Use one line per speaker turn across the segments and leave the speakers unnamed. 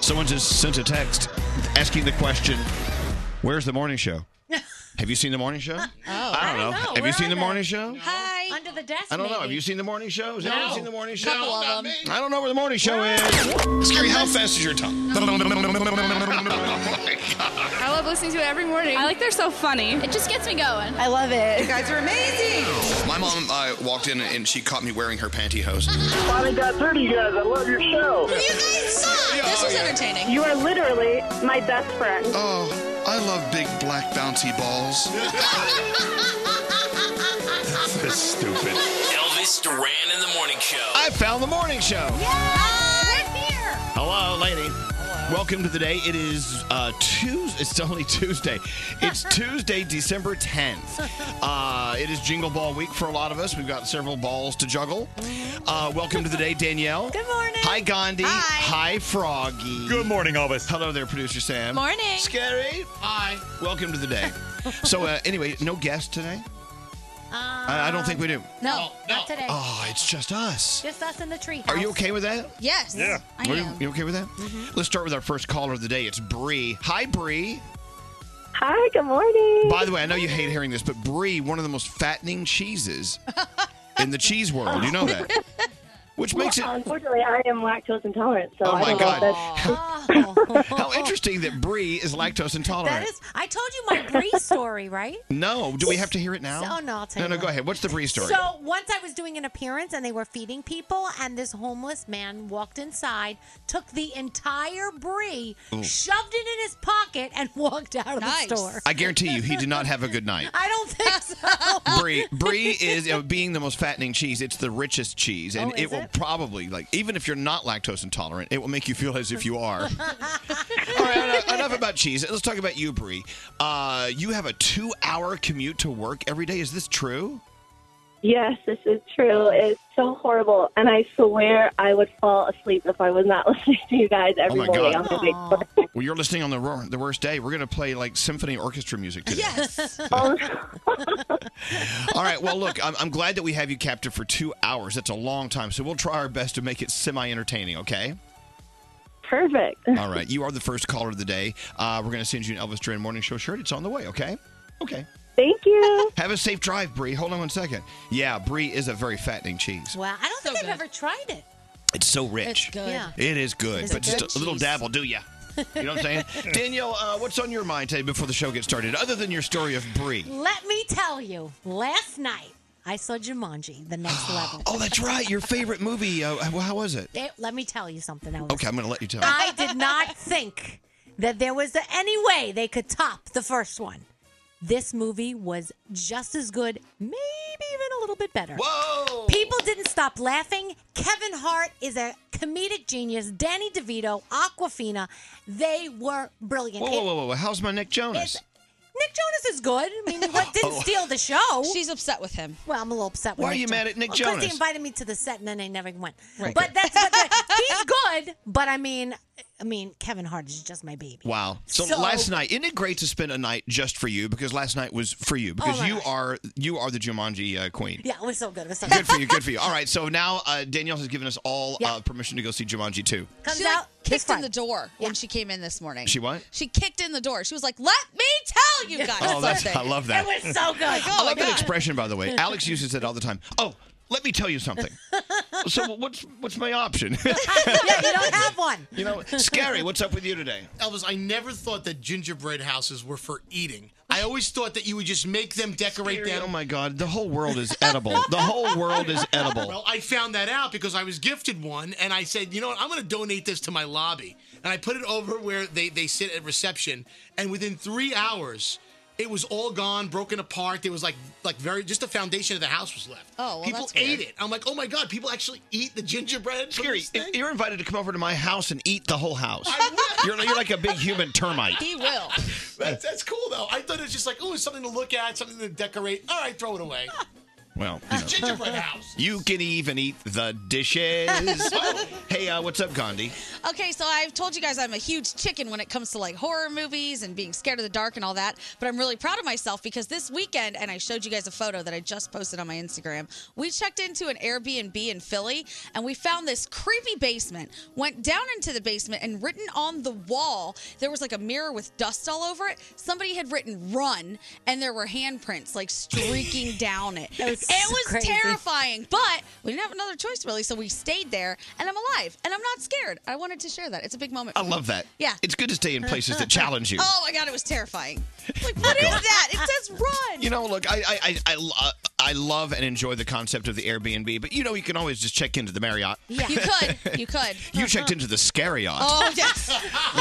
Someone just sent a text asking the question, "Where's the morning show?" Have you seen the morning show?
Uh,
I don't know. Have you
Oh, Where
seen
are
the
they?
morning show?
Hi. Under the desk.
I don't know. Have
maybe.
you seen the morning show? Has
No.
anyone seen the morning show?
Couple um, of Not them. me.
I don't know where the morning show is. Scary, how fast is your tongue? oh my God.
I love listening to it every morning. I like they're so funny. It just gets me going. I love it. You guys are amazing.
My mom uh, walked in and she caught me wearing her pantyhose.
Finally got through to you guys. I love your show.
You
guys
suck.
This was
entertaining.
You are literally my best friend.
Oh, I love big black bouncy balls. That's stupid.
Elvis Duran in the morning show.
I found the morning show. Hello, lady. Welcome to the day. It is uh, Tuesday. It's only Tuesday. It's Tuesday, December 10th. Uh, it is Jingle Ball Week for a lot of us. We've got several balls to juggle. Uh, welcome to the day, Danielle. Good morning. Hi, Gandhi. Hi. Froggy. Good morning, Elvis. Hello there, producer Sam.
Morning.
Scary. Hi. Welcome to the day. so, uh, anyway, no guest today? I, I don't think we do.
Uh, No, not today.
Oh, it's just us.
Just us in the tree.
Are you okay with that?
Yes. Mm-hmm.
Are you, you okay with that? Let's start with our first caller of the day. It's Bree. Hi, Bree.
Hi, good morning.
By the way, I know you hate hearing this, but Brie, one of the most fattening cheeses in the cheese world. You know that. Which makes it.
Well, Unfortunately, I am lactose intolerant, so
Oh
I
my
don't
God.
know if that's
How interesting that Brie is lactose intolerant.
That is. I told you my Bree story, right?
no, do we have to hear it now?
So- oh, no, I'll tell
No,
you
no, go ahead. What's the Brie story?
So once I was doing an appearance and they were feeding people, and this homeless man walked inside, took the entire brie,
Ooh.
shoved it in his pocket, and walked out of the store.
I guarantee you, he did not have a good night.
I don't think so.
Brie, Brie is uh, being the most fattening cheese. It's the richest cheese, and
Oh,
it
is
will
it?
probably like even if you're not lactose intolerant, it will make you feel as if you are. All right, enough, enough about cheese. Let's talk about you, Brie. Uh, you have a two-hour commute to work every day. Is this true?
Yes, this is true. It's so horrible, and I swear I would fall asleep if I was not listening to you guys every
Oh my
morning
God.
on the way.
Well, you're listening on the wor- the worst day. We're gonna play like symphony orchestra music today.
Yes.
All right. Well, look, I'm, I'm glad that we have you captive for two hours. That's a long time. So we'll try our best to make it semi-entertaining. Okay.
Perfect.
All right, you are the first caller of the day. Uh, we're going to send you an Elvis Duran Morning Show shirt. It's on the way, okay? Okay.
Thank you.
Have a safe drive, Bree. Hold on one second. Yeah, Brie is a very fattening cheese.
Wow, I don't think I've ever tried it.
It's so rich.
It's good. Yeah.
It is good,
It's
but
good
just a little
cheese.
dab will do ya. You know what I'm saying? Danielle, uh, what's on your mind today before the show gets started, other than your story of Brie?
Let me tell you, last night I saw Jumanji, the next level.
Oh, that's right. Your favorite movie. Uh, well, how was it?
Eh, let me tell you something else.
Okay, I'm going to let you tell.
I did not think that there was any way they could top the first one. This movie was just as good, maybe even a little bit better.
Whoa!
People didn't stop laughing. Kevin Hart is a comedic genius. Danny DeVito, Aquafina, they were brilliant.
Whoa,
It-
whoa, whoa, whoa, whoa. How's my Nick Jonas?
Nick Jonas is good. I mean, what didn't
Oh.
steal the show? She's upset with him. Well, I'm a little upset. with
Why are
Nick
you
Jonas.
mad at Nick
Well, he
Jonas?
invited me to the set and then I never went. But that's but that- he's good. But I mean, I mean, Kevin Hart is just my baby.
Wow. So,
So-
last night, isn't it great to spend a night just for you? Because last night was for you. Because
Oh my
you
gosh.
are you are the Jumanji uh, queen.
Yeah, it was so good. It was so
Good for you. Good for you. All right. So now uh, Danielle has given us all
Yeah.
uh, permission to go see Jumanji 2.
she like, kicked in the door when she came in this morning.
She what?
She kicked in the door. She was like, "Let me tell you guys."
Oh, that's, I
something."
love that.
Like, oh
I
my
love that
God.
expression, by the way. Alex uses it all the time. Oh, let me tell you something. so what's what's my option?
yeah, you don't have one.
You know, Scary, what's up with you today?
Elvis, I never thought that gingerbread houses were for eating. I always thought that you would just make them decorate
Scary,
them.
oh my God, the whole world is edible. The whole world is edible.
Well, I found that out because I was gifted one, and I said, you know what, I'm going to donate this to my lobby. And I put it over where they, they sit at reception, and within three hours, it was all gone, broken apart. There was like like very just the foundation of the house was left.
Oh, well,
people
that's
ate
weird.
it. I'm like, oh my god, people actually eat the gingerbread. from
Scary,
this thing?
you're invited to come over to my house and eat the whole house. You're, you're like a big human termite.
He will.
That's, that's cool though. I thought it was just like, oh, it's something to look at, something to decorate. All right, throw it away.
Well, you know.
gingerbread house.
You can even eat the dishes. hey, uh, what's up, Gandhi?
Okay, so I've told you guys I'm a huge chicken when it comes to like horror movies and being scared of the dark and all that, but I'm really proud of myself because this weekend, and I showed you guys a photo that I just posted on my Instagram, we checked into an Airbnb in Philly and we found this creepy basement. Went down into the basement and written on the wall, there was like a mirror with dust all over it. Somebody had written run and there were handprints like streaking down it.
That was
it was
crazy.
terrifying terrifying, but we didn't have another choice really, so we stayed there, and I'm alive, and I'm not scared. I wanted to share that. It's a big moment.
I
for me.
love that.
Yeah.
It's good to stay in places that challenge you.
Oh my god, it was terrifying. Like, what is that? It says run.
You know, look, I I, I, I, lo- I love and enjoy the concept of the Airbnb, but you know, you can always just check into the Marriott.
Yeah. You could. You could. Uh-huh.
You
Uh-huh.
checked into the Scariot.
Oh yes.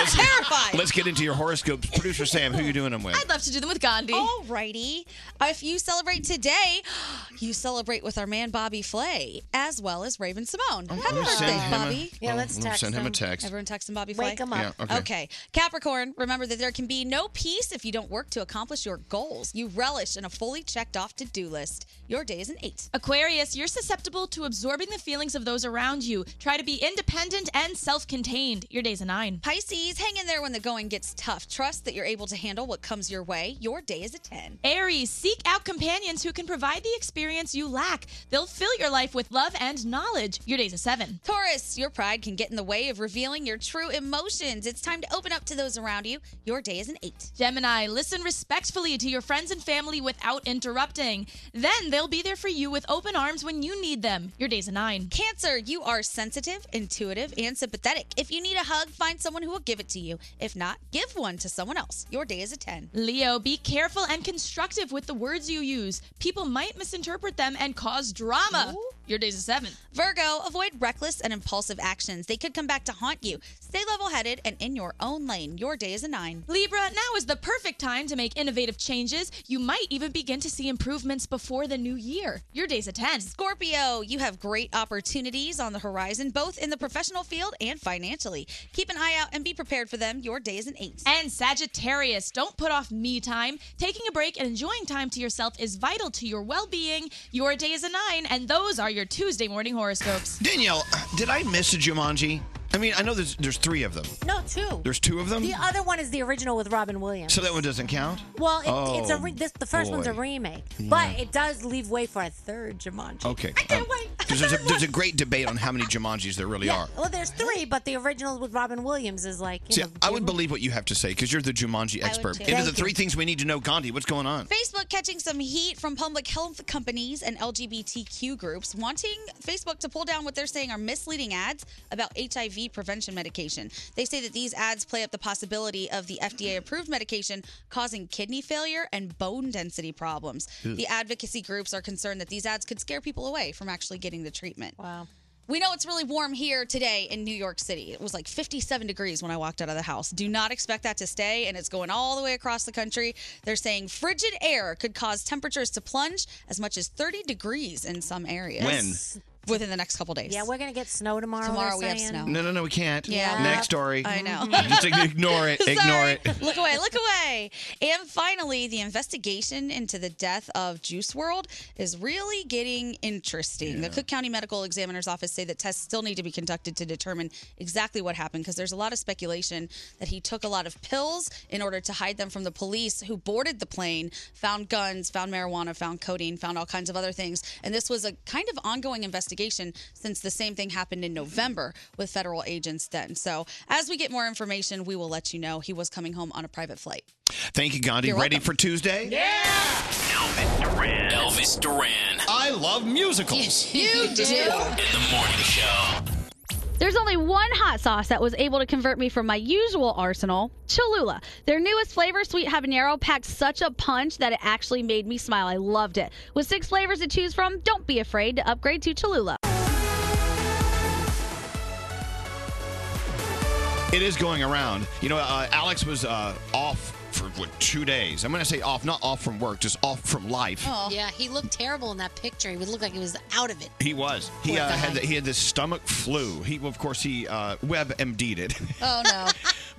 terrifying.
Let's get into your horoscopes. Producer Sam, who you doing them with?
I'd love to do them with Gandhi. Alrighty. If you celebrate today, you celebrate with our man Bobby Flay, as well as Raven Simone. Happy
gonna
birthday,
Oh, send him a-
Bobby.
Yeah, well, let's I'm gonna text send him a him. text.
Everyone text him Bobby Flay.
Wake him up. Yeah, okay.
Capricorn, remember that there can be no peace if you don't work to accomplish your goals. You relish in a fully checked off to-do list. Your day is an eight.
Aquarius, you're susceptible to absorbing the feelings of those around you. Try to be independent and self contained. Your day's a nine.
Pisces, hang in there when the going gets tough. Trust that you're able to handle what comes your way. Your day is a 10.
Aries, seek out companions who can provide the experience you lack. They'll fill your life with love and knowledge. Your day's a seven.
Taurus, your pride can get in the way of revealing your true emotions. It's time to open up to those around you. Your day is an eight.
Gemini, listen respectfully to your friends and family without interrupting. Then they'll be there for you with open arms when you need them. Your day's a nine.
Cancer, you are sensitive, intuitive, and sympathetic. If you need a hug, find someone who will give it to you. If not, give one to someone else. Your day is a 10.
Leo, be careful and constructive with the words you use. People might misinterpret them and cause drama. Your day's a seven.
Virgo, avoid reckless and impulsive actions. They could come back to haunt you. Stay level headed and in your own lane. Your day is a nine.
Libra, now is the perfect time to make innovative changes. You might even begin to see improvements before the new year. Your day's a 10.
Scorpio, you have great opportunities on the horizon, both in the professional field and financially. Keep an eye out and be prepared for them. Your day is an eight.
And Sagittarius, don't put off me time. Taking a break and enjoying time to yourself is vital to your well being. Your day is a 9, and those are your Tuesday morning horoscopes.
Danielle, did I miss a Jumanji? I mean, I know there's there's three of them.
No, two.
There's two of them?
The other one is the original with Robin Williams.
So that one doesn't count?
well, it, it's a
Oh,
re- this, the first one's a
boy.
remake,
Yeah.
but it does leave way for a third Jumanji.
Okay. I can't wait. Because there's a, there's a great debate on how many Jumanjis there really
yeah.
are.
Well, there's three, but the original with Robin Williams is like you
See,
know.
I would believe what you have to say because you're the Jumanji expert.
too.
Into the
Thank
three
you.
things we need to know, Gandhi. What's going on?
Facebook catching some heat from public health companies and LGBTQ groups wanting Facebook to pull down what they're saying are misleading ads about HIV prevention medication. They say that these ads play up the possibility of the FDA approved medication causing kidney failure and bone density problems.
Ew.
The advocacy groups are concerned that these ads could scare people away from actually getting the treatment. Wow. We know it's really warm here today in New York City. It was like 57 degrees when I walked out of the house. Do not expect that to stay, and it's going all the way across the country. They're saying frigid air could cause temperatures to plunge as much as 30 degrees in some areas.
When?
Within the next couple days.
Yeah, we're gonna get snow tomorrow.
Tomorrow
they're
we have
saying.
snow.
No, no, no, we can't.
Yeah.
Next story.
I know.
Just ignore it. Ignore it.
look away, look away. And finally, the investigation into the death of Juice World is really getting interesting. The Cook County Medical Examiner's Office say that tests still need to be conducted to determine exactly what happened because there's a lot of speculation that he took a lot of pills in order to hide them from the police who boarded the plane, found guns, found marijuana, found codeine, found all kinds of other things. And this was a kind of ongoing investigation since the same thing happened in November with federal agents then. So as we get more information, we will let you know. He was coming home on a private flight.
Thank you, Gandhi.
You're
Ready
welcome.
for Tuesday? Yeah.
Duran. Elvis Duran.
I love musicals.
you do.
In the morning show.
There's only one hot sauce that was able to convert me from my usual arsenal Cholula. Their newest flavor, Sweet Habanero, packed such a punch that it actually made me smile. I loved it. With six flavors to choose from, don't be afraid to upgrade to Cholula.
It is going around. You know, uh, Alex was uh, off for what, two days. I'm going to say off, not off from work, just off from life.
Yeah, he looked terrible in that picture. He would look like he was out of it.
He was. He
Poor
uh,
guy.
had the, he had this stomach flu. He of course he uh, web MD'd it,
Oh no.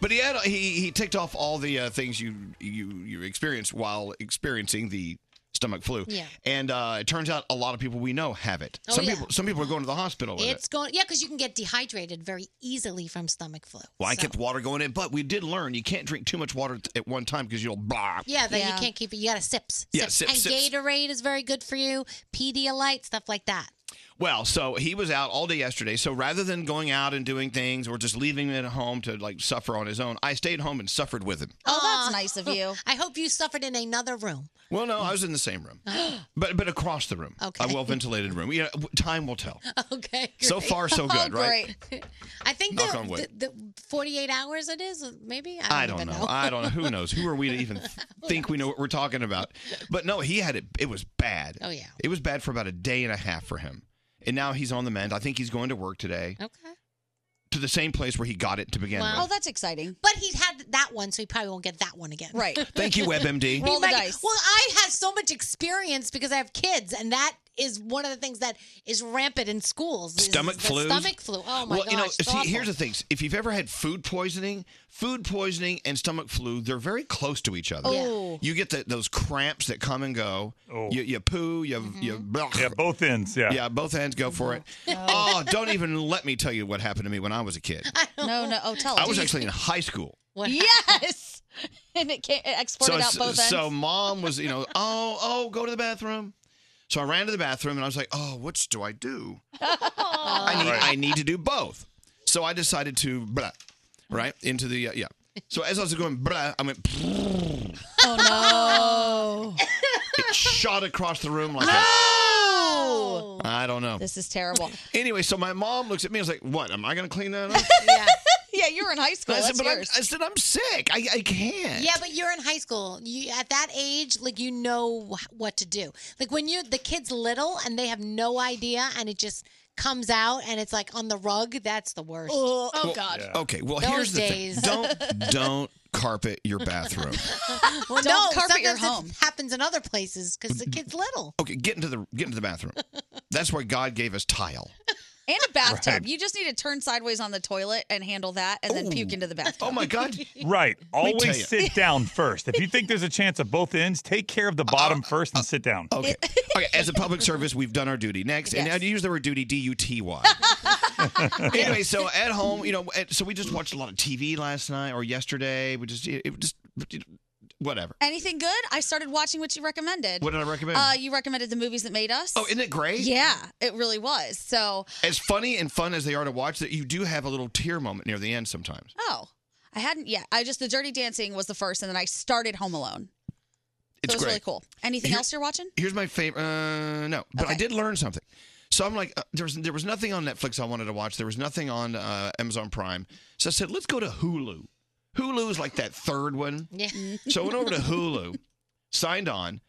but he had he he ticked off all the uh, things you you you experienced while experiencing the stomach flu.
Yeah.
And uh, it turns out a lot of people we know have it.
Oh,
some
yeah.
people some people are going to the hospital with
It's
it.
going, yeah, because you can get dehydrated very easily from stomach flu.
Well, I kept water going in, but we did learn you can't drink too much water at one time because you'll blah.
Yeah, that you can't keep it. You got to sips.
Yeah, sips,
and
sips.
Gatorade is very good for you. Pedialyte, stuff like that.
Well, so he was out all day yesterday. So rather than going out and doing things or just leaving him at home to like suffer on his own, I stayed home and suffered with him.
Oh, that's nice of you. I hope you suffered in another room.
Well, no, I was in the same room, but but across the room,
Oh. Okay.
a well ventilated room. You know, w- time will tell.
okay.
So
great.
far, so good, right?
Oh, great. I think
Knock
the,
on wood.
the, the 48 hours it is, maybe?
I don't,
even
know. I don't know. Who knows? Who are we to even think we know what we're talking about? But no, he had it. It was bad.
Oh, yeah.
It was bad for about a day and a half for him, and now he's on the mend. I think he's going to work today.
Okay.
To the same place where he got it to begin
Wow.
with.
Oh, that's exciting. But he had that one, so he probably won't get that one again. Right.
Thank you, WebMD.
He might- Well, I have so much experience because I have kids, and that is one of the things that is rampant in schools. is
stomach
the
flu.
Stomach flu. Oh my
well,
gosh.
you know,
it's
see,
awful.
here's the thing: if you've ever had food poisoning, food poisoning and stomach flu, they're very close to each other.
Yeah. Oh.
You get the, those cramps that come and go. You, you poo. You
Mm-hmm.
you.
Oh. Yeah, both ends. Yeah.
Yeah, both hands go for it. Oh, don't even let me tell you what happened to me when I was a kid.
No, no. Oh, tell us.
I was actually in high school.
Yes. And it, came, it exported out
so,
both ends.
so mom was, you know, oh, oh, go to the bathroom. So I ran to the bathroom and I was like, oh, what do I do?
Oh.
I need, I need to do both. So I decided to, blah, right into the uh, yeah. So as I was going, blah, I went,
oh no.
it shot across the room like that.
Oh.
I don't know.
This is terrible.
Anyway, so my mom looks at me and is like, what? Am I going to clean that up?
yeah, you were in high school.
I said,
That's
but I'm, I
yours.
said, I'm sick. I, I can't.
Yeah, but you're in high school. You at that age, like you know wh- what to do. Like when you the kid's little and they have no idea, and it just comes out, and it's like on the rug. That's the worst. Oh,
Well, Okay, well,
Those
here's the
days.
thing. Don't, don't carpet your bathroom.
well,
Don't
no,
carpet your
sometimes It happens in other places because the kid's little.
Okay, get into the get into the bathroom. That's why God gave us tile.
and a bathtub.
Right.
You just need to turn sideways on the toilet and handle that and then puke into the bathtub.
Oh my God.
Right.
Let me tell
Always
you.
sit down first. If you think there's a chance of both ends, take care of the bottom first and sit down.
Uh, Okay. Okay, as a public service, we've done our duty. Next, and I use the word duty, D U T Y. anyway, so at home, you know, at- so we just watched a lot of TV last night or yesterday. We just, it, it just, whatever.
Anything good? I started watching what you recommended.
What did I recommend?
Uh, you recommended the movies that made us.
Oh, isn't it great?
Yeah, it really was. So,
As funny and fun as they are to watch, that you do have a little tear moment near the end sometimes.
oh, I hadn't yet. I just the Dirty Dancing was the first, and then I started Home Alone.
It's
so it was
great.
really cool. Anything
Here-
else you're watching?
Here's my favorite. Uh, no, but I did learn something. So I'm like, uh, there was there was nothing on Netflix I wanted to watch. There was nothing on uh, Amazon Prime. So I said, let's go to Hulu. Hulu is like that third one.
Yeah.
Mm-hmm.
So I went over to Hulu, signed on,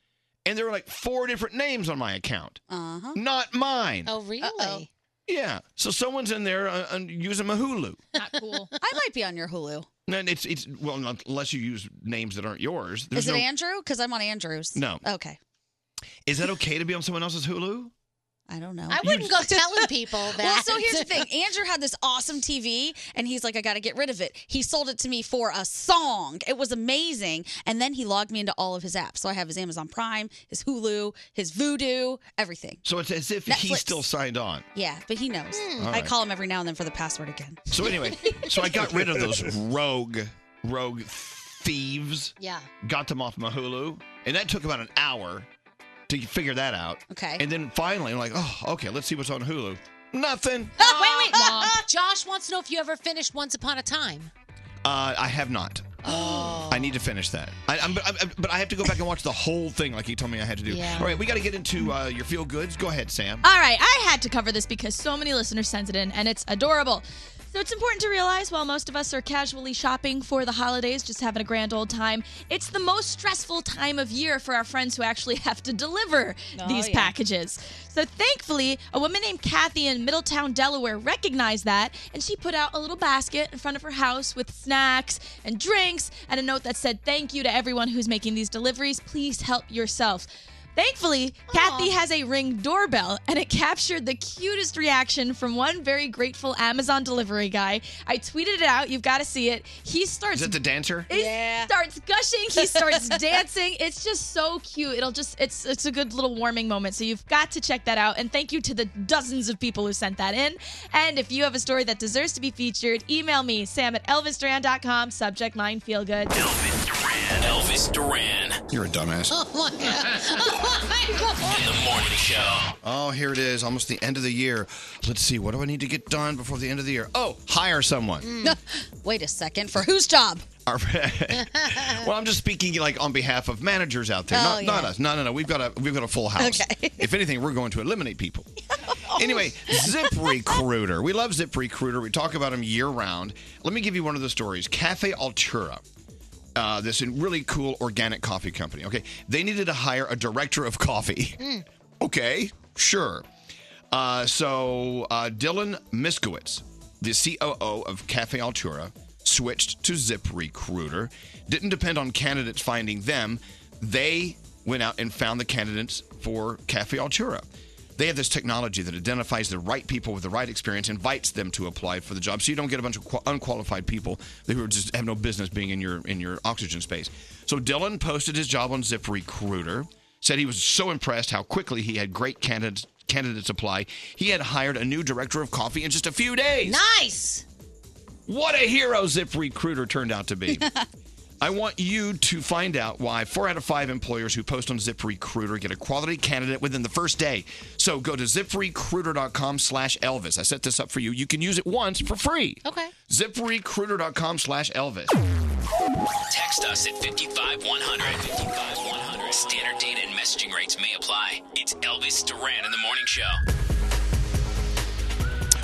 and there were like four different names on my account,
Uh-huh.
not mine.
Oh, really?
Yeah. So someone's in there uh, uh, using my Hulu,
Not cool. I might be on your Hulu.
and it's it's well not- unless you use names that aren't yours. There's
Is it Oh.
no-
Andrew? Because I'm on Andrew's.
No.
Okay.
Is that okay to be on someone else's Hulu?
I don't know.
I wouldn't go telling people that.
Well, so here's the thing. Andrew had this awesome TV, and he's like, I got to get rid of it. He sold it to me for a song. It was amazing. And then he logged me into all of his apps. So I have his Amazon Prime, his Hulu, his Voodoo, everything.
So it's as if
Netflix.
he's still signed on.
Yeah, but he knows.
Hmm.
All
I
right.
call him every now and then for the password again.
So anyway, so I got rid of those rogue, rogue thieves.
Yeah.
Got them off my Hulu, and that took about an hour to figure that out.
Okay.
And then finally, I'm like, oh, okay, let's see what's on Hulu. Nothing.
wait, wait. Josh wants to know if you ever finished Once Upon a Time.
Uh, I have not. I need to finish that. I, I'm, but, I'm, but I have to go back and watch the whole thing, like he told me I had to do.
Yeah.
All right, we got to get into uh, your feel goods. Go ahead, Sam.
All right, I had to cover this because so many listeners sent it in, and it's adorable. So it's important to realize while most of us are casually shopping for the holidays, just having a grand old time, it's the most stressful time of year for our friends who actually have to deliver
Oh,
these
yeah.
packages. So thankfully, a woman named Kathy in Middletown, Delaware recognized that, and she put out a little basket in front of her house with snacks and drinks and a note that said, Thank you to everyone who's making these deliveries. Please help yourself. Thankfully, Kathy has a ring doorbell and it captured the cutest reaction from one very grateful Amazon delivery guy. I tweeted it out. You've got to see it. He starts
Is it the dancer?
he starts gushing. He starts dancing. It's just so cute. It'll just it's it's a good little warming moment. So you've got to check that out. And thank you to the dozens of people who sent that in. And if you have a story that deserves to be featured, email me sam at elvisduran.com. Subject line feel good.
Duran. Elvis Duran.
You're a dumbass.
Oh my god! Oh my god!
The morning show.
Oh, here it is, almost the end of the year. Let's see, what do I need to get done before the end of the year? Oh, hire someone.
Hmm.
Wait a second. For whose job?
All right. well, I'm just speaking like on behalf of managers out there,
Oh,
not, not
yeah.
us. No, no, no. We've got a we've got a full house.
Okay.
If anything, we're going to eliminate people. anyway, ZipRecruiter. We love ZipRecruiter. We talk about them year round. Let me give you one of the stories. Cafe Altura. Uh, this really cool organic coffee company. Okay, they needed to hire a director of coffee. Okay, sure. Uh, so uh, Dylan Miskowitz, the COO of Cafe Altura, switched to ZipRecruiter. Didn't depend on candidates finding them. They went out and found the candidates for Cafe Altura. They have this technology that identifies the right people with the right experience, invites them to apply for the job, so you don't get a bunch of qua- unqualified people who just have no business being in your in your oxygen space. So Dylan posted his job on ZipRecruiter, said he was so impressed how quickly he had great candidates candidates apply. He had hired a new director of coffee in just a few days.
Nice.
What a hero ZipRecruiter turned out to be. I want you to find out why four out of five employers who post on ZipRecruiter get a quality candidate within the first day. So go to ziprecruiter.com slash Elvis. I set this up for you. You can use it once for free.
Okay.
ZipRecruiter.com slash Elvis.
Text us at 55100. 55100. Standard data and messaging rates may apply. It's Elvis Duran in the morning show.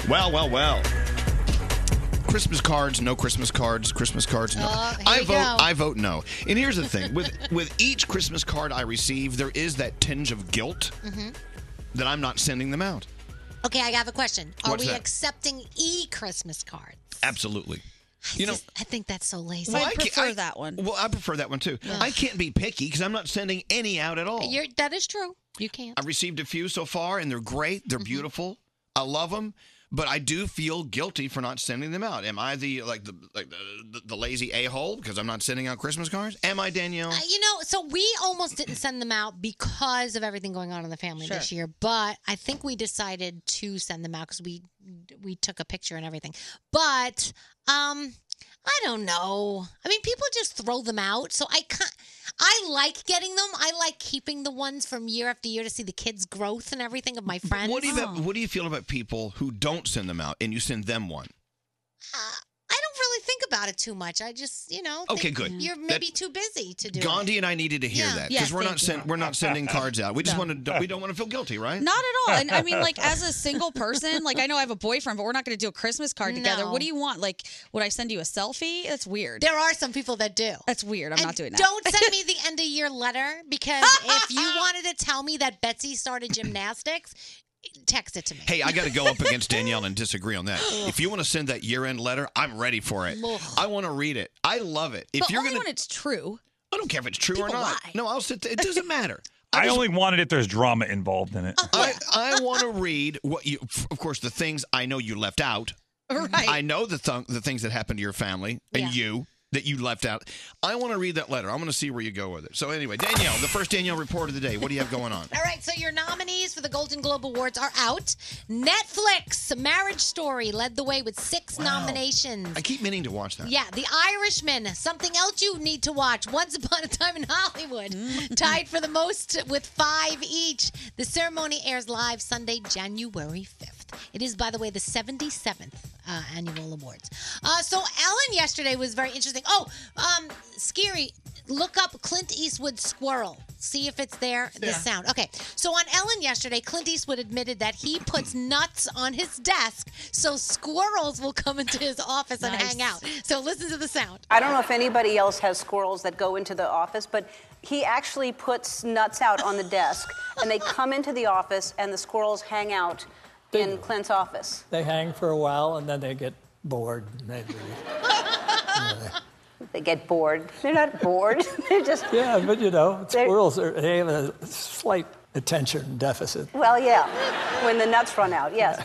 Well, well, well. Christmas cards, no Christmas cards, Christmas cards, no.
Oh, here
I
we
vote
go.
I vote no. And here's the thing. With with each Christmas card I receive, there is that tinge of guilt
hmm
that I'm not sending them out.
Okay, I have a question. Are
What's
we
that?
accepting e-Christmas cards?
Absolutely. You know,
I think that's so lazy.
Well, can't- that one. Well, I prefer that one too.
Ugh.
I can't be picky because I'm not sending any out at all.
You're, that is true. You can't.
I've received a few so far, and they're great. They're beautiful. I love them, but I do feel guilty for not sending them out. Am I the like the like the, the lazy a hole because I'm not sending out Christmas cards? Am I Danielle?
You know, so we almost didn't send them out because of everything going on in the family
Sure.
this year, but I think we decided to send them out because we we took a picture and everything. But um, I don't know. I mean, people just throw them out, so I can I like getting them. I like keeping the ones from year after year to see the kids' growth and everything of my friends.
what do you about- what do you feel about people who don't send them out and you send them one?
I don't really think about it too much. I just, you know,
Okay,
think
good.
You're
That-
maybe too busy to do it.
Gandhi and I needed to hear
Yeah.
that
Yes,
because we're not
thank you.
send, we're not sending cards out. We just
No.
want to we don't want to feel guilty, right?
Not at all. And I mean, like, as a single person, like, I know I have a boyfriend, but we're not going to do a Christmas card together.
No.
What do you want? Like, would I send you a selfie? That's weird.
There are some people that do.
That's weird. I'm not doing that.
Don't send me the end of year letter because if you wanted to tell me that Betsy started gymnastics, text it to me.
Hey, I got to go up against Danielle and disagree on that.
Ugh.
If you want to send that year-end letter, I'm ready for it.
Ugh.
I want to read it. I love it. If
but
you're
only
gonna,
when it's true.
I don't care if it's true or
People
not. No, I'll sit. There. It doesn't matter.
I only want it if there's drama involved in it.
I, I want to read what you. f- Of course, the things I know you left out.
Right.
I know the th- the things that happened to your family and
Yeah.
you that you left out. I want to read that letter. I want to see where you go with it. So anyway, Danielle, the first Danielle report of the day. What do you have going on?
All right, so your nominees for the Golden Globe Awards are out. Netflix, Marriage Story led the way with six nominations.
I keep meaning to watch that.
Yeah, The Irishman, something else you need to watch. Once Upon a Time in Hollywood, tied for the most with five each. The ceremony airs live Sunday, January 5th. It is, by the way, the 77th uh, annual awards. Uh, so, Ellen yesterday was very interesting. Oh, um, Scary, look up Clint Eastwood Squirrel. See if it's there, the
Yeah.
sound. Okay, so on Ellen yesterday, Clint Eastwood admitted that he puts nuts on his desk so squirrels will come into his office and hang out. So, listen to the sound.
I don't know if anybody else has squirrels that go into the office, but he actually puts nuts out on the desk, and they come into the office, and the squirrels hang out in Clint's office.
They hang for a while and then they get bored. and they leave.
They get bored. They're not bored. They're just
Yeah, but you know, squirrels are, they have a slight attention deficit.
well, yeah. When the nuts run out, yes.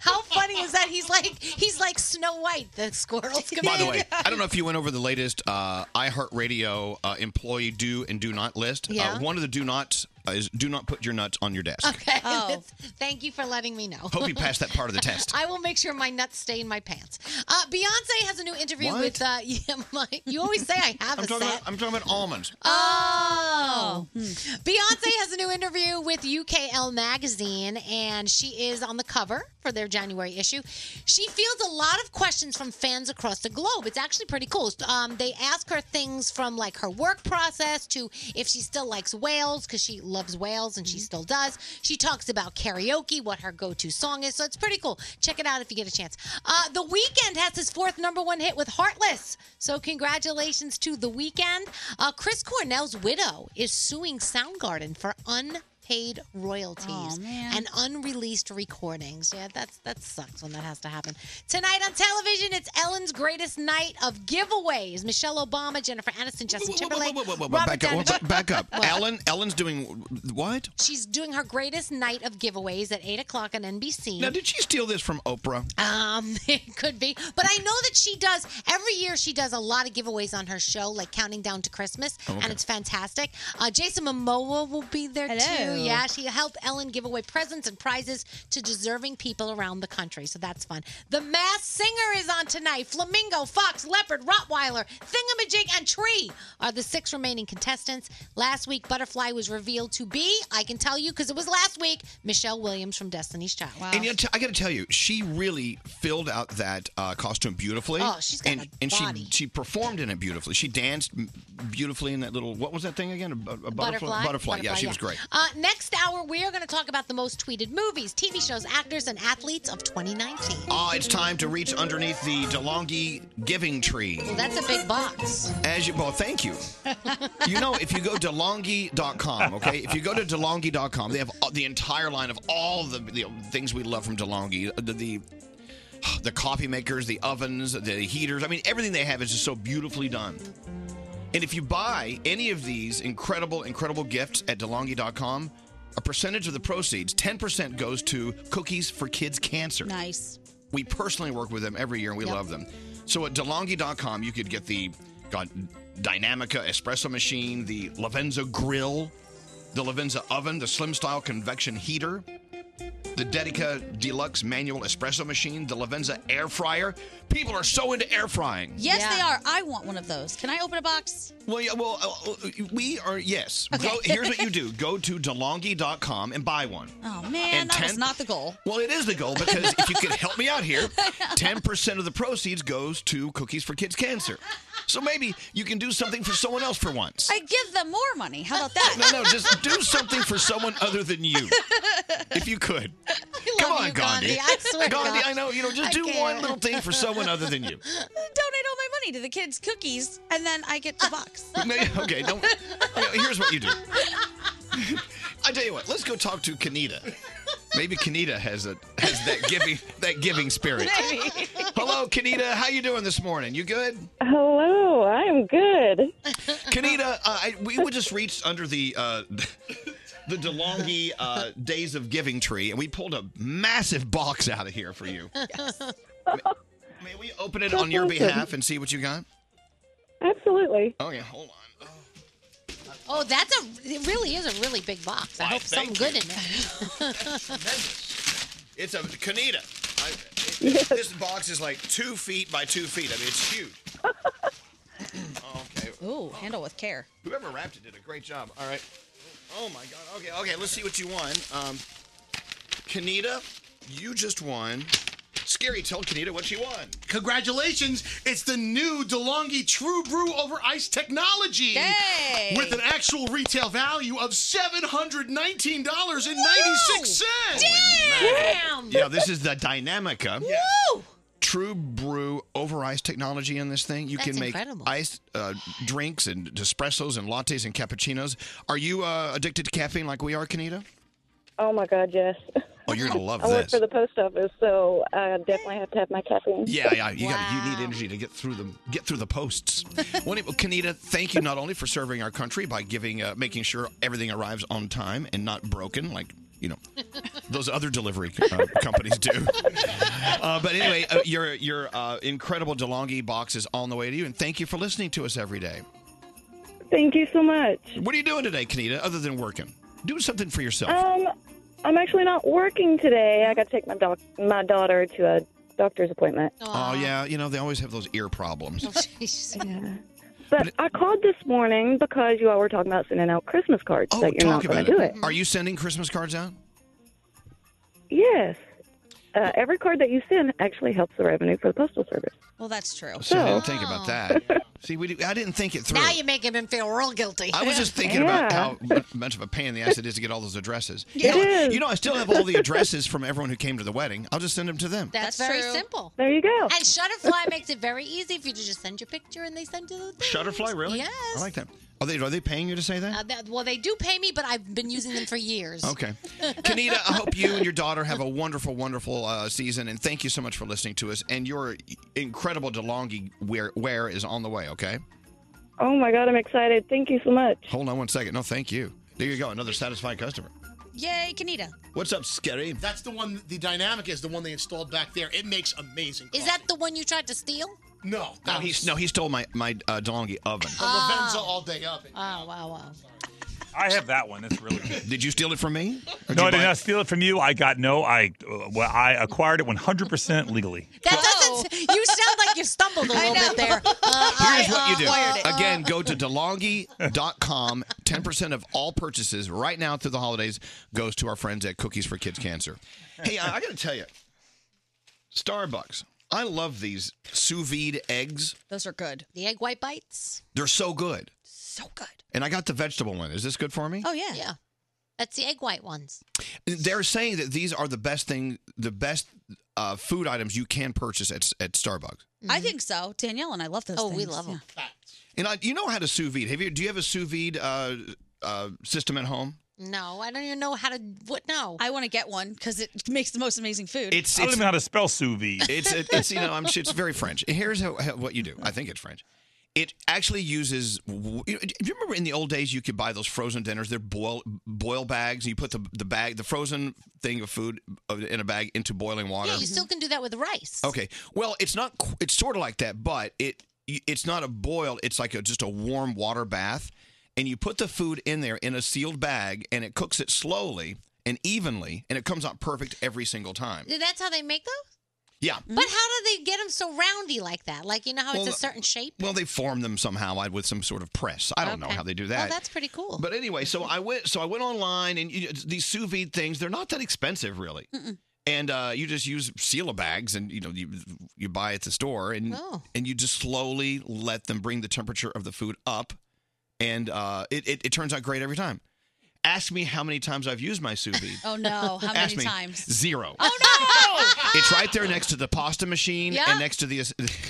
How funny is that? He's like he's like Snow White, the squirrel's
By the way, I don't know if you went over the latest uh, iHeartRadio uh, employee do and do not list.
Yeah.
Uh, one of the do nots uh, is do not put your nuts on your desk.
Okay.
Oh.
Thank you for letting me know.
Hope you passed that part of the test.
I will make sure my nuts stay in my pants. Uh, Beyonce has a new interview
What?
with. Uh, yeah, my, you always say I have
I'm
a
talking, about,
set.
uh, I'm talking about almonds.
Oh. Beyonce has a new interview with UKL Magazine, and she is on the cover for their January issue. She fields a lot of questions from fans across the globe. It's actually pretty cool. Um, they ask her things from like her work process to if she still likes whales, because she loves whales and she still does. She talks about karaoke, what her go to song is. So it's pretty cool. Check it out if you get a chance. Uh, the Weekend has his fourth number one hit with Heartless. So congratulations to The Weekend. Uh, Chris Cornell's widow is suing Soundgarden for unpaid royalties and unreleased recordings. Yeah, that's that sucks when that has to happen. Tonight on television, it's Ellen's greatest night of giveaways. Michelle Obama, Jennifer Aniston, Justin Timberlake,
Whoa, whoa, whoa,
Robert
back up.
Downey.
whoa, back up.
What?
Ellen, Ellen's doing what?
She's doing her greatest night of giveaways at eight o'clock on NBC.
Now, did she steal this from Oprah?
Um, it could be, but I know that she does every year. She does a lot of giveaways on her show, like counting down to Christmas,
Oh, okay.
and it's fantastic. Uh, Jason Momoa will be there
Hello.
too. Yeah, she helped Ellen give away presents and prizes to deserving people around the country, so that's fun. The Mass Singer is on tonight. Flamingo, fox, leopard, Rottweiler, Thingamajig, and Tree are the six remaining contestants. Last week, Butterfly was revealed to be, I can tell you because it was last week, Michelle Williams from Destiny's Child.
And you know, t- I got to tell you, she really filled out that uh, costume beautifully.
Oh, she's got
and,
a
and
body.
she she performed in it beautifully. She danced m- beautifully in that little what was that thing again? A, bu- a
Butterfly.
butterfly. Yeah, she was great.
Uh, next hour, we are going to talk about the most tweeted movies, TV shows, actors, and athletes of 2019.
Ah, it's time to reach underneath the DeLonghi giving tree.
Well, that's a big box.
As you, well, thank you. you know, if you go to DeLonghi.com, okay, if you go to DeLonghi.com, they have all- the entire line of all the, the things we love from DeLonghi. Uh, The, the the coffee makers, the ovens, the heaters. I mean, everything they have is just so beautifully done. And if you buy any of these incredible, incredible gifts at DeLonghi.com, a percentage of the proceeds, 10%, goes to Cookies for Kids Cancer.
Nice.
We personally work with them every year and we
Yep.
love them. So at DeLonghi.com, you could get the God, Dynamica espresso machine, the Lavenza grill, the Lavenza oven, the Slim Style convection heater, the Dedica Deluxe manual espresso machine, the Lavenza air fryer. People are so into air frying.
Yes, they are. I want one of those. Can I open a box?
Well, yeah, well, uh, uh, we are, yes.
Okay.
Go, here's what you do go to DeLonghi.com and buy one.
Oh man,
And
that was
10
not the goal.
Well, it is the goal because if you could help me out here, 10% of the proceeds goes to Cookies for Kids Cancer. So maybe you can do something for someone else for once.
I give them more money. How about that?
No, no, just do something for someone other than you. If you could. Come on, Gandhi.
Gandhi. I swear to
Gandhi,
God.
I know, you know, just
I
do
can't.
one little thing for someone other than you.
Donate all my money to the kids' cookies, and then I
Uh.
get the box.
No, yeah, okay, don't. yeah, Here's what you do. I tell you what, let's go talk to Kanita. Maybe Kanita has a has that giving that giving spirit. Hello, Kanita. How you doing this morning? You good?
Hello, I'm good.
Kanita, uh, I, we would just reached under the uh, the DeLonghi uh, Days of Giving tree, and we pulled a massive box out of here for you. May we open it on your behalf and see what you got?
Absolutely.
Okay, hold on.
Oh, that's a, it really is a really big box. I
Why,
hope something
thank
good
you.
in there.
It's a Kanita. I, it- This box is like two feet by two feet. I mean, it's huge. okay.
Ooh, handle with care.
Whoever wrapped it did a great job. All right. Oh my God. Okay. Okay. Let's see what you won. Um, Kanita, you just won. Scary told Kanita what she won.
Congratulations! It's the new DeLonghi True Brew over Ice technology
Yay.
with an actual retail value of seven hundred nineteen dollars and ninety-six cents.
Damn! Yeah, this is the Dynamica.
Woo!
True brew over ice technology in this thing. You
That's
can make
incredible.
ice uh, drinks and espressos and lattes and cappuccinos. Are you uh, addicted to caffeine like we are, Kanita?
Oh my God, yes.
Oh, you're gonna love
I work
this.
for the post office, so I definitely have to have my caffeine.
Yeah, yeah, you got you need energy to get through the get through the posts. well, anyway, Kanita, thank you not only for serving our country by giving uh, making sure everything arrives on time and not broken like you know those other delivery uh, companies do. Uh, but anyway, uh, your your uh, incredible DeLonghi box is on the way to you, and thank you for listening to us every day.
Thank you so much.
What are you doing today, Kanita? Other than working, do something for yourself.
Um, I'm actually not working today. I got to take my doc- my daughter to a doctor's appointment.
Oh yeah, you know they always have those ear problems.
Yeah. But I called this morning because you all were talking about sending out Christmas cards
Oh,
that you're not
talk
going
about
to do it.
Are you sending Christmas cards out? Mm-hmm.
Yes. Uh, every card that you send actually helps the revenue for the postal service.
Well, that's true.
See, I didn't think
Oh.
about that. See, we I didn't think it through.
Now you're making him feel real guilty.
I was just thinking about how mu- much of a pain in the ass it is to get all those addresses. You,
It
know,
is.
you know, I still have all the addresses from everyone who came to the wedding. I'll just send them to them.
That's, very simple.
There you go.
And Shutterfly makes it very easy for you to just send your picture and they send you the thing.
Shutterfly, really?
Yes.
I like that. Are they are they paying you to say that?
Uh, that- well, they do pay me, but I've been using them for years.
Okay. Kanita, I hope you and your daughter have a wonderful, wonderful uh, season, and thank you so much for listening to us. And your incredible DeLonghi wear, wear is on the way, okay?
Oh my God, I'm excited. Thank you so much.
Hold on one second. No, thank you. There you go, another satisfied customer.
Yay, Kanita.
What's up, Scary?
That's the one. The dynamic is the one they installed back there. It makes amazing.
Is that the one you tried to steal?
No,
No, he's, no, he stole my, my uh, DeLonghi oven.
a Lavenza all day oven.
Oh, Ah. wow, wow.
I have that one. It's really good.
Did you steal it from me?
No, I did not steal it from you. I got no. I uh, well, I acquired it 100% legally.
That doesn't. You sound like you stumbled a little bit there. Uh,
Here's
I,
what you
uh,
do.
acquired it.
Again, go to DeLonghi.com. 10% of all purchases right now through the holidays goes to our friends at Cookies for Kids Cancer. Hey, I, I got to tell you, Starbucks, I love these sous vide eggs.
Those are good.
The egg white bites.
They're so good.
So good.
And I got the vegetable one. Is this good for me?
Oh yeah. Yeah. That's the egg white ones.
They're saying that these are the best thing, the best uh, food items you can purchase at, at Starbucks.
I think so. Danielle and I love those
Oh, we
things.
love 'em.
And I, you know how to sous vide. Have you? Do you have a sous vide uh, uh, system at home?
No, I don't even know how to. What? No.
I want to get one because it makes the most amazing food.
It's,
I don't even know how to spell sous vide.
It's it's you know I'm, it's very French. Here's how, how what you do. I think it's French. It actually uses. w- You know, do you remember in the old days you could buy those frozen dinners? They're boil boil bags. And you put the the bag, the frozen thing of food uh, in a bag into boiling water.
Mm-hmm.
Yeah, you still can do that with rice.
Okay. Well, it's not. qu- It's sort of like that, but it it's not a boil. It's like a, just a warm water bath, and you put the food in there in a sealed bag, and it cooks it slowly and evenly, and it comes out perfect every single time.
That's how they make those.
Yeah.
Mm-hmm.
But how do they get them so roundy like that? Like you know how it's
Well,
a certain shape.
Well, they form them somehow I- with some sort of press. I don't know
Okay.
how they do
Well,
that.
that's pretty cool.
But anyway, so I went. So I went online, and you, these sous vide things—they're not that expensive, really. And uh, you just use Sela bags, and you know you you buy at the store, and
Oh.
and you just slowly let them bring the temperature of the food up, and uh, it, it it turns out great every time. Ask me how many times I've used my sous vide.
Oh, no. How many
Ask me.
times?
Zero.
Oh, no.
It's right there next to the pasta machine
Yeah.
and next to the.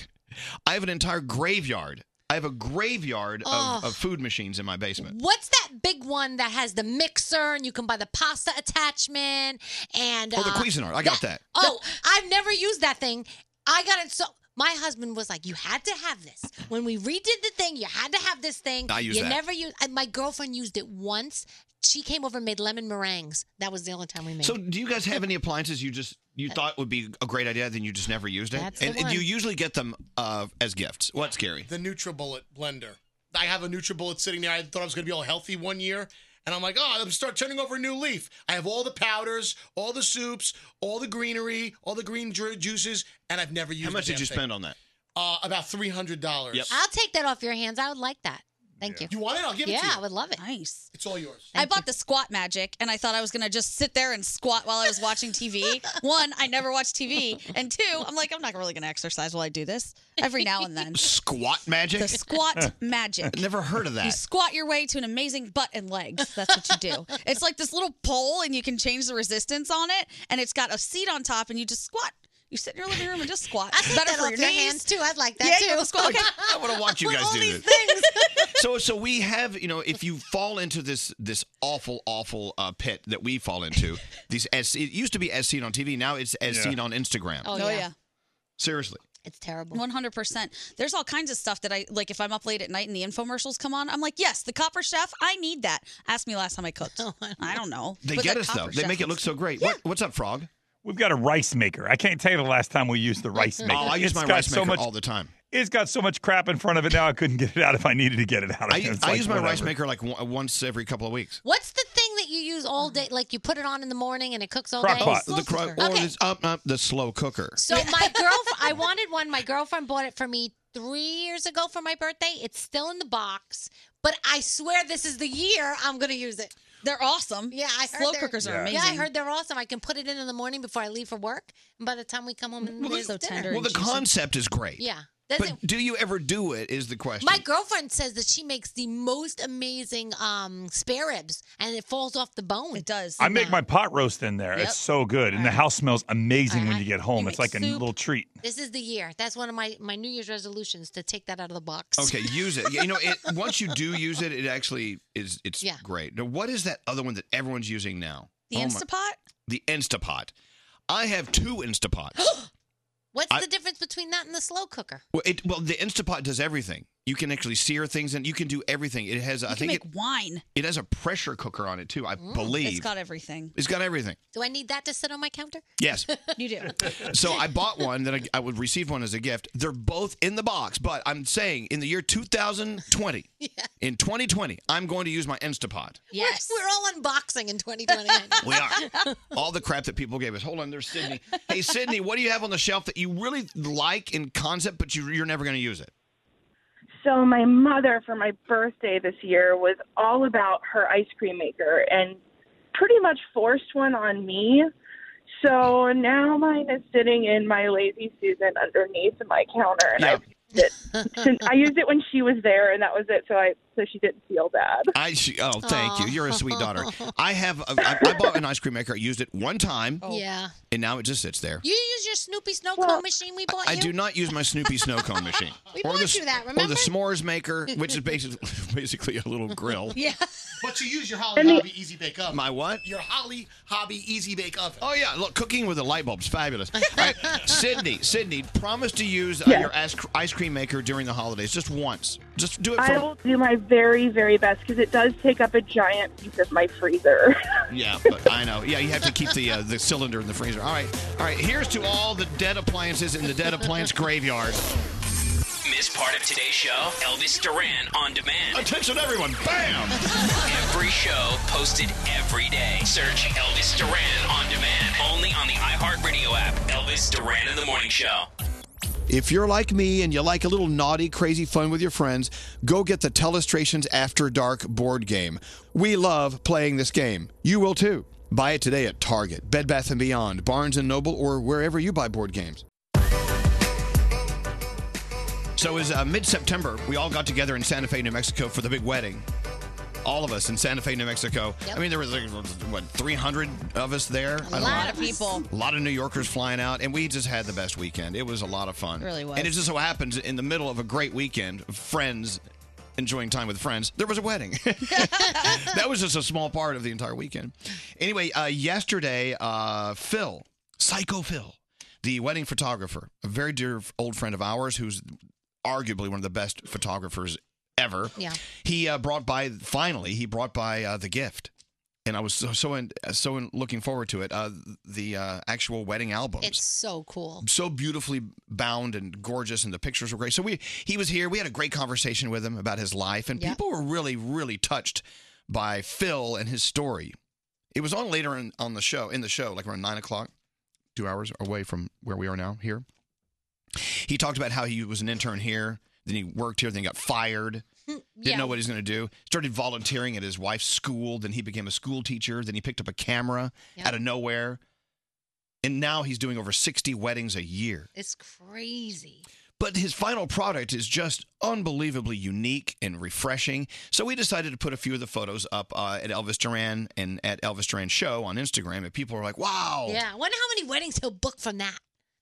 I have an entire graveyard. I have a graveyard
Oh.
of, of food machines in my basement.
What's that big one that has the mixer and you can buy the pasta attachment and
Oh, the
uh,
Cuisinart. I got that.
Oh, I've never used that thing. I got it so. My husband was like, "You had to have this when we redid the thing. You had to have this thing.
I use
you
that.
never used. I, my girlfriend used it once. She came over and made lemon meringues. That was the only time we made.
So,
it.
do you guys have any appliances you just you thought would be a great idea, then you just never used it?
That's the
and
one.
you usually get them uh, as gifts. What's scary?
The NutriBullet blender. I have a NutriBullet sitting there. I thought I was going to be all healthy one year, and I'm like, oh, I'm gonna start turning over a new leaf. I have all the powders, all the soups, all the greenery, all the green ju- juices, and I've never used.
How much
the
did
damn
you
thing.
spend on that?
Uh, about three hundred dollars.
I'll take that off your hands. I would like that. Thank you.
You want it? I'll give it
yeah,
to you.
I would love it.
Nice.
It's all yours.
I bought the squat magic and I thought I was going to just sit there and squat while I was watching TV. One, I never watch TV. And two, I'm like, I'm not really going to exercise while I do this every now and then.
Squat magic.
The squat magic.
Never heard of
You
that.
squat your way to an amazing butt and legs. That's what you do. it's like this little pole, and you can change the resistance on it, and it's got a seat on top, and you just squat. You sit in your living room and just squat. I
that off your hands, too. I'd like that, too.
yeah, You have to squat. Okay.
I want to watch you guys do this. so so we have you know if you fall into this this awful awful uh, pit that we fall into these as it used to be as seen on TV now it's as
Yeah.
seen on Instagram.
Oh, yeah.
Seriously.
It's terrible.
100%. There's all kinds of stuff that I like if I'm up late at night and the infomercials come on, I'm like, "Yes, the Copper Chef, I need that." Ask me last time I cooked. Oh, I don't know.
They
But
get
the
us though.
Copper
They
Chef
make it
looks
look so great. What, what's up, Frog?
We've got a rice maker. I can't tell you the last time we used the rice
Oh,
maker.
I use
It's
my
got
rice
so
maker
much-
all the time.
It's got so much crap in front of it now. I couldn't get it out if I needed to get it out.
I, I use my rice maker like w- once every couple of weeks.
What's the thing that you use all day? Like you put it on in the morning and it cooks all
Crock
day.
pot. The crock or
Okay.
this, um, um, the slow cooker.
So my girlfriend, I wanted one. My girlfriend bought it for me three years ago for my birthday. It's still in the box, but I swear this is the year I'm going to use it.
They're awesome.
Yeah, I heard
Slow
they're-
cookers are
Yeah, I
amazing.
heard they're awesome. I can put it in in the morning before I leave for work, and by the time we come home, and there's
so
dinner.
Well, the concept is great.
Yeah. That's
But
it.
do you ever do it? Is the question.
My girlfriend says that she makes the most amazing um, spare ribs, and it falls off the bone. It
does.
I make my pot roast in there.
Yep.
It's so good, and the house smells amazing when you get home. It's like a
soup.
little treat.
This is the year. That's one of my my New Year's resolutions to take that out of the box.
Okay, use it. You know, it, once you do use it, it actually is. It's
Yeah.
great. Now, what is that other one that everyone's using now? Oh
The
my-
Instapot?
The Instapot. I have two Instapots.
What's
I-
the difference between that and the slow cooker?
well, it, well, the Instapot does everything. You can actually sear things, and you can do everything. It has. I
you can
think
make
it,
wine.
it has a pressure cooker on it too. I believe
It's got everything.
it's got everything.
Do I need that to sit on my counter?
Yes.
You do.
So I bought one that I, I would receive one as a gift. They're both in the box, but I'm saying in the year 2020, in 2020, I'm going to use my Instapot.
Yes. We're, we're all unboxing in 2020.
We are. All the crap that people gave us. Hold on, there's Sydney. Hey, Sydney, what do you have on the shelf that you really like in concept, but you, you're never going to use it?
So my mother for my birthday this year was all about her ice cream maker and pretty much forced one on me. So now mine is sitting in my lazy Susan underneath my counter and I've used it since I used it when she was there and that was it so I so she didn't feel bad.
I she, oh, thank you. You're a sweet daughter. I have. a- I I bought an ice cream maker. I used it one time,
Oh.
Oh. Yeah.
and now it just sits there.
You use your Snoopy snow cone machine we bought
I
you?
do not use my Snoopy snow cone machine.
We bought
the,
you that,
Or the
remember?
s'mores maker, which is basically basically a little grill.
Yeah.
But you use your Holly
And the-
Hobby Easy Bake Oven.
My what?
Your Holly Hobby Easy Bake Oven.
Oh yeah, look, cooking with a light bulb's fabulous. All right, Sydney, Sydney, promise to use uh,
Yes.
your ice, ice cream maker during the holidays, just once. Just do it for
I will do my very very best because it does take up a giant piece of my freezer.
Yeah, but I know. Yeah, you have to keep the uh, the cylinder in the freezer. All right, all right. Here's to all the dead appliances in the dead appliance graveyard.
Miss part of today's show? Elvis Duran on demand.
Attention, everyone! Bam!
every show posted every day. Search Elvis Duran on demand. Only on the iHeartRadio app. Elvis Duran in the Morning Show.
If you're like me and you like a little naughty, crazy fun with your friends, go get the Telestrations After Dark board game. We love playing this game. You will too. Buy it today at Target, Bed Bath & Beyond, Barnes & Noble, or wherever you buy board games. So it was uh, mid-September. We all got together in Santa Fe, New Mexico for the big wedding. All of us in Santa Fe, New Mexico. I mean, there was, like, what, 300 of us there?
A lot of people.
A lot of New Yorkers flying out, and we just had the best weekend. It was a lot of fun.
It really was.
And it just so happens in the middle of a great weekend, of friends enjoying time with friends, there was a wedding. that was just a small part of the entire weekend. Anyway, uh, yesterday, uh, Phil, Psycho Phil, the wedding photographer, a very dear old friend of ours who's arguably one of the best photographers ever.
Yeah.
He uh, brought by finally. He brought by uh, the gift, and I was so so in, so in looking forward to it. Uh, the uh, actual wedding album.
It's so cool.
So beautifully bound and gorgeous, and the pictures were great. So we he was here. We had a great conversation with him about his life, and
Yeah.
people were really really touched by Phil and his story. It was on later in, on the show in the show, like around nine o'clock, two hours away from where we are now here. He talked about how he was an intern here, then he worked here, then he got fired. Didn't
Hmm, Yeah.
know what he was going to do. Started volunteering at his wife's school. Then he became a school teacher. Then he picked up a camera
Yeah.
out of nowhere. And now he's doing over 60 weddings a year.
It's crazy.
But his final product is just unbelievably unique and refreshing. So we decided to put a few of the photos up uh, at Elvis Duran and at Elvis Duran Show on Instagram. And people are like, wow.
Yeah. I wonder how many weddings he'll book from that.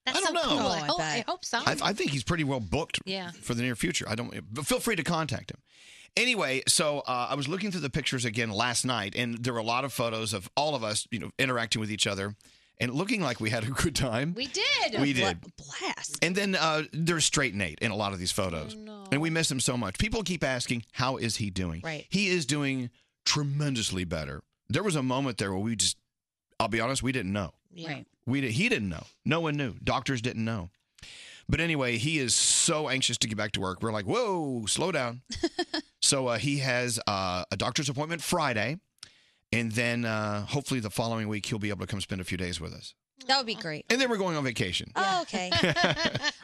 That's
I don't know.
so
Oh,
cool. I, hope, I hope so.
I, I think he's pretty well booked
Yeah.
for the near future. I don't. But feel free to contact him. Anyway, so uh, I was looking through the pictures again last night, and there were a lot of photos of all of us, you know, interacting with each other and looking like we had a good time.
we did.
We did.
Blast.
And then uh, there's straight Nate in a lot of these photos, and we miss him so much. People keep asking, "How is he doing?"
Right.
He is doing tremendously better. There was a moment there where we just, I'll be honest, we didn't know.
Right.
We did, he didn't know. No one knew. Doctors didn't know. But anyway, he is so anxious to get back to work. We're like, whoa, slow down. so uh, he has uh, a doctor's appointment Friday, and then uh, hopefully the following week he'll be able to come spend a few days with us.
That would be great.
And then we're going on vacation.
Oh, okay.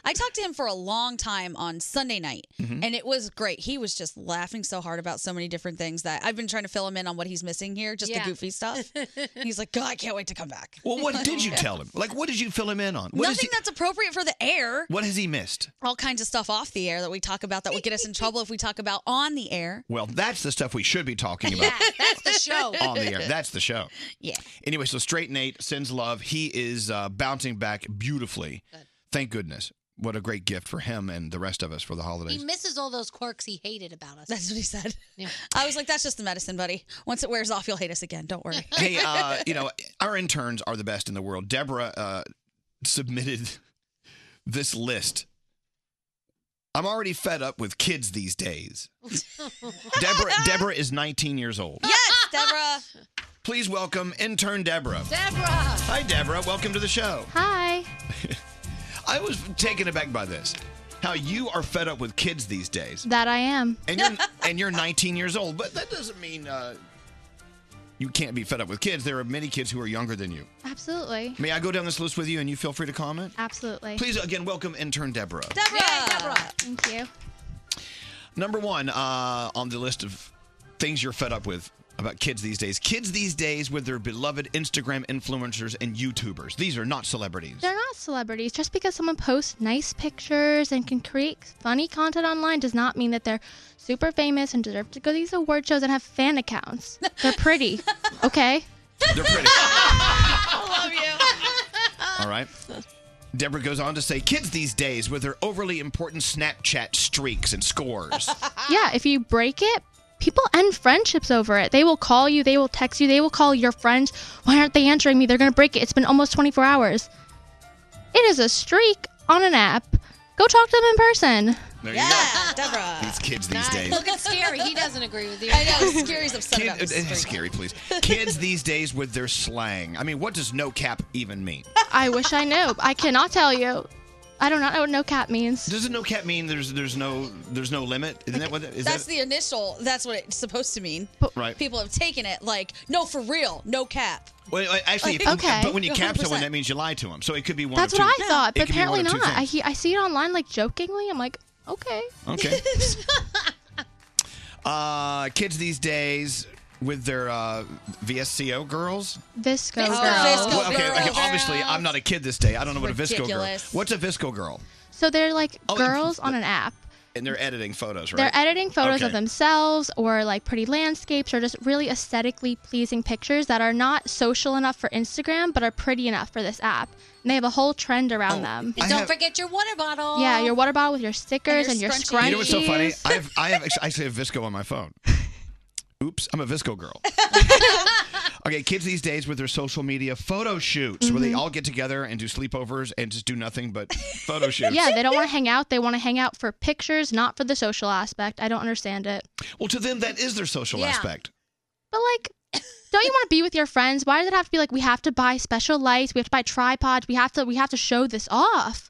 I talked to him for a long time on Sunday night,
Mhm.
and it was great. He was just laughing so hard about so many different things that I've been trying to fill him in on what he's missing here, just
Yeah.
the goofy stuff. And he's like, God, I can't wait to come back.
Well, what did you tell him? Like, what did you fill him in on? What is
Nothing that's appropriate for the air.
he, what has he missed?
All kinds of stuff off the air that we talk about that would get us in trouble if we talk about on the air.
Well, that's the stuff we should be talking about
That's the show.
on the air. That's the show.
yeah.
Anyway, so Straight Nate sends love. He is uh, bouncing back beautifully. Thank goodness. What a great gift for him and the rest of us for the holidays.
He misses all those quirks he hated about us.
That's what he said. I was like, that's just the medicine, buddy. Once it wears off, you'll hate us again. Don't worry.
hey, uh, you know, our interns are the best in the world. Deborah uh, submitted this list. I'm already fed up with kids these days. uh, Deborah, Deborah is 19 years old.
Yes, Deborah.
Please welcome intern Deborah.
Deborah.
Hi, Deborah. Welcome to the show.
Hi.
I was taken aback by this. How you are fed up with kids these days,
That I am.
and you're and you're 19 years old, but that doesn't mean uh, you can't be fed up with kids. There are many kids who are younger than you.
Absolutely.
May I go down this list with you, and you feel free to comment.
Absolutely.
Please uh, again welcome intern Deborah.
Deborah.
Thank you.
Number one uh, on the list of things you're fed up with about kids these days. Kids these days with their beloved Instagram influencers and YouTubers. These are not celebrities.
They're not celebrities. Just because someone posts nice pictures and can create funny content online does not mean that they're super famous and deserve to go to these award shows and have fan accounts. They're pretty. Okay?
They're pretty.
I love you.
All right. Deborah goes on to say, kids these days with their overly important Snapchat streaks and scores.
Yeah, if you break it, people end friendships over it. They will call you, they will text you, they will call your friends. Why aren't they answering me? They're going to break it. It's been almost 24 hours. It is a streak on an app. Go talk to them in person.
There
yeah, Deborah.
These kids these days.
Look at Scary. He doesn't agree with you.
I know. Scary's upset
Kid,
about this.
uh, uh, scary, please. Kids these days with their slang. I mean, what does no cap even mean?
I wish I knew. I cannot tell you. I do not know what no cap means.
Doesn't no cap mean there's there's no there's no limit? Isn't that what that- is
that's
that
the initial. That's what it's supposed to mean.
right?
People have taken it like, no, for real, no cap.
Well, I- actually, if you-
Okay.
but when you cap someone,
100%.
that means you lie to them. So it could be one.
That's
of
what
two.
I thought,
It
but
could be
apparently
one of two
not. I,
things.
he- I see it online like jokingly. I'm like, okay.
Okay. uh, kids these days with their uh, VSCO girls.
Visco
Oh,
girls.
well, okay, okay, obviously, I'm not a kid this day. I don't know what a visco girl.
Ridiculous.
What's a visco girl?
So they're like
Oh, and-
girls on an app.
And they're editing photos, right?
They're editing photos
Okay.
of themselves or like pretty landscapes or just really aesthetically pleasing pictures that are not social enough for Instagram but are pretty enough for this app. And they have a whole trend
Oh,
around them.
And don't forget your water bottle.
yeah, your water bottle with your stickers and your, scrunchies.
You know what's so funny? I have, I have I actually have visco on my phone. Oops, I'm a visco girl. okay, kids these days with their social media photo shoots where they
Mhm.
all get together and do sleepovers and just do nothing but photo shoots.
Yeah, they don't want to hang out. They want to hang out for pictures, not for the social aspect. I don't understand it.
Well, to them that is their social
Yeah.
aspect.
But like, don't you want to be with your friends? Why does it have to be like we have to buy special lights? We have to buy tripods. We have to we have to show this off.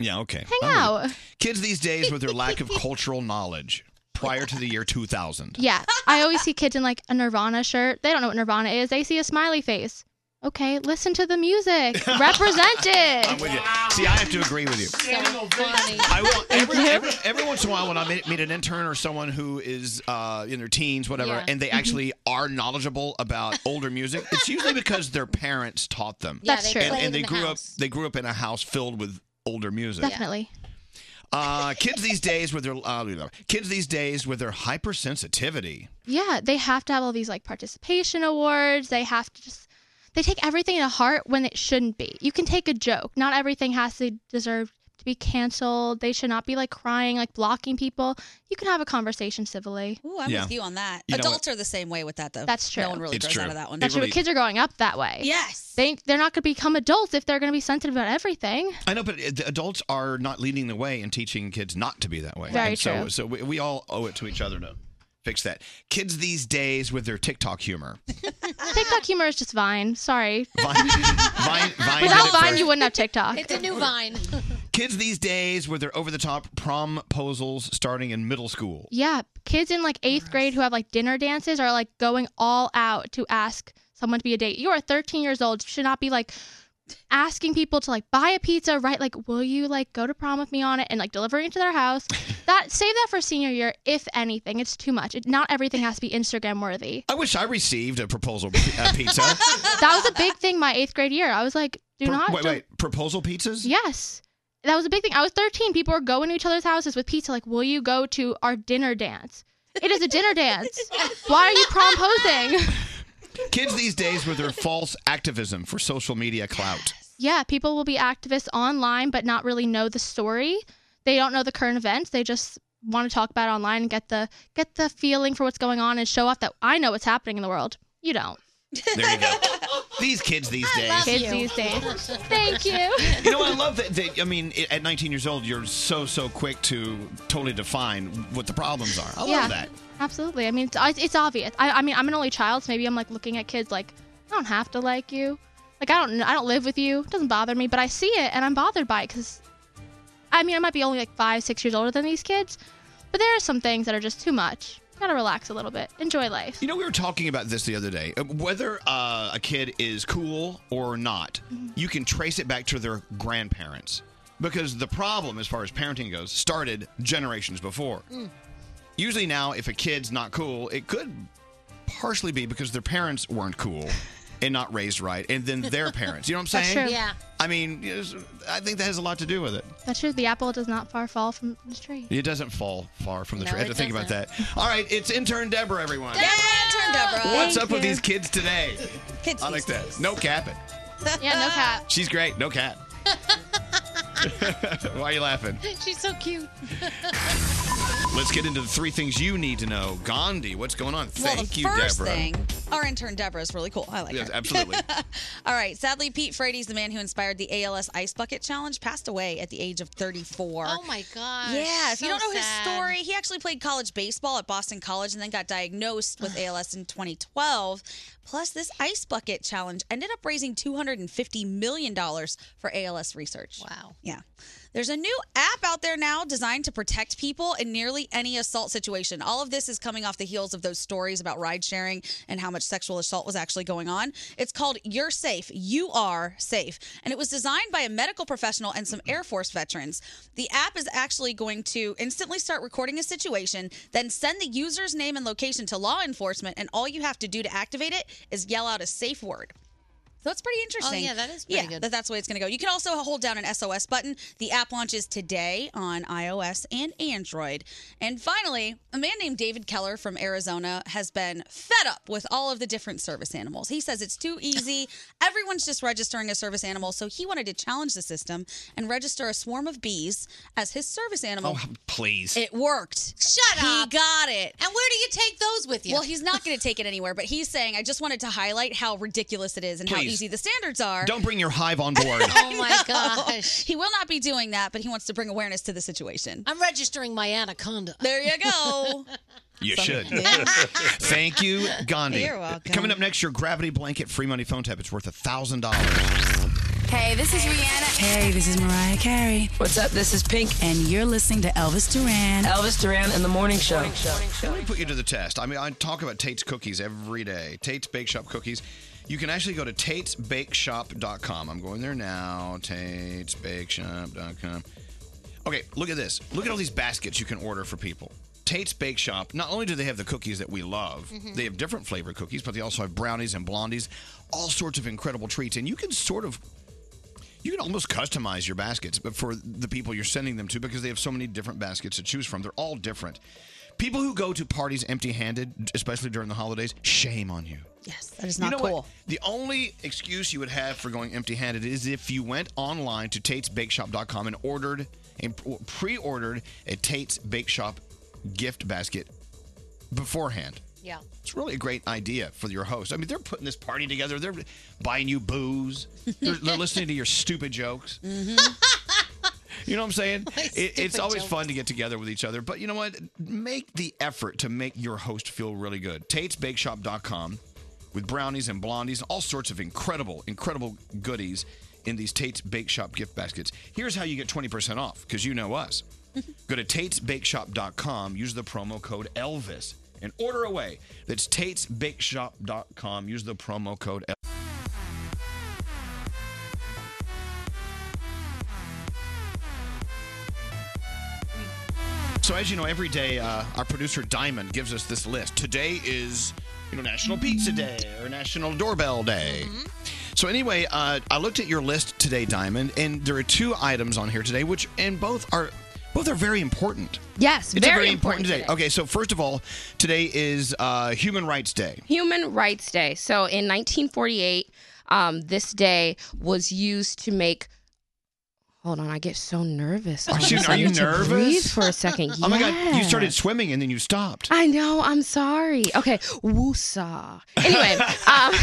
Yeah, okay.
Hang
I'm with
out.
you. Kids these days with their lack of cultural knowledge prior to the year 2000.
Yeah, I always see kids in like a Nirvana shirt. They don't know what Nirvana is. They see a smiley face. Okay, listen to the music. Represent
I'm
it.
with you. See, I have to agree with you. I will every, every, every once in a while when I meet, meet an intern or someone who is uh, in their teens, whatever,
Yeah. Mm-hmm.
and they actually are knowledgeable about older music, it's usually because their parents taught them.
Yeah, That's they true.
And,
played
and they
in the
grew
house.
up. They grew up in a house filled with older music.
Definitely.
Uh, kids these days with their uh, kids these days with their hypersensitivity.
Yeah, they have to have all these like participation awards. They have to just they take everything to heart when it shouldn't be. You can take a joke. Not everything has to deserve to be canceled. They should not be like crying, like blocking people. You can have a conversation civilly.
Ooh, I'm
Yeah.
with you on that.
You know
Adults are the same way with that, though.
That's true.
No one really grows out of that one.
That's true. but Kids are growing up that way.
Yes.
They they're not going to become adults if they're going to be sensitive about everything.
I know, but uh, the adults are not leading the way and teaching kids not to be that way.
Very
And so,
true.
So we, we all owe it to each other to fix that. Kids these days with their TikTok humor.
TikTok humor is just Vine. Sorry.
Vine, Vine, Vine did
Without
it
Vine,
first.
you wouldn't have TikTok.
It's a new vine.
Kids these days with their over-the-top promposals starting in middle school.
Yeah, kids in like eighth grade who have like dinner dances are like going all out to ask someone to be a date. You are 13 years old. You should not be like asking people to like buy a pizza, right? Like, will you like go to prom with me on it and like delivering it to their house? That save that for senior year, if anything. It's too much. It, not everything has to be Instagram worthy.
I wish I received a proposal uh, pizza.
That was a big thing my eighth grade year. I was like, do
Pro-
not
wait,
do-
wait, proposal pizzas?
Yes. That was a big thing. I was 13. People were going to each other's houses with pizza, like, will you go to our dinner dance? It is a dinner dance. Why are you promposing?
Kids these days with their false activism for social media clout.
yeah, people will be activists online but not really know the story. They don't know the current events. They just want to talk about it online and get the get the feeling for what's going on and show off that I know what's happening in the world. You don't.
There you go. These kids these days.
Kids these days. Thank you.
You know, I love that. that I mean, i- at 19 years old, you're so so quick to totally define what the problems are. I love that.
Absolutely. I mean, it's, I- it's obvious. I, I mean, I'm an only child, so maybe I'm like looking at kids like, I don't have to like you. Like, I don't, I don't live with you. It doesn't bother me, but I see it and I'm bothered by it because, I mean, I might be only like five, six years older than these kids, but there are some things that are just too much. Gotta relax a little bit. Enjoy life.
You know, we were talking about this the other day. Uh, Whether uh, a kid is cool or not,
Mm-hmm.
you can trace it back to their grandparents because the problem, as far as parenting goes, started generations before.
Mm.
Usually now, if a kid's not cool, it could partially be because their parents weren't cool and not raised right, and then their parents. You know what I'm
That's
saying?
true. Yeah.
I mean, yes, I think that has a lot to do with it.
That's true. The apple does not far fall from the tree.
It doesn't fall far from the
No,
tree. I had
it
to think about that. All right, it's intern Deborah, everyone.
Turn Deborah.
What's up with these kids today?
Kids
I like that. No capping.
yeah, no cap.
She's great. No cap. Why are you laughing?
She's so cute.
Let's get into the three things you need to know. Gandhi, what's going on?
Well,
Thank
the
you,
first
Deborah.
thing, our intern Deborah is really cool. I like
Yes,
her.
absolutely.
All right. Sadly, Pete Frady's the man who inspired the ALS Ice Bucket Challenge, passed away at the age of 34.
Oh my gosh.
Yeah, if you
so
don't know his
sad.
story, he actually played college baseball at Boston College and then got diagnosed with ALS in 2012. Plus, this ice bucket challenge ended up raising $250 million for ALS research. Wow. Yeah. There's a new app out there now designed to protect people in nearly any assault situation. All of this is coming off the heels of those stories about ride sharing and how much sexual assault was actually going on. It's called You're Safe. You are safe. And it was designed by a medical professional and some Air Force veterans. The app is actually going to instantly start recording a situation, then send the user's name and location to law enforcement. And all you have to do to activate it is yell out a safe word. So it's pretty interesting.
Oh,
Oh,
yeah, that is pretty
yeah,
good.
That that's the way it's going to go. You can also hold down an SOS button. The app launches today on iOS and Android. And finally, a man named David Keller from Arizona has been fed up with all of the different service animals. He says it's too easy. Everyone's just registering a service animal, so he wanted to challenge the system and register a swarm of bees as his service
Oh,
animal.
Oh, Please.
It worked. Shut up. He got it. And where do you take those with
you?
Well, he's not going to take it anywhere, but he's saying, I just wanted to highlight how ridiculous it is and how
Please.
easy the standards are. Oh,
Don't bring your hive on board.
I know. He will not be doing that, but he wants to bring awareness to the situation. I'm registering my anaconda. There you go.
you should. Thank you, Gandhi.
You're welcome.
Coming up next, your gravity blanket free money phone tap. It's worth a thousand dollars.
Hey, this is Rihanna. Hey, this is Mariah Carey. What's up? This is Pink, and you're listening to Elvis Duran. Elvis Duran and the Morning Show.
Let me put you to the test. I mean, I talk about Tate's cookies every day. Tate's Bake Shop cookies. You can actually go to tatesbakeshop.com. I'm going there now. Tatesbakeshop.com. Okay, look at this. Look at all these baskets you can order for people. Tate's Bake Shop, not only do they have the cookies that we love,
Mhm.
they have different flavor cookies, but they also have brownies and blondies, all sorts of incredible treats. And you can sort of you can almost customize your baskets but for the people you're sending them to because they have so many different baskets to choose from. They're all different. People who go to parties empty handed, especially during the holidays, shame on you.
Yes, that is
You
not
know what?
cool.
The only excuse you would have for going empty-handed is if you went online to Tate'sBakeShop.com and ordered and pre-ordered a Tate's Bake Shop gift basket beforehand.
Yeah.
It's really a great idea for your host. I mean, they're putting this party together. They're buying you booze. They're, they're listening to your stupid jokes. You know what I'm saying? It, it's
stupid
always
jokes.
fun to get together with each other. But you know what? Make the effort to make your host feel really good. Tate'sBakeShop.com with brownies and blondies, all sorts of incredible, incredible goodies in these Tate's Bake Shop gift baskets. Here's how you get 20% off because you know us. Go to Tate'sBakeShop.com, use the promo code Elvis, and order away. That's Tate'sBakeShop.com, use the promo code Elvis. So, as you know, every day uh, our producer Diamond gives us this list. Today is, you know, National Pizza Day or National Doorbell Day.
Mm-hmm.
So, anyway, uh, I looked at your list today, Diamond, and there are two items on here today, which and both are both are very important.
Yes,
it's
very
a very important,
important
day.
today.
Okay, so first of all, today is uh, Human Rights Day.
Human Rights Day. So in 1948, um, this day was used to make. Hold on, I get so nervous. all of a
Are you, are
sudden
you
to breathe
nervous?
for a second.
Oh my God! You
Yes.
started swimming and then you stopped.
I know. I'm sorry. Okay, woosah. Anyway, um,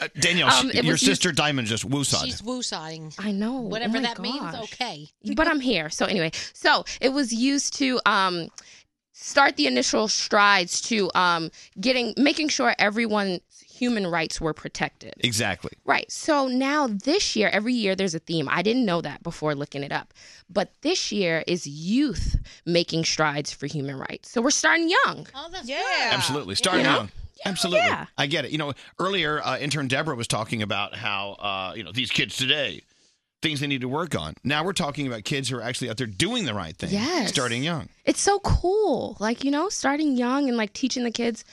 Uh, Danielle,
Um,
sh-
it
your
was used-
sister Diamond just woosawed.
She's
woosawing.
I know.
Whatever
Oh my
that means,
gosh.
okay.
But I'm here. So anyway, so it was used to um, start the initial strides to um, getting making sure everyone's human rights were protected.
Exactly.
Right. So now this year, every year there's a theme. I didn't know that before looking it up. But this year is youth making strides for human rights. So we're starting young.
Oh, that's
yeah.
Absolutely. Starting
Yeah.
young. Absolutely.
Yeah.
I get it. You know, earlier, uh, intern Deborah was talking about how, uh, you know, these kids today, things they need to work on. Now we're talking about kids who are actually out there doing the right thing.
Yes.
Starting young.
It's so cool. Like, you know, starting young and like teaching the kids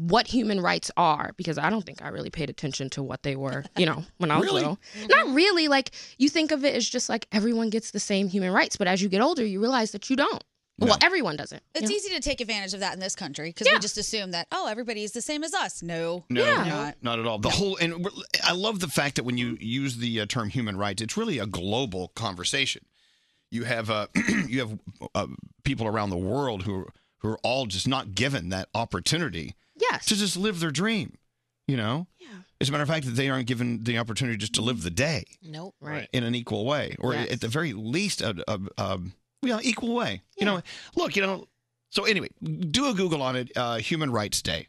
what human rights are because I don't think I really paid attention to what they were, you know, when I was
Really?
little. Not really. Like, you think of it as just like everyone gets the same human rights. But as you get older, you realize that you don't. Well, everyone doesn't.
It's easy to take advantage of that in this country because we just assume that oh everybody is the same as us. No,
No,
they're
not. at all. The whole, and we're- I love the fact that when you use the uh, term human rights, it's really a global conversation. You have, uh, you have uh, people around the world who are, who are all just not given that opportunity
yes.
to just live their dream, you know? Yeah. As a matter of fact, that they aren't given the opportunity just to live the day.
Nope.
in an equal way, or
Yes.
at the very least, a, a, a you know, equal way. You know, look, you know. So anyway, do a Google on it. Uh, Human Rights Day.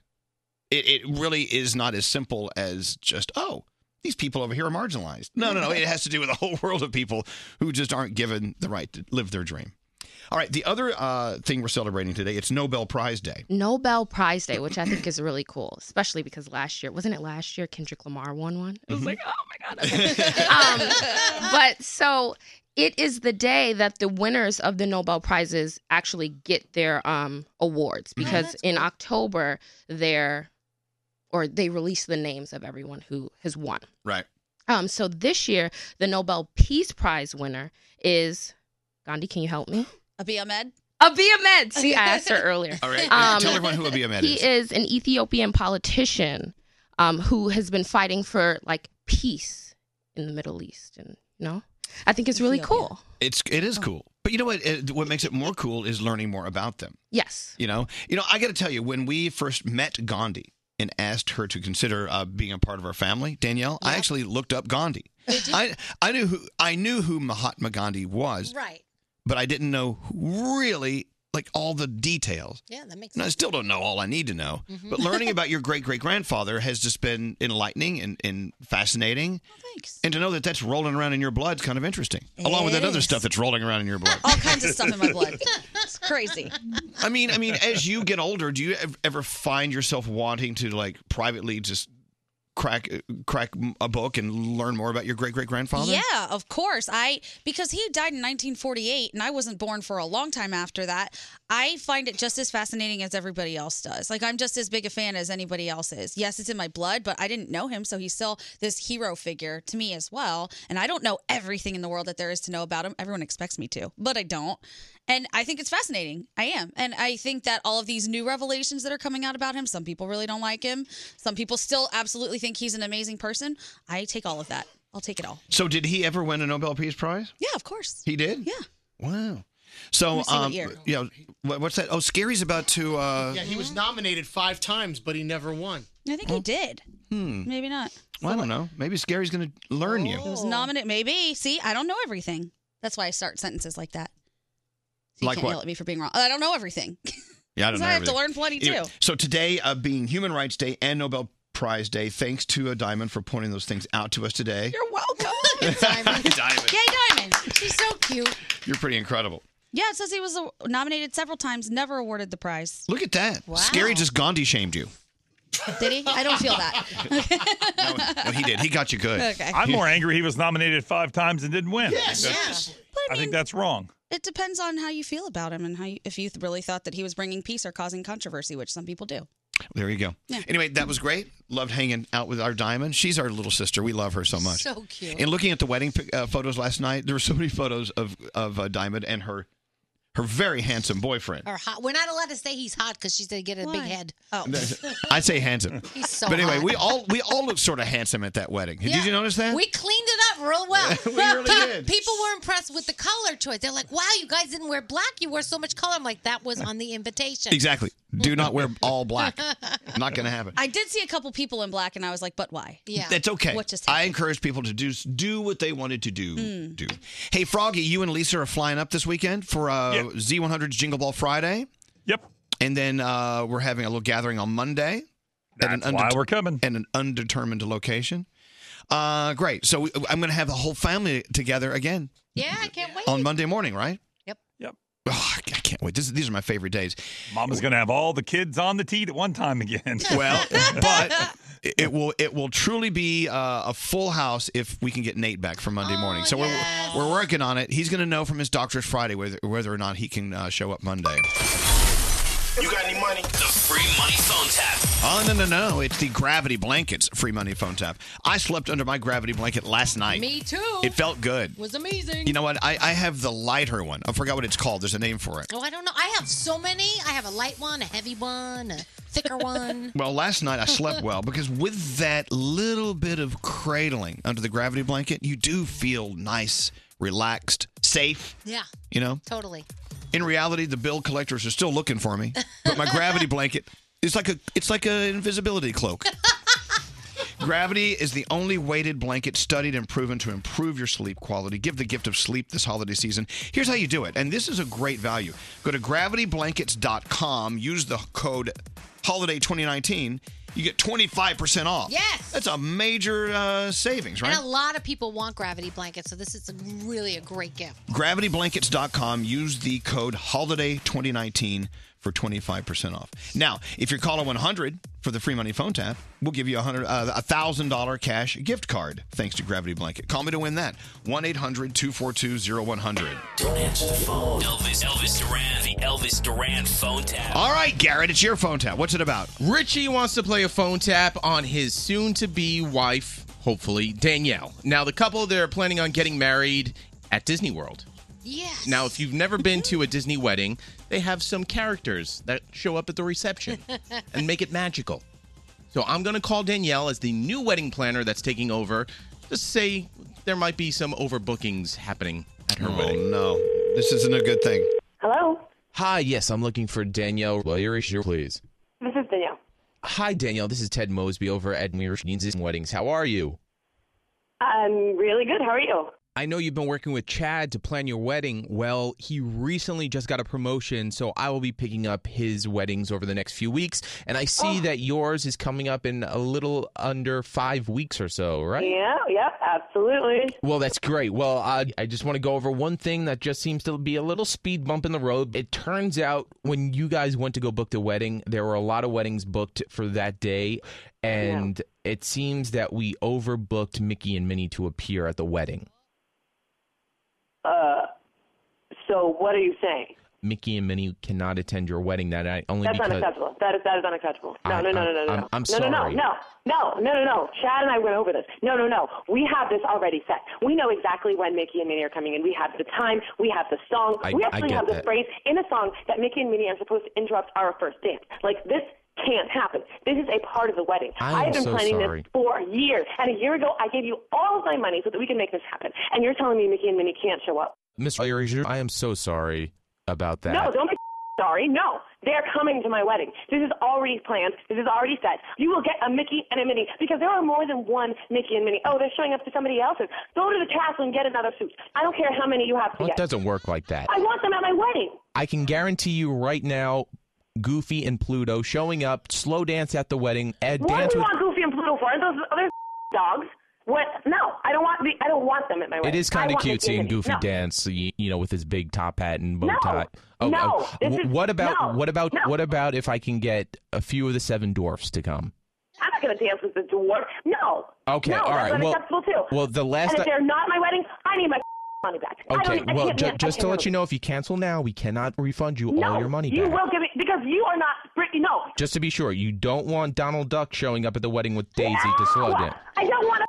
It, it really is not as simple as just oh, these people over here are marginalized. No, no, no. it has to do with a whole world of people who just aren't given the right to live their dream. All right. The other uh, thing we're celebrating today it's Nobel Prize Day.
Nobel Prize Day, which I think is really cool, especially because last year, wasn't it last year Kendrick Lamar won one? I was like, oh my God. Okay. um, but so it is the day that the winners of the Nobel Prizes actually get their um, awards because in October, they're, or they release the names of everyone who has won.
Right.
Um, so this year, the Nobel Peace Prize winner is Gandhi. Can you help me?
A Ahmed.
Abiy Ahmed. See, I asked her earlier. Um,
All right. Tell everyone who Abiy Ahmed
he
is.
an Ethiopian politician um, who has been fighting for like peace in the Middle East, and you know, I think it's really cool.
It's it is cool, but you know what? It, what makes it more cool is learning more about them.
Yes.
You know, you know, I got to tell you, when we first met Gandhi and asked her to consider uh, being a part of our family, Danielle, I actually looked up Gandhi. I I knew who I knew who Mahatma Gandhi was,
Right.
but I didn't know who really like all the details.
Yeah, that makes
And I
sense.
still don't know all I need to know,
Mhm.
but learning about your great great grandfather has just been enlightening and, and fascinating.
thanks.
And to know that that's rolling around in your blood's kind of interesting, along with that
It
other
is.
stuff that's rolling around in your blood.
Oh,
All kinds of stuff in my blood. It's crazy.
I mean, I mean, as you get older, do you ev- ever find yourself wanting to like privately just crack crack a book and learn more about your great great grandfather?
Yeah, of course. I because he died in 1948 and I wasn't born for a long time after that. I find it just as fascinating as everybody else does. Like I'm just as big a fan as anybody else is. Yes, it's in my blood, but I didn't know him, so he's still this hero figure to me as well. And I don't know everything in the world that there is to know about him. Everyone expects me to, but I don't. And I think it's fascinating. I am. And I think that all of these new revelations that are coming out about him, some people really don't like him. Some people still absolutely think he's an amazing person. I take all of that. I'll take it all.
So did he ever win a Nobel Peace Prize?
Yeah, of course.
He did.
Yeah.
Wow. So
Let me see what
um,
year.
yeah, what- what's that? Oh, Scary's about to. Uh,
Yeah, he was
Mm-hmm.
nominated five times, but he never won.
I think he did.
Hmm.
Maybe not.
Well, I don't know. Maybe Scary's going to learn you.
It was nominate. Maybe. See, I don't know everything. That's why I start sentences like that. So you
Like
can't
what?
yell at me for being wrong. I don't know everything.
Yeah, I don't
So
know.
I have to
everything.
learn plenty, too.
So today, uh, being Human Rights Day and Nobel Prize Day, thanks to uh, Diamond for pointing those things out to us today.
You're welcome.
Diamond. Diamond.
Yay, Diamond. She's so cute.
You're pretty incredible.
Yeah, it says he was uh, nominated several times, never awarded the prize.
Look at that. Scary just Gandhi shamed you.
Did he? I don't feel that.
No, he did. He got you good.
Okay.
I'm more angry he was nominated five times and didn't win.
Yes,
I think that's,
seriously.
I think that's wrong.
It depends on how you feel about him and how you, if you really thought that he was bringing peace or causing controversy, which some people do.
There you go.
Yeah.
Anyway, that was great. Loved hanging out with our Diamond. She's our little sister. We love her so much.
So cute.
And looking at the wedding pic- uh, photos last night, there were so many photos of of uh, Diamond and her her very handsome boyfriend.
Or hot. We're not allowed to say he's hot because she said get a big head.
Oh.
I say handsome.
He's so
but anyway,
hot.
we all we all looked sort of handsome at that wedding. Did you notice that?
We cleaned it up real well.
We really
Pe-
did.
People were impressed with the color choice. They're like, wow, you guys didn't wear black. You wore so much color. I'm like, that was on the invitation.
exactly. Do not wear all black. Not going to happen.
I did see a couple people in black, and I was like, "But why?" Yeah,
That's okay.
What just?
I encourage people to do do what they wanted to do.
Hmm.
Mm.
Do. Hey, Froggy, you and Lisa are flying up this weekend for uh, Z100's Jingle Ball Friday.
Yep.
And then uh, we're having a little gathering on Monday.
That's why we're
coming. At an undetermined location. Uh, great. So we, I'm going to have the whole family together again
Yeah, I can't wait.
on Monday morning, right?
Yep.
Yep.
Oh, I can't wait. This, these are my favorite days.
Mama's going to have all the kids on the teat at one time again.
Well, but it- it will it will truly be uh, a full house if we can get Nate back for Monday morning.
Oh,
So we're we're working on it. He's going to know from his doctor's Friday whether whether or not he can uh, show up Monday.
You got any money? The free money phone tap.
Oh no no no! It's the Gravity blankets free money phone tap. I slept under my Gravity blanket last night.
Me too.
It felt good.
was amazing.
You know what? I, I have the lighter one. I forgot what it's called. There's a name for it.
Oh, I don't know. I have so many. I have a light one, a heavy one, a thicker one.
Well, last night I slept well because with that little bit of cradling under the gravity blanket, you do feel nice, relaxed, safe.
Yeah,
You know?
totally.
In reality, the bill collectors are still looking for me, but my gravity blanket is like a it's like an invisibility cloak. Gravity is the only weighted blanket studied and proven to improve your sleep quality. Give the gift of sleep this holiday season. Here's how you do it, and this is a great value. Go to gravityblankets.com, use the code holiday 2019, you get 25% off.
Yes.
That's a major uh, savings, right?
And a lot of people want gravity blankets, so this is a, really a great gift.
gravityblankets.com. Use the code HOLIDAY2019 for 25% off. Now, if you're caller 100 for the free money phone tap, we'll give you a hundred, uh, a $1,000 cash gift card thanks to Gravity Blanket. Call me to win that. 1-800-242-0100.
Don't answer the phone. Elvis, Elvis Duran, the Elvis Duran phone tap.
All right, Garrett, it's your phone tap. What's it about?
Richie wants to play a phone tap on his soon to be wife, hopefully, Danielle. Now, the couple, they're planning on getting married at Disney World.
Yes.
Now, if you've never been to a Disney wedding, they have some characters that show up at the reception and make it magical. So I'm going to call Danielle as the new wedding planner that's taking over. Just say there might be some overbookings happening at her wedding.
Oh, no. This isn't a good thing.
Hello? Hi, yes, I'm looking for Danielle Willerich, please.
This is Danielle.
Hi, Danielle. This is Ted Mosby over at Mirror Jeans and Weddings. How are you?
I'm really good. How are you? I know you've been working with Chad to plan your wedding. Well, he recently just got a promotion, so I will be picking up his weddings over the next few weeks. And I see that yours is coming up in a little under five weeks or so, right?
Yeah, yep, absolutely.
Well, that's great. Well, I, I just want to go over one thing that just seems to be a little speed bump in the road. It turns out when you guys went to go book the wedding, there were a lot of weddings booked for that day. And it seems that we overbooked Mickey and Minnie to appear at the wedding.
Uh, so what are you saying?
Mickey and Minnie cannot attend your wedding that night only
That's
because.
unacceptable. That is that is unacceptable. No,
I-
no, no, no, no, no.
I'm-
no.
I'm
no, no, no,
sorry.
no, no, no, no, no. Chad and I went over this. No, no, no. We have this already set. We know exactly when Mickey and Minnie are coming in. We have the time. We have the song.
I-
we
I
actually
get
have the
that.
phrase in the song that Mickey and Minnie are supposed to interrupt our first dance. Like this can't happen. This is a part of the wedding.
I am
have been
so
planning
sorry.
this for years. And a year ago, I gave you all of my money so that we can make this happen. And you're telling me Mickey and Minnie can't show up.
Miss Frazier, I am so sorry about that.
No, don't be sorry. No, they're coming to my wedding. This is already planned. This is already set. You will get a Mickey and a Minnie because there are more than one Mickey and Minnie. Oh, they're showing up to somebody else's. Go to the castle and get another suit. I don't care how many you have to
Well, it
get.
doesn't work like that.
I want them at my wedding.
I can guarantee you right now, Goofy and Pluto showing up, slow dance at the wedding, and
What
dance
do we
with.
want Goofy and Pluto for? Are those other dogs? What? No, I don't want. The, I don't want them at my
It
wedding.
is kind of
I want
cute
Mickey
seeing
Minnie.
Goofy
No.
dance, you, you know, with his big top hat and bow
No.
tie.
No. This
W-
is-
what about
no.
what about
No.
what about if I can get a few of the seven dwarfs to come?
I'm not going to dance with the dwarf. No.
Oh, Okay,
No,
all
that's
right. Well-
unacceptable too.
well, the last
And
I-
if they're not at my wedding, I need my money back. I
Okay,
don't, I
well,
can't
ju-
dance. I
just to
can't
let you know, if you cancel now, we cannot refund you all your money
you
back.
will give me because you are not Brittany. No,
Just to be sure, you don't want Donald Duck showing up at the wedding with Daisy to slow dance.
I don't want to.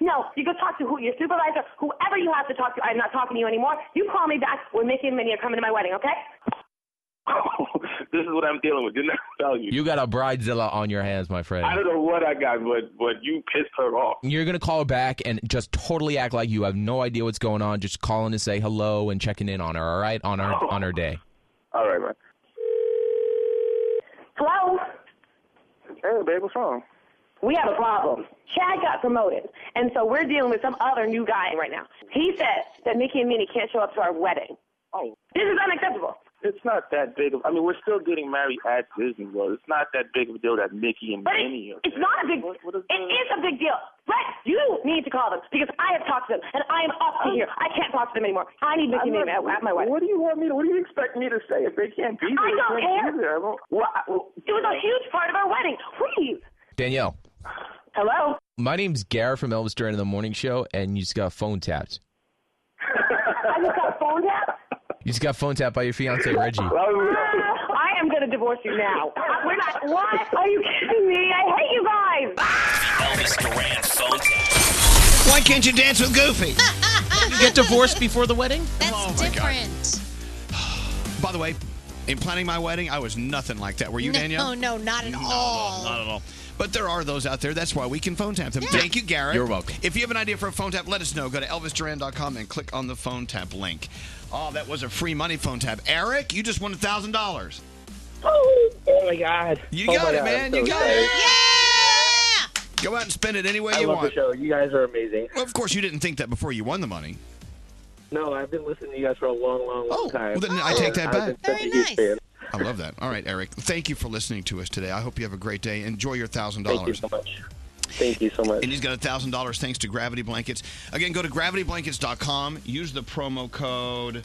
No, you go talk to who your supervisor, whoever you have to talk to. I'm not talking to you anymore. You call me back when Mickey and Minnie are coming to my wedding, okay?
this is what I'm dealing with. Didn't I tell you?
You got a bridezilla on your hands, my friend.
I don't know what I got, but but you pissed her off.
You're gonna call her back and just totally act like you have no idea what's going on. Just calling to say hello and checking in on her. All right, on her on her day.
All right, man.
Hello.
Hey, babe, what's wrong?
We have a problem. Chad got promoted, and so we're dealing with some other new guy right now. He said that Mickey and Minnie can't show up to our wedding.
Oh,
this is unacceptable.
It's not that big of. I mean, we're still getting married at Disney World. It's not that big of a deal that Mickey and
But it,
Minnie. are-
it's not a big. it is a big deal. Brett, you need to call them because I have talked to them, and I am up to here. I can't talk to them anymore. I need Mickey
I'm
and Minnie at
not-
at my wedding.
What do you want me to? What do you expect me to say if they can't be there?
I
they
don't
can't
care.
Be there. I won't- well, I- well,
It was a huge part of our wedding. Please.
Danielle,
Hello.
my name's Garrett from Elvis Duran in the Morning Show, and you just got phone tapped.
I just got phone tapped.
You just got phone tapped by your fiance Reggie.
Oh,
Ah, I am going to divorce you now. I- We're not. What? Are you kidding me? I hate you guys.
Elvis Duran phone tap.
Why can't you dance with Goofy?
Oh,
you get divorced before the wedding?
That's different. Oh, By the way, in planning my wedding, I was nothing like that. Were you,
no,
Danielle?
no, not at
Not at
all.
all. Not at all. But there are those out there. That's why we can phone tap them. Thank you, Garrett.
You're welcome.
If you have an idea for a phone tap, let us know. Go to elvisduran.com and click on the phone tap link. Oh, that was a free money phone tap. Eric, you just won thousand dollars.
Oh, oh my God.
You
Oh my
got it,
God,
man.
I'm
you
so
got
excited.
it. Yeah. Go out and spend it any way
I
you
love
want.
the show. You guys are amazing.
Well, of course, you didn't think that before you won the money.
No, I've been listening to you guys for a long, long, long time.
Oh, Well, then I take that
I've been
back.
such a huge fan.
I love that. All right, Eric. Thank you for listening to us today. I hope you have a great day. Enjoy your thousand dollars.
Thank you so much. Thank you so much.
And he's got thousand dollars thanks to Gravity Blankets. Again, go to gravityblankets.com. Use the promo code.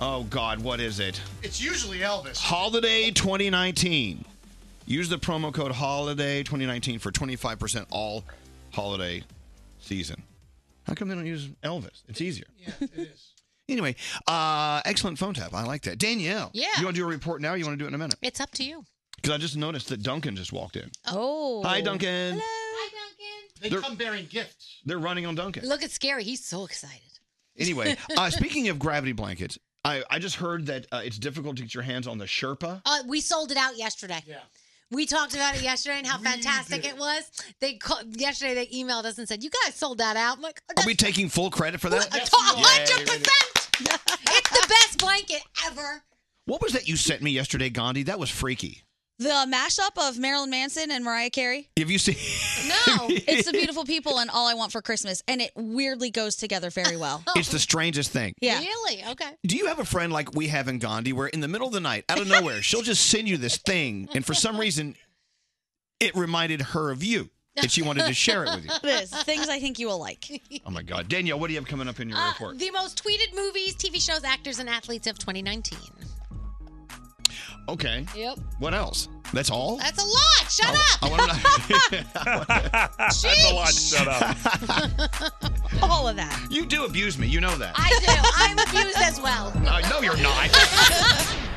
Oh God, what is it?
It's usually Elvis.
Holiday 2019. Use the promo code Holiday 2019 for 25% all holiday season. How come they don't use Elvis? It's easier. Yeah, it is. anyway, uh, excellent phone tap. I like that. Danielle.
Yeah.
You want to do a report now? Or you want to do it in a minute?
It's up to you.
Because I just noticed that Duncan just walked in.
Oh.
Hi, Duncan.
They
They're-
come bearing gifts.
They're running on Duncan.
Look at Scary. He's so excited.
Anyway, uh, speaking of gravity blankets, I, I just heard that uh, it's difficult to get your hands on the Sherpa.
Uh, we sold it out yesterday. Yeah. We talked about it yesterday and how fantastic it was. They called, yesterday they emailed us and said, "You guys sold that out." I'm like,
Are we taking full credit for that?
hundred
Yay.
percent. It's the best blanket ever.
What was that you sent me yesterday, Gandhi? That was freaky.
The mashup of Marilyn Manson and Mariah Carey.
Have you seen?
No, it's the beautiful people and all I want for Christmas, and it weirdly goes together very well.
It's the strangest thing.
Oh. yeah. Really? Okay.
Do you have a friend like we have in Gandhi where in the middle of the night, out of nowhere, she'll just send you this thing, and for some reason, it reminded her of you, and she wanted to share it with you.
This things I think you will like.
Oh my God, Danielle, what do you have coming up in your
Uh,
report?
the most tweeted movies, TV shows, actors, and athletes of 2019.
Okay.
Yep.
What else? That's all.
That's a lot. Shut up.
I want to know. That's a lot. Shut up.
all of that.
You do abuse me. You know that.
I do. I'm abused as well.
Uh, no, you're not.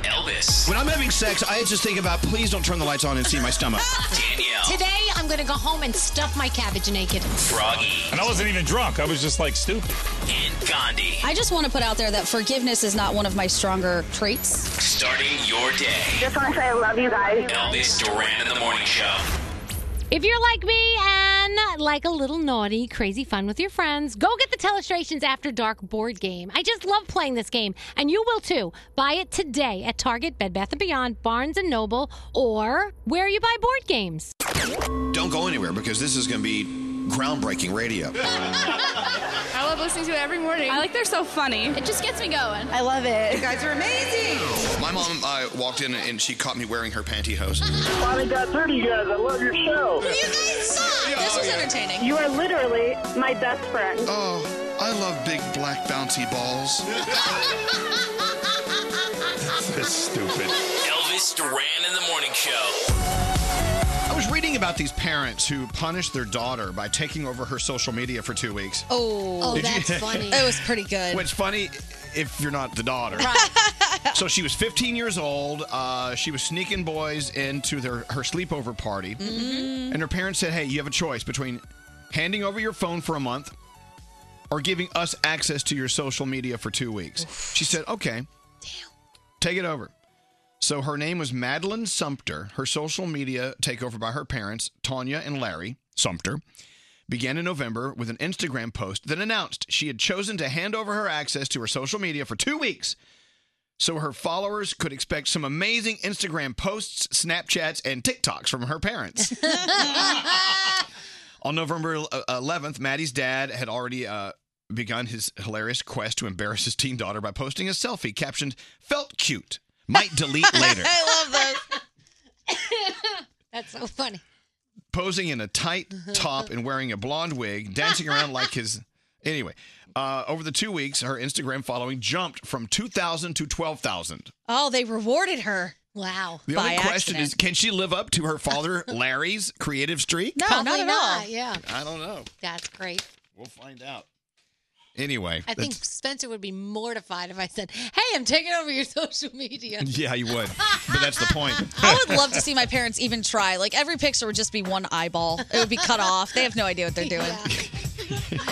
Elvis.
When I'm having sex, I just think about please don't turn the lights on and see my stomach.
Danielle.
Today, I'm going to go home and stuff my cabbage naked.
Froggy.
And I wasn't even drunk. I was just like stupid.
And Gandhi.
I just want to put out there that forgiveness is not one of my stronger traits.
Starting your day.
Just want to say I love you guys.
Elvis Duran in the morning show.
If you're like me and like a little naughty, crazy fun with your friends, go get the Telestrations After Dark board game. I just love playing this game, and you will too. Buy it today at Target, Bed Bath & Beyond, Barnes & Noble, or where you buy board games.
Don't go anywhere because this is going to be groundbreaking radio.
I love listening to it every morning. I like they're so funny. It just gets me going. I love it. You guys are amazing.
My mom uh, walked in and she caught me wearing her pantyhose.
Finally got through to you guys. I love your show.
You
guys
suck. This was
entertaining.
You are literally my best friend.
Oh, I love big black bouncy balls.
That's
stupid.
Elvis Duran in the morning show.
I was reading about these parents who punished their daughter by taking over her social media for two weeks.
Oh,
Did you-
It was pretty good.
What's funny if you're not the daughter. so she was 15 years old. Uh, she was sneaking boys into their her sleepover party,
Mhm.
and her parents said, "Hey, you have a choice between handing over your phone for a month or giving us access to your social media for two weeks." She said, "Okay, take it over." So her name was Madeline Sumter. Her social media takeover by her parents, Tanya and Larry Sumter, began in November with an Instagram post that announced she had chosen to hand over her access to her social media for two weeks. So her followers could expect some amazing Instagram posts, Snapchats, and TikToks from her parents. On November uh, 11th, Maddie's dad had already uh, begun his hilarious quest to embarrass his teen daughter by posting a selfie captioned, Felt cute. Might delete later.
love those. That's so funny.
Posing in a tight top and wearing a blonde wig, dancing around like his. Anyway, uh, over the two weeks, her Instagram following jumped from 2,000 to 12,000.
Oh, they rewarded her.
Wow.
The only question is can she live up to her father, Larry's creative streak?
No,
Probably
not at all.
Yeah.
I don't know.
That's great.
We'll find out. Anyway,
I think
that's-
Spencer would be mortified if I said, "Hey, I'm taking over your social media."
Yeah, you would. But that's the point.
I would love to see my parents even try. Like every picture would just be one eyeball. It would be cut off. They have no idea what they're doing.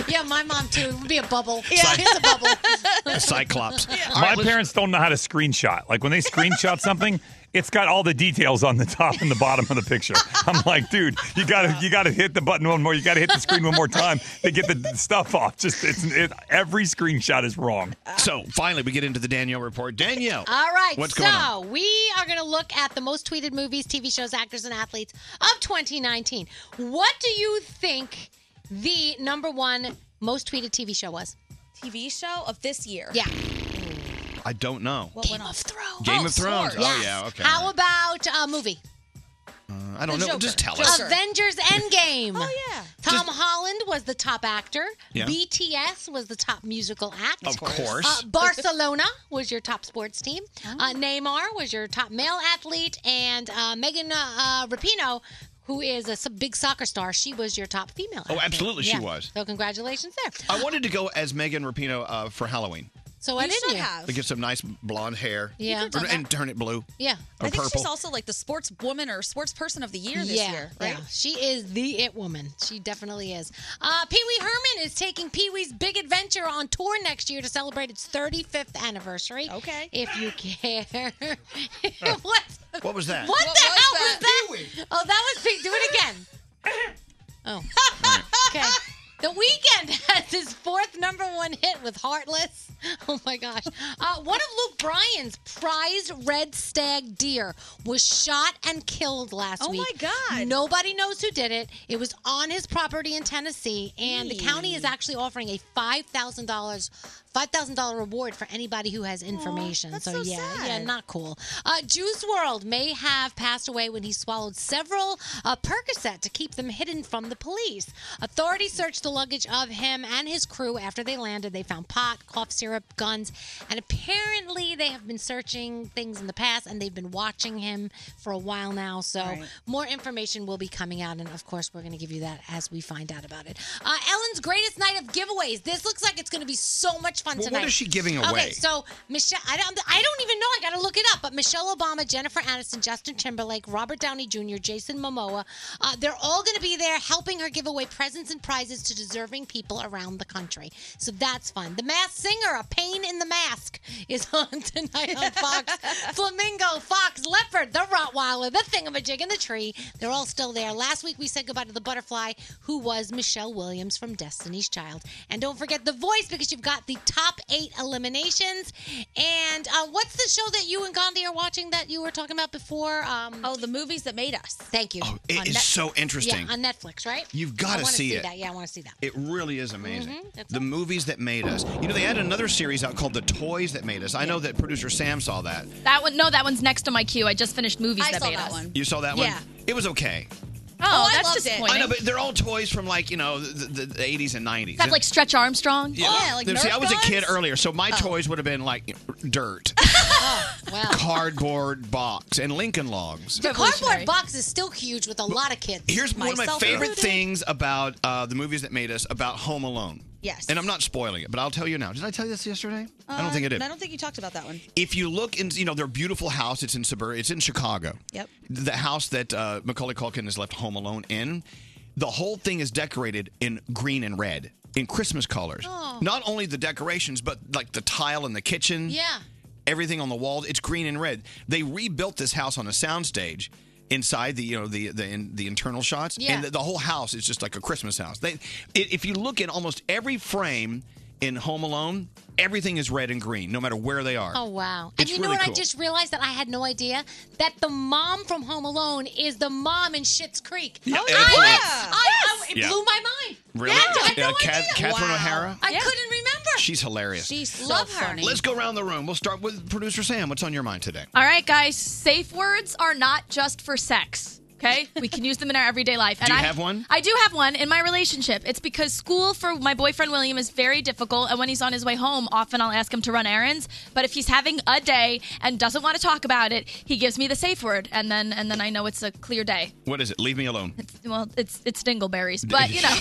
yeah, my mom too. It would be a bubble.
Yeah.
it's a bubble.
Cyclops.
My parents don't know how to screenshot. Like when they screenshot something, it's got all the details on the top and the bottom of the picture. I'm like, dude, you gotta you gotta hit the button one more. You gotta hit the screen one more time to get the stuff off. Just it's it, every screenshot is wrong.
So finally, we get into the Danielle report. Danielle,
All right.
what's
so
going on?
we are going to look at the most tweeted movies, TV shows, actors, and athletes of 2019. What do you think the number one most tweeted TV show was?
TV show of this year.
Yeah.
I don't know.
What Game of
Thrones.
Game of Thrones. Oh
Yes.
yeah. Okay.
How about a movie?
Uh, I don't know. Just tell us.
Avengers Endgame. oh yeah. Tom Holland was the top actor.
Yeah.
BTS was the top musical act.
Of course.
Uh, Barcelona was your top sports team. Uh, Neymar was your top male athlete, and uh, Megan uh, uh, Rapinoe, who is a s- big soccer star, she was your top female.
Oh,
athlete.
absolutely, she
Yeah.
was.
So congratulations there.
I wanted to go as Megan Rapino uh, for Halloween.
So why
You
didn't
should
you?
have.
To get some nice blonde hair.
You could've
Or-
done
and turn it blue.
Yeah.
Or
I think she's
purple.
also like the sports woman or sports person of the year this
yeah,
year,
yeah.
right?
She is the it woman. She definitely is. Uh, Pee Wee Herman is taking Pee Wee's Big Adventure on tour next year to celebrate its 35th anniversary. Okay. If you care. what?
What was that?
What, the hell was that? Oh, that was Pee. Do it again. Oh. okay. The weekend has his fourth number one hit with Heartless. Oh my gosh. Uh, one of Luke Bryan's prized red stag deer was shot and killed last
Oh my
week.
God.
Nobody knows who did it. It was on his property in Tennessee, and the
Hey.
county is actually offering a $5,000. Five thousand dollar reward for anybody who has information. so, yeah, yeah, not cool. Uh, Juice World may have passed away when he swallowed several uh, Percocet to keep them hidden from the police. Authorities searched the luggage of him and his crew after they landed. They found pot, cough syrup, guns, and apparently they have been searching things in the past and they've been watching him for a while now. So
Right.
more information will be coming out, and of course we're going to give you that as we find out about it. Uh, Ellen's greatest night of giveaways. This looks like it's going to be so much fun
Well, what
tonight.
is she giving
Okay,
away?
so Michelle, I don't, I don't even know. I got to look it up. But Michelle Obama, Jennifer Aniston, Justin Timberlake, Robert Downey Jr., Jason Momoa, uh, they're all going to be there helping her give away presents and prizes to deserving people around the country. So that's fun. The Masked Singer, A Pain in the Mask, is on tonight on Fox. Flamingo, Fox, Leopard, the Rottweiler, the Thingamajig, and the Tree. They're all still there. Last week we said goodbye to the Butterfly, who was Michelle Williams from Destiny's Child. And don't forget The Voice because you've got the top eight eliminations. And uh, what's the show that you and Gandhi are watching that you were talking about before? Um, oh, the movies that made us. Thank you. Oh,
it is so interesting.
Yeah, on Netflix, right?
You've gotta
I wanna
see it.
That. Yeah, I want to see that.
It really is amazing.
Mhm, that's
The movies that made us. You know, they had another series out called The Toys That Made Us. I know that producer Sam saw that.
That one, no, that one's next on my queue. I just finished movies
I
that
saw
made
that
us.
You saw that one?
Yeah.
It was okay.
Oh, that's disappointing.
I know, but they're all toys from like, you know, the, the, the 80s and 90s.
Except like oh, Stretch Armstrong.
Yeah. See, I was a kid earlier, so my toys would have been like dirt, cardboard box, and Lincoln logs.
The cardboard box is still huge with a lot of kids.
Here's one of my
myself
favorite
included.
things about uh, the movies that made us about Home Alone.
Yes.
And I'm not spoiling it, but I'll tell you now. Did I tell you this yesterday? I don't think
Uh,
I did.
Um, I don't think you talked about that one.
If you look in, you know, their beautiful house. It's in suburb. It's in Chicago.
Yep.
The house that uh, Macaulay Culkin has left Home Alone in. The whole thing is decorated in green and red in Christmas colors.
Oh.
Not only the decorations, but like the tile in the kitchen.
Yeah.
Everything on the walls. It's green and red. They rebuilt this house on a soundstage. Inside the you know the the in, the internal shots
Yeah.
and the, the whole house is just like a Christmas house. They, i if you look in almost every frame in Home Alone, everything is red and green, no matter where they are.
Oh wow! and
It's
you know
really
what?
cool.
I just realized that I had no idea that the mom from Home Alone is the mom in Schitt's Creek.
Yeah,
I,
and it's right.
I- I- it
Yeah.
blew my mind.
Really?
oh, Yeah, I had
Uh,
no
Kath-
idea.
Catherine O'Hara?
I couldn't remember.
She's hilarious.
She's so Love her. funny.
Let's go around the room. We'll start with producer Sam. What's on your mind today?
All right, guys, safe words are not just for sex. Okay, we can use them in our everyday life.
Do you
I
have one?
I do have one in my relationship. It's because school for my boyfriend William is very difficult, and when he's on his way home, often I'll ask him to run errands. But if he's having a day and doesn't want to talk about it, he gives me the safe word, and then and then I know it's a clear day.
What is it? Leave me alone.
Well, it's it's dingleberries, but you know,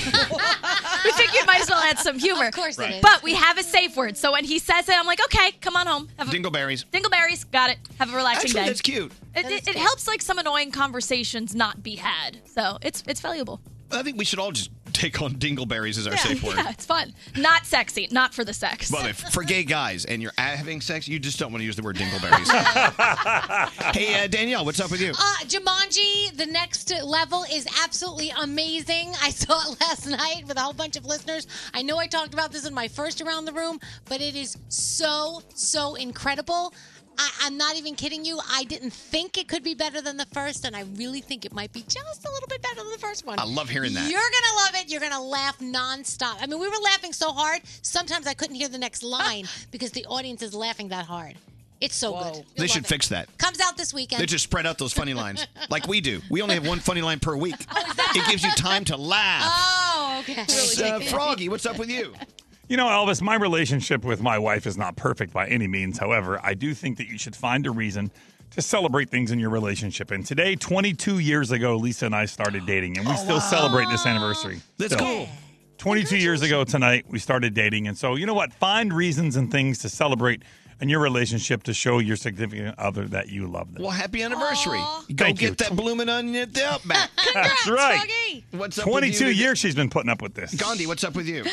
we figured might as well add some humor. Of course
it Right. is.
But we have a safe word, so when he says it, I'm like, okay, come on home. Have a,
Dingleberries.
Dingleberries, got it. Have a relaxing
Actually,
day.
that's cute.
It, it, it helps like some annoying conversations not be had, so it's it's valuable.
I think we should all just take on dingleberries as our safe word.
Yeah, it's fun. Not sexy, not for the sex.
By the way, for gay guys and you're a- having sex, you just don't want to use the word dingleberries. hey, uh, Danielle, what's up with you?
Uh, Jumanji, the next level is absolutely amazing. I saw it last night with a whole bunch of listeners. I know I talked about this in my first around the room, but it is so, so incredible. I, I'm not even kidding you. I didn't think it could be better than the first, and I really think it might be just a little bit better than the first one.
I love hearing that.
You're gonna love it. You're gonna laugh nonstop. I mean, we were laughing so hard. Sometimes I couldn't hear the next line because the audience is laughing that hard. It's so good. You'll
they
love
should
it.
fix that.
Comes out this weekend.
They just spread out those funny lines like we do. We only have one funny line per week. it gives you time to laugh.
Oh, okay.
Uh, Froggy, what's up with you?
You know, Elvis, my relationship with my wife is not perfect by any means. However, I do think that you should find a reason to celebrate things in your relationship. And today, 22 years ago, Lisa and I started dating, and we
Oh,
still
wow.
celebrate this anniversary.
That's
Still.
cool.
22 years ago tonight, we started dating. And so, you know what? Find reasons and things to celebrate in your relationship to show your significant other that you love them.
Well, happy anniversary. Go
Thank
get
you.
that blooming onion at the Outback.
That's right.
Gandhi.
What's up with you
22
today?
years she's been putting up with this.
Gandhi, what's up with you?
Um,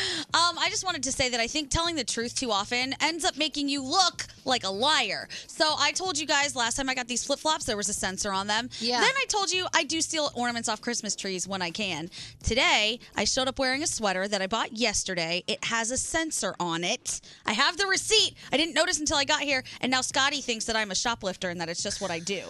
I just wanted to say that I think telling the truth too often ends up making you look like a liar. So I told you guys last time I got these flip flops, there was a sensor on them.
Yeah.
Then I told you I do steal ornaments off Christmas trees when I can. Today, I showed up wearing a sweater that I bought yesterday. It has a sensor on it. I have the receipt. I didn't notice until I got here, and now Scotty thinks that I'm a shoplifter and that it's just what I do.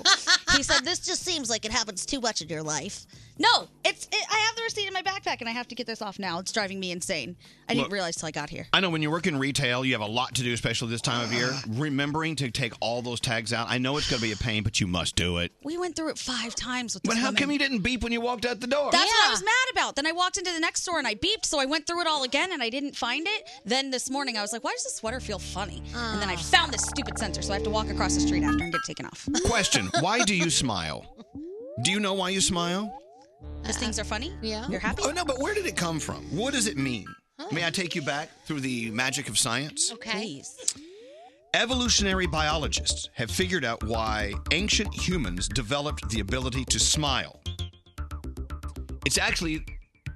he said, This just seems like it happens too much in your life. No, it's. It, I have the receipt in my backpack, and I have to get this off now. It's driving me insane. I
Look.
didn't realize till I got here.
I know when you work in retail, you have a lot to do, especially this time of year.
Uh-huh.
Remembering to take all those tags out. I know it's going to be a pain, but you must do it.
We went through it five times with.
But
this
how
woman.
come you didn't beep when you walked out the door?
That's what I was mad about. Then I walked into the next store and I beeped, so I went through it all again and I didn't find it. Then this morning I was like, "Why does this sweater feel funny?" And then I found this stupid sensor, so I have to walk across the street after and get it taken off.
Question Why do you smile? Do you know why you smile?
Those things are funny. Uh, Yeah, you're happy.
Oh, no, but where did it come from? What does it mean? May I take you back through the magic of science?
Okay.
Evolutionary biologists have figured out why ancient humans developed the ability to smile. It's actually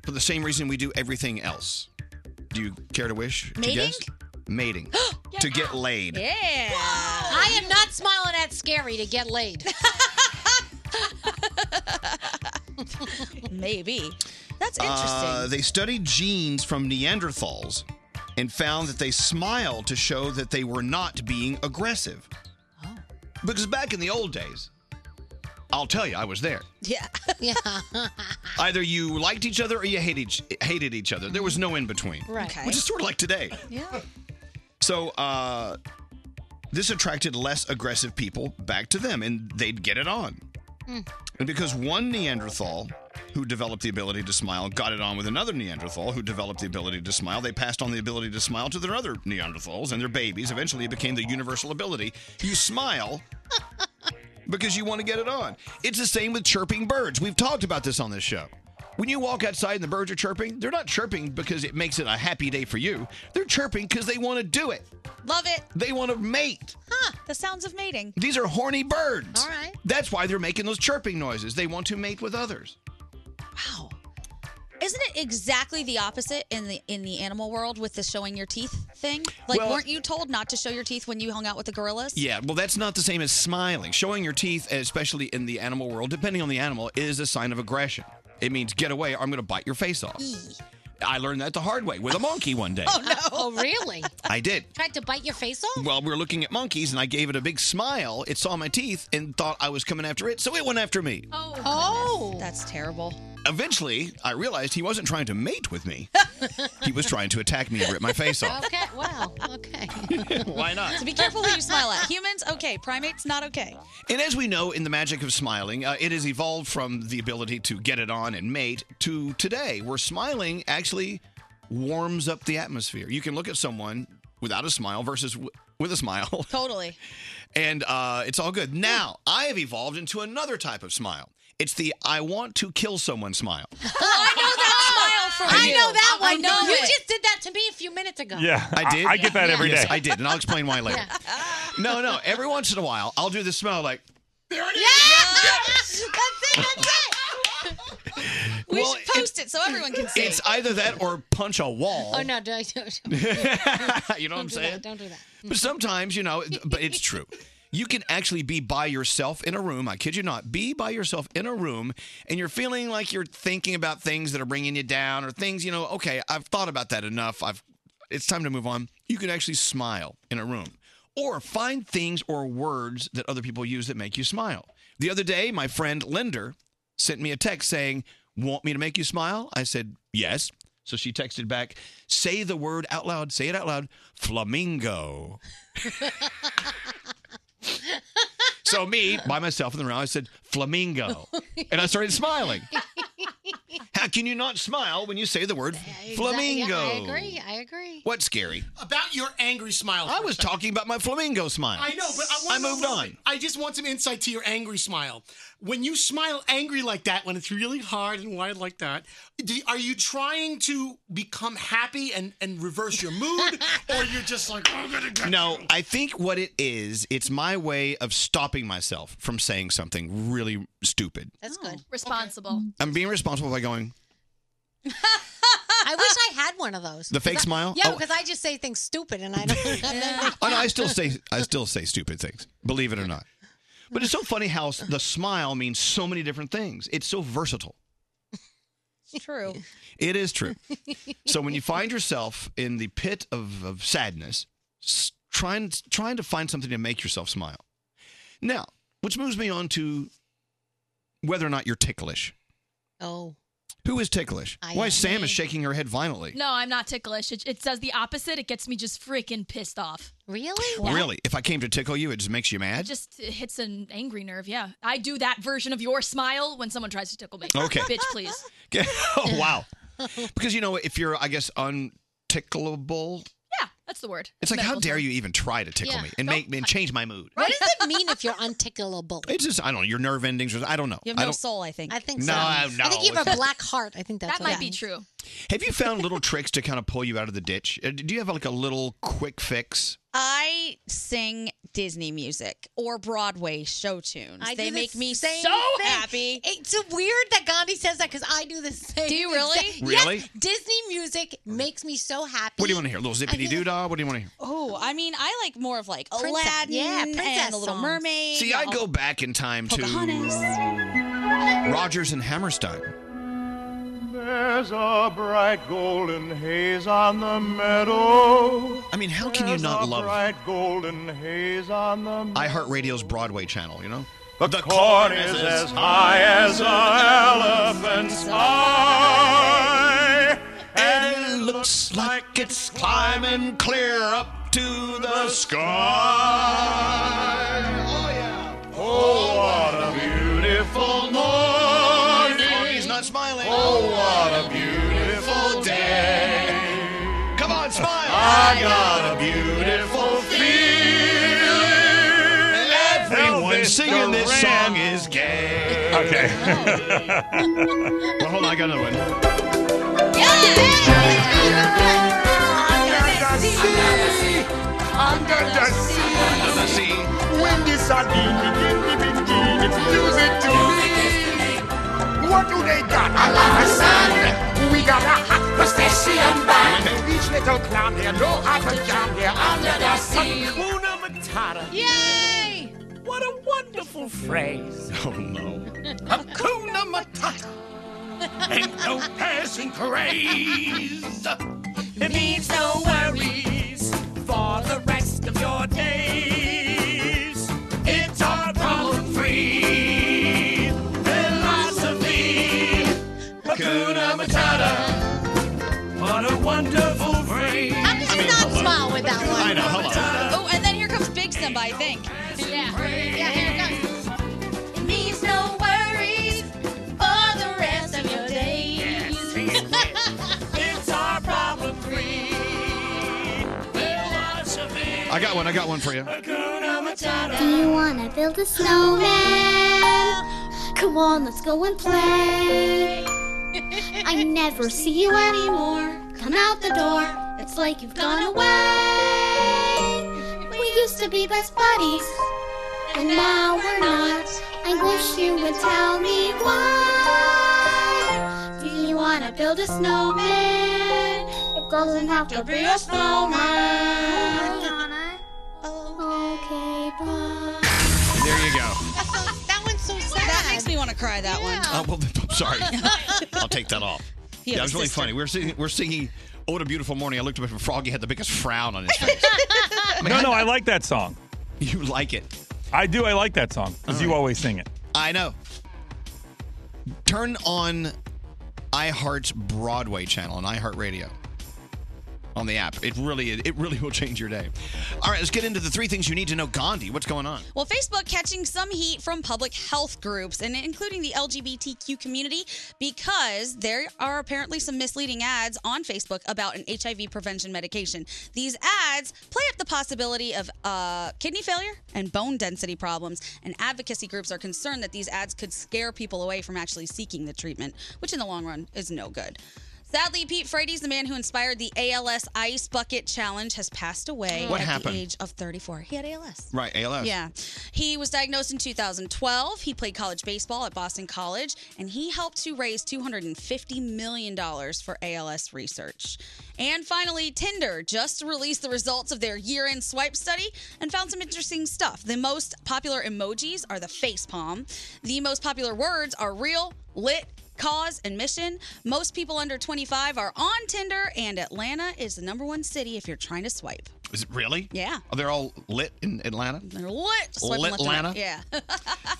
for the same reason we do everything else. Do you care to wish?
Mating?
To guess? Mating. to get laid.
Yeah.
I am not smiling at Scary to get laid.
Maybe. That's
Uh, they studied genes from Neanderthals and found that they smiled to show that they were not being aggressive. Because back in the old days, I'll tell you, I was there.
Yeah.
yeah.
Either you liked each other or you hated each, hated each other. There was no in between.
Right. Okay.
Which is sort of like today.
Yeah.
So uh, this attracted less aggressive people back to them, and they'd get it on. And because one Neanderthal who developed the ability to smile got it on with another Neanderthal who developed the ability to smile, they passed on the ability to smile to their other Neanderthals and their babies. Eventually, it became the universal ability. You smile because you want to get it on. It's the same with chirping birds. We've talked about this on this show. When you walk outside and the birds are chirping, they're not chirping because it makes it a happy day for you. They're chirping because they want to do it.
Love it.
They want to mate.
Huh? The sounds of mating.
These are horny birds.
All right.
That's why they're making those chirping noises. They want to mate with others.
Isn't it exactly the opposite in the in the animal world with the showing your teeth thing? Like,
Well-
weren't you told not to show your teeth when you hung out with the gorillas?
Yeah, well, that's not the same as smiling. Showing your teeth, especially in the animal world, depending on the animal, is a sign of aggression. It means get away or I'm going to bite your face off.
E.
I learned that the hard way with a monkey one day.
no. oh, really?
I did.
Tried to bite your face off?
Well, we were looking at monkeys and I gave it a big smile. It saw my teeth and thought I was coming after it, so it went after me.
Oh.
That's terrible.
Eventually, I realized he wasn't trying to mate with me. he was trying to attack me and rip my face off.
Okay. Wow. Okay.
Why not?
So be careful who you smile at. Humans, okay. Primates, not okay.
And as we know in the magic of smiling, uh, it has evolved from the ability to get it on and mate to today, where smiling actually warms up the atmosphere. You can look at someone without a smile versus w- with a smile.
Totally.
and uh, it's all good. Now, I have evolved into another type of smile. It's the I want to kill someone smile.
that
smile
for
I
you.
know that
I
one.
know
you
it.
just did that to me a few minutes ago.
I did.
I get that every
Yes,
day.
I did, and I'll explain why later. No, no. Every once in a while, I'll do the smile like.
There it is.
That's it. That's it. We
Well,
should post it, so everyone can see.
It's either that or punch a wall.
Oh no! Don't, don't, don't,
you know what I'm
do
saying?
That. Don't do that.
But sometimes, you know, but it's true. You can actually be by yourself in a room. I kid you not. Be by yourself in a room and you're feeling like you're thinking about things that are bringing you down or things, you know, okay, I've thought about that enough. I've it's time to move on. You can actually smile in a room or find things or words that other people use that make you smile. The other day, my friend Linder sent me a text saying, "Want me to make you smile?" I said, "Yes." So she texted back, "Say the word out loud. Say it out loud. Flamingo." So me by myself in the room, I said flamingo, and I started smiling. How can you not smile when you say the word flamingo?
Exactly. Yeah, I agree. I agree.
What's scary?
About your angry smile.
I was talking about my flamingo smile.
I know, but I,
I
want
moved on.
I just want some insight to your angry smile. When you smile angry like that, when it's really hard and wide like that, do, are you trying to become happy and, and reverse your mood, or you're just like, "Oh, I'm gonna get
No, I think what it is, it's my way of stopping myself from saying something really stupid.
Oh,
That's good. Responsible.
I'm being responsible by going
I wish I had one of those.
The fake
'Cause I-
smile?
Yeah,
Oh.
because I just say things stupid and I don't.
Oh, no, I still say I still say stupid things, believe it or not. But it's so funny how s- the smile means so many different things. It's so versatile.
True.
It is true. So when you find yourself in the pit of, of sadness, s- trying trying to find something to make yourself smile. Now, which moves me on to whether or not you're ticklish.
Oh.
Who is ticklish?
I
Why
am.
Sam is shaking her head violently.
No, I'm not ticklish. It, it does the opposite. It gets me just freaking pissed off.
Really?
Really? If I came to tickle you, it just makes you
It
mad?
just hits an angry nerve. Yeah, I do that version of your smile when someone tries to tickle me.
Okay.
bitch, please.
Okay. oh, wow. Because you know, if you're, I guess, untickleable,
Yeah, that's the word.
it's like, how
Medical
dare
term.
you even try to tickle
Yeah.
me and make me and change my mood?
What does it mean if you're untickleable?
It's just, I don't know, your nerve endings. Or, I don't know.
You have
I
no
don't-
soul, I think. I think
No,
so.
I-
I think you
no.
have a black heart. I think that's
That
what
might be
means.
true.
Have you found little tricks to kind of pull you out of the ditch? Uh, Do you have like a little quick fix?
I sing Disney music or Broadway show tunes.
I do
they
the
make me so
same thing.
happy.
It's weird that Gandhi says that because I do the same. Do you
really?
Really?
Yes, Disney music makes me so happy.
What do you want to hear? A little zippity doo dah? What do you want to hear?
Oh, I mean, I like more of like
Princess-
Aladdin
yeah, princess
and The Little
songs.
Mermaid.
See, I go back in time to Rogers and Hammerstein.
There's a bright golden haze on the meadow.
I mean, how can you
There's
not
a
love-
bright golden haze on the meadow.
iHeartRadio's Broadway channel, you know? The,
corn is as high as an elephant's eye.
And it looks like it's climbing clear up to the sky.
Oh, what a beautiful morning.
He's not smiling.
Oh, what a beautiful day.
Come on, smile.
I got a beautiful feeling.
Everyone
Elvis
singing this
Duran
song is gay.
Okay.
well, hold on, I got another one.
Under the sea, under the sea. When the sardine begin to begin, it's music to me. What do they got? A lot of sun. We got a hot crustacean band. Each little clown here, no hot to jam here. Under the sea. Hakuna Matata. Yay! What a wonderful phrase.
Oh, no.
Hakuna Matata. and no passing craze. It means no worries for the rest of your days. It's our problem free philosophy. Hakuna Matata. What a wonderful phrase.
How could you not smile with that one?
I know, hold on.
Oh, and then here comes Big Simba, I think.
Yeah. Yeah, here it goes.
It means no worries for the rest of your days.
It's our problem free philosophy.
I got one, I got one for you.
Hakuna Matata.
Do you wanna build a snowman? Come on, let's go and play. I never see you anymore. Come out the door, it's like you've gone away. We used to be best buddies, and now we're not. I wish you would tell me why. Do you wanna build a snowman? It doesn't have to be a snowman. Okay, bye.
There you go.
That one's so sad. That makes me want to cry. That
Oh, well, I'm sorry. I'll take that off.
He
yeah,
had
it
a
was really
sister.
funny. We were singing, we are singing Oh, What a Beautiful Morning. I looked up and Froggy had the biggest frown on his face.
No, no, I like that song.
You like it?
I do. I like that song because you always sing it.
I know. Turn on iHeart's Broadway channel on iHeartRadio on the app. It really it really will change your day. All right, let's get into the three things you need to know. Gandhi, what's going on?
Well, Facebook catching some heat from public health groups and including the LGBTQ community because there are apparently some misleading ads on Facebook about an HIV prevention medication. These ads play up the possibility of uh, kidney failure and bone density problems, and advocacy groups are concerned that these ads could scare people away from actually seeking the treatment, which in the long run is no good. Sadly, Pete Frates, the man who inspired the ALS Ice Bucket Challenge, has passed away
What
at
happened?
the age of 34. He had ALS.
Right, ALS.
Yeah. He was diagnosed in 2012. He played college baseball at Boston College, and he helped to raise $250 million for ALS research. And finally, Tinder just released the results of their year end swipe study and found some interesting stuff. The most popular emojis are the face palm, the most popular words are real, lit, cause, and mission. Most people under 25 are on Tinder, and Atlanta is the number one city if you're trying to swipe.
Is it really?
Yeah.
Are they all lit in Atlanta?
They're lit. Swiping
Lit
left and right.
Atlanta?
Yeah.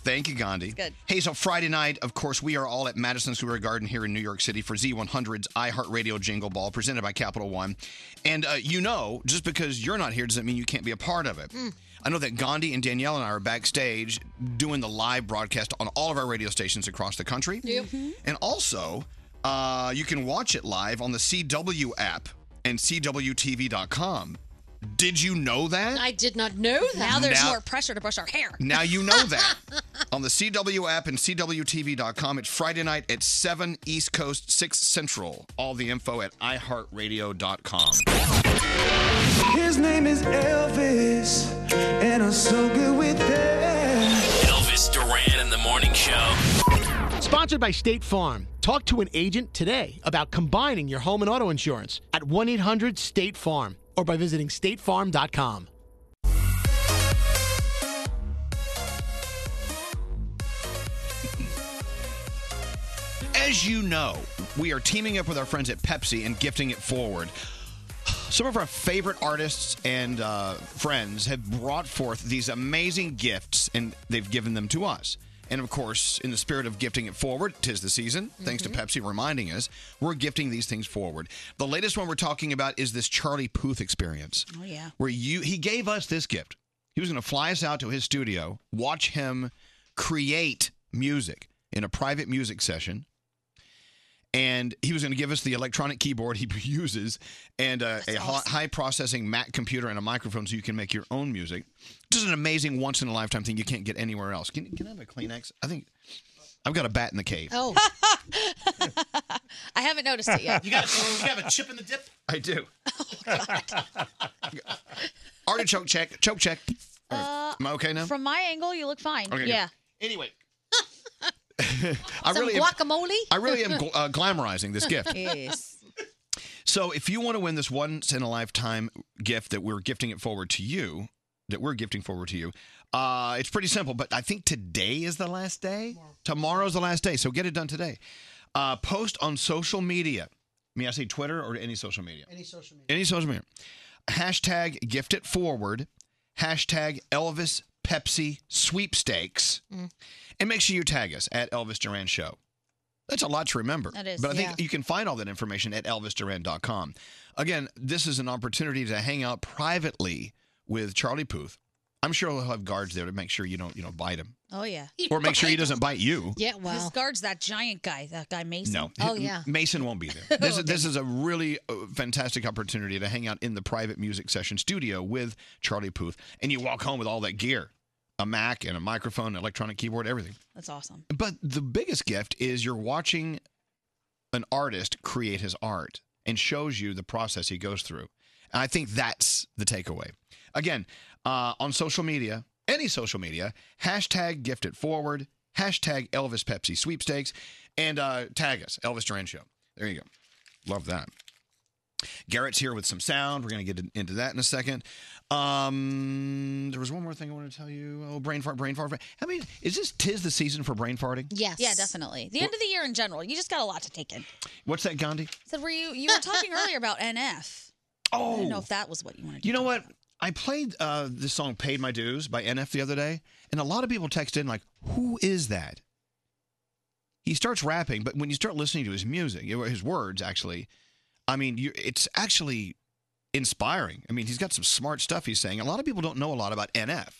Thank you, Gandhi.
That's good.
Hey, so Friday night, of course, we are all at Madison Square Garden here in New York City for Z100's iHeartRadio Jingle Ball presented by Capital One. And uh, you know, just because you're not here doesn't mean you can't be a part of it. I know that Gandhi and Danielle and I are backstage doing the live broadcast on all of our radio stations across the country.
Mm-hmm.
And also, uh, you can watch it live on the CW app and CWTV.com. Did you know that?
I did not know that.
Now there's
Now-
more pressure to brush our hair.
Now you know that. On the CW app and CWTV.com, it's Friday night at 7 East Coast, 6 Central. All the info at iHeartRadio.com.
His name is Elvis, and I'm so good with that.
Elvis Duran in the morning show.
Sponsored by State Farm. Talk to an agent today about combining your home and auto insurance at 1 800 State Farm or by visiting statefarm.com.
As you know, we are teaming up with our friends at Pepsi and gifting it forward. Some of our favorite artists and uh, friends have brought forth these amazing gifts and they've given them to us. And of course, in the spirit of gifting it forward, tis the season, thanks
Mm-hmm.
to Pepsi reminding us, we're gifting these things forward. The latest one we're talking about is this Charlie Puth experience
Oh, yeah.
where you he gave us this gift. He was going to fly us out to his studio, watch him create music in a private music session, and he was going to give us the electronic keyboard he uses and uh, a ho- high processing Mac computer and a microphone so you can make your own music. Just an amazing once in a lifetime thing you can't get anywhere else. Can, can I have a Kleenex? I think I've got a bat in the cave.
Oh.
I haven't noticed it yet.
You got it. You have
a chip in the dip.
I do. Artichoke check, choke check.
Uh,
Am I okay now?
From my angle, you look fine.
Okay, good.
yeah.
Anyway.
Some guacamole?
I really am gl- uh, glamorizing this gift.
Yes.
So if you want to win this once in a lifetime gift that we're gifting it forward to you, that we're gifting forward to you, uh, it's pretty simple. But I think today is the last day. Tomorrow's the last day, so get it done today. Uh, post on social media. May I say Twitter or any social media?
Any social media.
Any social media. Hashtag gift it forward. Hashtag Elvis Pepsi sweepstakes.
Mm.
And make sure you tag us at Elvis Duran Show. That's a lot to remember.
That is,
but I think
yeah.
you can find all that information at elvisduran.com. Again, this is an opportunity to hang out privately with Charlie Puth. I'm sure he'll have guards there to make sure you don't, you know, bite him.
Oh, yeah.
Or make sure he doesn't bite you.
Yeah,
wow. His guard's that giant guy, that guy Mason. Oh,
No. Mason won't be there. This, is this is a really uh, fantastic opportunity to hang out in the private music session studio with Charlie Puth. And you walk home with all that gear a Mac and a microphone, electronic keyboard, everything.
That's awesome.
But the biggest gift is you're watching an artist create his art and shows you the process he goes through. And I think that's the takeaway. Again, uh, on social media, any social media, hashtag gift it forward, hashtag Elvis Pepsi sweepstakes, and uh, tag us, Elvis Duran Show. There you go. Love that. Garrett's here with some sound. We're going to get into that in a second. Um, there was one more thing I wanted to tell you. Oh, brain fart, brain fart. brain- I mean, is this tis the season for brain farting?
Yeah, definitely. The end of the year in general, you just got a lot to take in.
What's that, Gandhi?
So were you you were talking earlier about NF. I
Oh.
don't know if that was what you wanted.
You know what? I played uh, this song "Paid My Dues" by NF the other day, and a lot of people text in like, "Who is that?" He starts rapping, but when you start listening to his music, his words actually, I mean, you, it's actually inspiring. I mean, he's got some smart stuff he's saying. A lot of people don't know a lot about NF,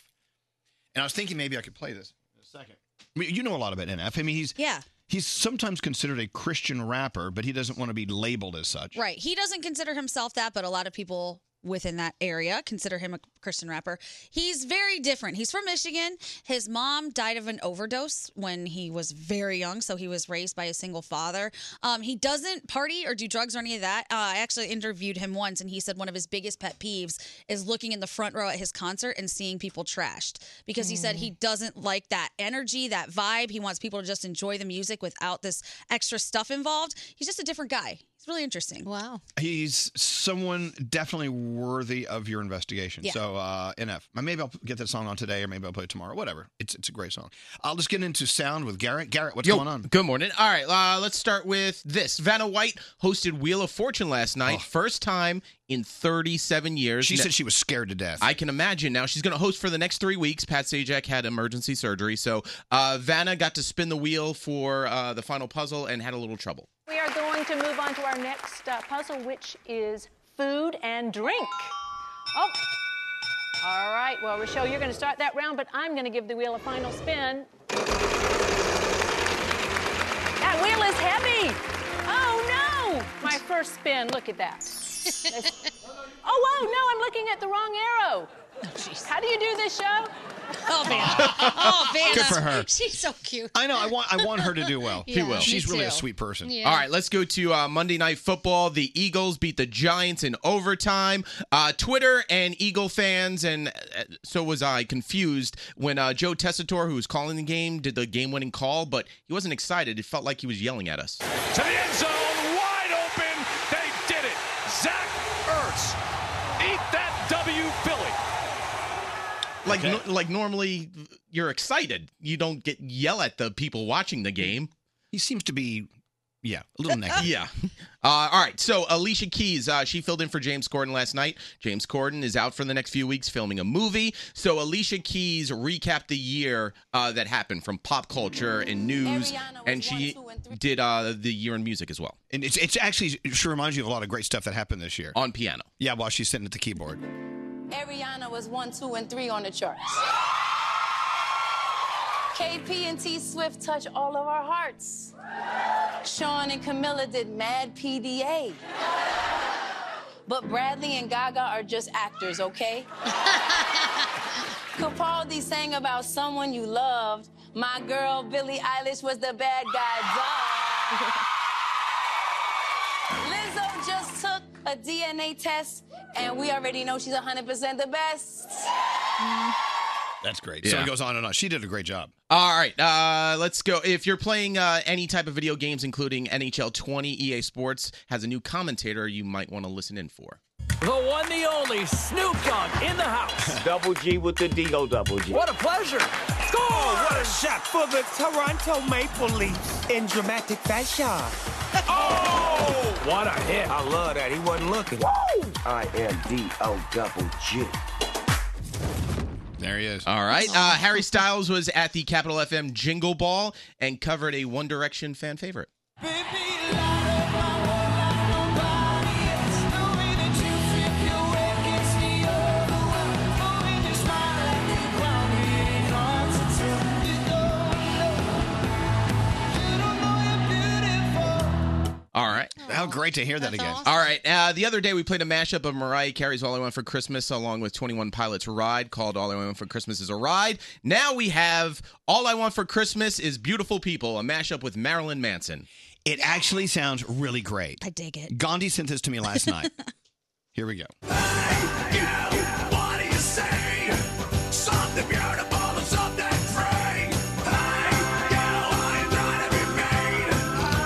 and I was thinking maybe I could play this in a second. I mean, you know a lot about NF. I mean, he's
yeah.
He's sometimes considered a Christian rapper, but he doesn't want to be labeled as such.
Right. He doesn't consider himself that, but a lot of people within that area. Consider him a Christian rapper. He's very different. He's from Michigan. His mom died of an overdose when he was very young, so he was raised by a single father. Um, he doesn't party or do drugs or any of that. Uh, I actually interviewed him once, and he said one of his biggest pet peeves is looking in the front row at his concert and seeing people trashed because he said
Mm.
he doesn't like that energy, that vibe. He wants people to just enjoy the music without this extra stuff involved. He's just a different guy. He's really interesting.
Wow.
He's someone definitely worthy of your investigation.
Yeah.
So uh, NF. Maybe I'll get that song on today, or maybe I'll play it tomorrow. Whatever. It's it's a great song. I'll just get into sound with Garrett. Garrett, what's
Yo,
going on?
Good morning. All right, uh, let's start with this. Vanna White hosted Wheel of Fortune last night, first time in 37 years.
She said she was scared to death.
I can imagine. Now she's going to host for the next three weeks. Pat Sajak had emergency surgery, so uh, Vanna got to spin the wheel for uh, the final puzzle and had a little trouble.
We are going to move on to our next uh, puzzle, which is food and drink. Oh, all right. Well, Rochelle, you're going to start that round, but I'm going to give the wheel a final spin. That wheel is heavy. Oh, no. My first spin. Look at that. That's- oh, whoa, no, I'm looking at the wrong arrow. How do you do this show?
Oh, man.
Oh, Vanna. Good for her.
She's so cute.
I know. I want. I want her to do well.
She will.
She's really a sweet person.
All right, let's go to uh, Monday Night Football. The Eagles beat the Giants in overtime. Uh, Twitter and Eagle fans, and uh, so was I, confused when uh, Joe Tessitore, who was calling the game, did the game-winning call, but he wasn't excited. It felt like he was yelling at us.
To the end zone, wide open. They did it. Zach Ertz. Eat that W, Philly.
Like, no- like normally, you're excited. You don't get yell at the people watching the game.
He seems to be, yeah, a little negative.
yeah. Uh, all right. So Alicia Keys, uh, she filled in for James Corden last night. James Corden is out for the next few weeks filming a movie. So Alicia Keys recapped the year uh, that happened from pop culture and news, and she did uh, the year in music as well.
And it's it's actually she reminds you of a lot of great stuff that happened this year
on piano.
Yeah, while she's sitting at the keyboard.
Ariana was one, two, and three on the charts. KP and T Swift touch all of our hearts. Sean and Camilla did Mad PDA. But Bradley and Gaga are just actors, okay? Capaldi sang about someone you loved. My girl Billie Eilish was the bad guy. Duh. Lizzo just took a DNA test, and we already know she's 100% the best.
That's great. So
Yeah.
it goes on and on. She did a great job.
All right, uh, let's go. If you're playing uh, any type of video games, including NHL 20, EA Sports has E a new commentator you might want to listen in for.
The one, the only Snoop Dogg in the house. double G with the D O double G. What a pleasure. Score! Oh, what a shot for the Toronto Maple Leafs in dramatic fashion. oh! What a hit. I love that. He wasn't looking. I am D O double G.
There he is.
All right. Uh, Harry Styles was at the Capital FM Jingle Ball and covered a One Direction fan favorite. All right.
How great to hear that again.
All right. Uh, the other day we played a mashup of Mariah Carey's All I Want for Christmas along with 21 Pilots Ride called All I Want for Christmas is a Ride. Now we have All I Want for Christmas is Beautiful People, a mashup with Marilyn Manson.
It actually sounds really great.
I dig it.
Gandhi sent this to me last night. Here we go.
What do you say? Something beautiful and something free. Hey, you know I ain't trying to be mean.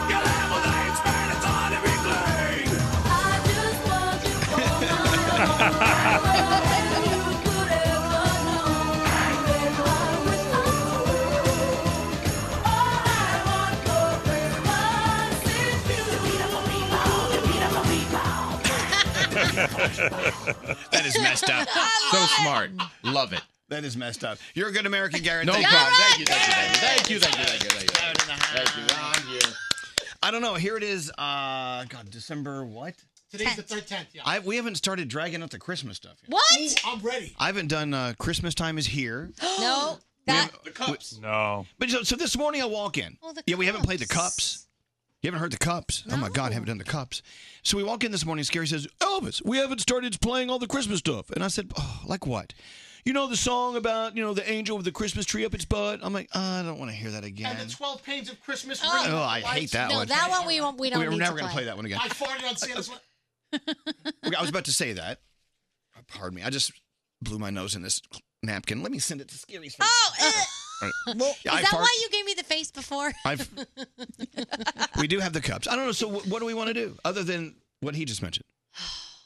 You live with AIDS, man, it's hard to be clean.
that is messed up.
so smart. Love it.
That is messed up. You're a good American, Garrett.
No
Thank you.
problem.
Thank you. Thank you. Thank you. Thank you. Thank you.
Thank
you. Thank you. Thank you. I don't know. Here it is. Uh, God, December what?
Today's the third tenth. Yeah.
I, we haven't started dragging out the Christmas stuff yet.
What? I'm ready.
I haven't done uh, Christmas time is here.
no.
the cups. No. But so, so this morning I walk in.
Oh, the
yeah, we haven't played the cups. You haven't heard the cups. Oh my God, I haven't done the cups. So we walk in this morning. Scary says, Elvis, we haven't started playing all the Christmas stuff. And I said, oh, like what? You know the song about you know the angel with the Christmas tree up its butt. I'm like, I don't want to hear that again.
And the 12 Pains of Christmas.
Oh.
ring of
Oh, I hate
lights.
that No, one. that one we won't- we don't We're need never to gonna play. play that one again.
I farted on Santa's. lap.
Okay, I was about to say that. Pardon me. I just blew my nose in this napkin. Let me send it to Scary's face.
Oh,
All right.
well, is
Yeah, I
that
fart-
why you gave me the face before?
I've- We do have the cups. I don't know. So wh- what do we want to do other than what he just mentioned?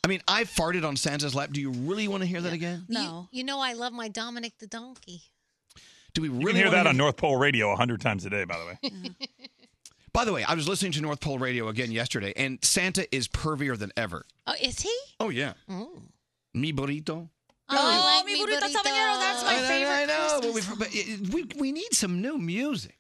I mean, I farted on Santa's lap. Do you really want to hear that again?
no. You, you know I love my Dominic the donkey.
Do we really
You can hear
wanna
that
hear-
on North Pole Radio 100 times a day, by the way.
By the way, I was listening to North Pole Radio again yesterday, and Santa is pervier than ever.
Oh, is he?
Oh yeah.
Mm.
Mi burrito.
I
Oh, mi burrito habanero, that's my
I know,
favorite
I know, but
Christmas
we've- but it- we, we need some new music.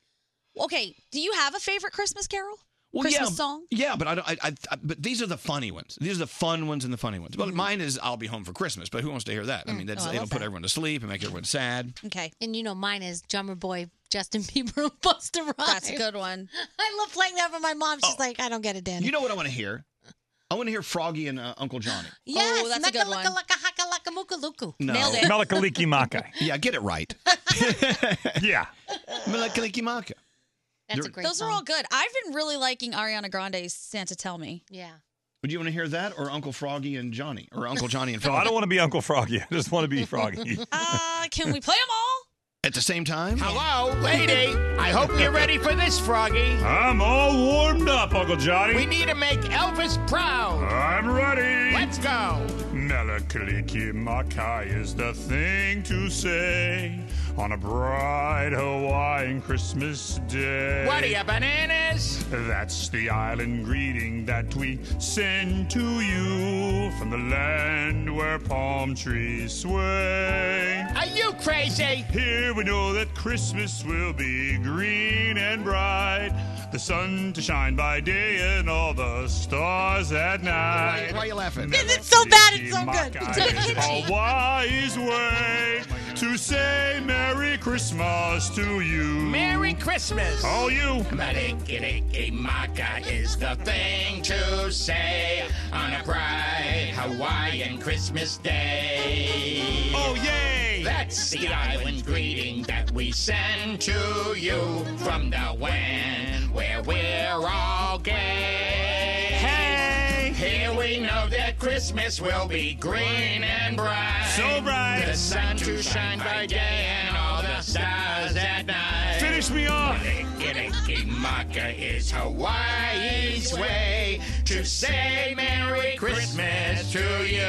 Okay, do you have a favorite Christmas carol?
Well,
Christmas
yeah,
song?
Yeah, but I don't. I, I, I- but these are the funny ones. These are the fun ones and the funny ones.
Mm-hmm.
But mine is "I'll be home for Christmas." But who wants to hear that? I
Mm.
mean, that's
Oh, I
it'll
love
put
that.
everyone to sleep and make everyone sad.
Okay.
And you know mine is drummer boy Justin Bieber and Busta Rhymes.
That's a good one.
I love playing that for my mom.
Oh.
She's like, I don't get it, Danny.
You know what I want to hear? I want to hear Froggy and uh, Uncle Johnny.
Yes,
Oh, that's a good
Maka
one.
Laka Haka Laka Muka Luku.
No.
Malakaliki Maka.
Yeah, get it right.
yeah.
Malakaliki Maka. You're-
Those are all good. I've been really liking Ariana Grande's Santa Tell Me.
Yeah.
Would you want to hear that or Uncle Froggy and Johnny or Uncle Johnny and
No,
Froggy?
I don't want to be Uncle Froggy. I just want to be Froggy.
Uh, can we play them all?
At the same time?
Hello, lady. I hope you're ready for this, Froggy.
I'm all warmed up, Uncle Johnny.
We need to make Elvis proud.
I'm ready.
Let's go.
Malakaliki Makai is the thing to say on a bright Hawaiian Christmas day.
What are you, bananas?
That's the island greeting that we send to you from the land where palm trees sway.
Are you crazy?
Here we know that Christmas will be green and bright, the sun to shine by day and all the stars at night.
Why are you laughing?
it's so bad,
it's so good. It's so kitschy.
a wise
Oh
way to say Merry Christmas to you.
Merry Christmas.
All you.
Malikiriki Maka is the thing to say on a bright Hawaiian Christmas day.
Oh, yay!
That's the island greeting that we send to you from the land where we're all gay. Hey! Here we know that Christmas will be green and bright.
So bright.
The sun to shine by day and all the stars at night.
Finish me off.
Maka is Hawaii's way to say Merry Christmas to you.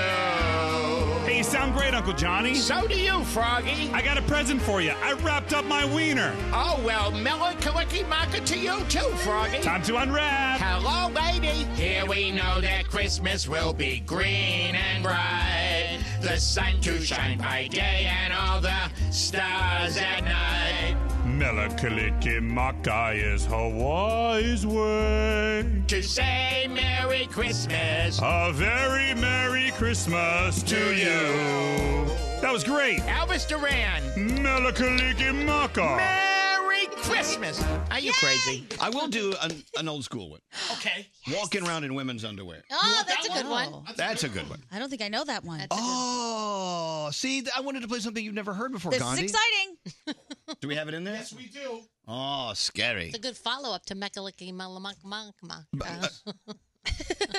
Hey, you sound great, Uncle Johnny.
So do you, Froggy.
I got a present for you. I wrapped up my wiener.
Oh, well, Melakaliki Maka to you too, Froggy.
Time to unwrap.
Hello, lady. Here we know that Christmas will be green and bright. The sun to shine by day and all the stars at night.
Melakaliki Maka is Hawaii's way.
To say Merry Christmas.
A very Merry Christmas to you. That was great.
Elvis Duran.
Melakaliki Maka.
Merry Christmas. Are you crazy?
I will do an, an old school one.
Okay.
Walking around in women's underwear.
Oh, that's a good one.
That's a good one.
I don't think I know that one.
Oh, see, th- I wanted to play something you've never heard before,
this
Gandhi.
is exciting.
Do we have it in there?
Yes, we do.
Oh, scary.
It's a good follow up to Mekaliki Malamakma.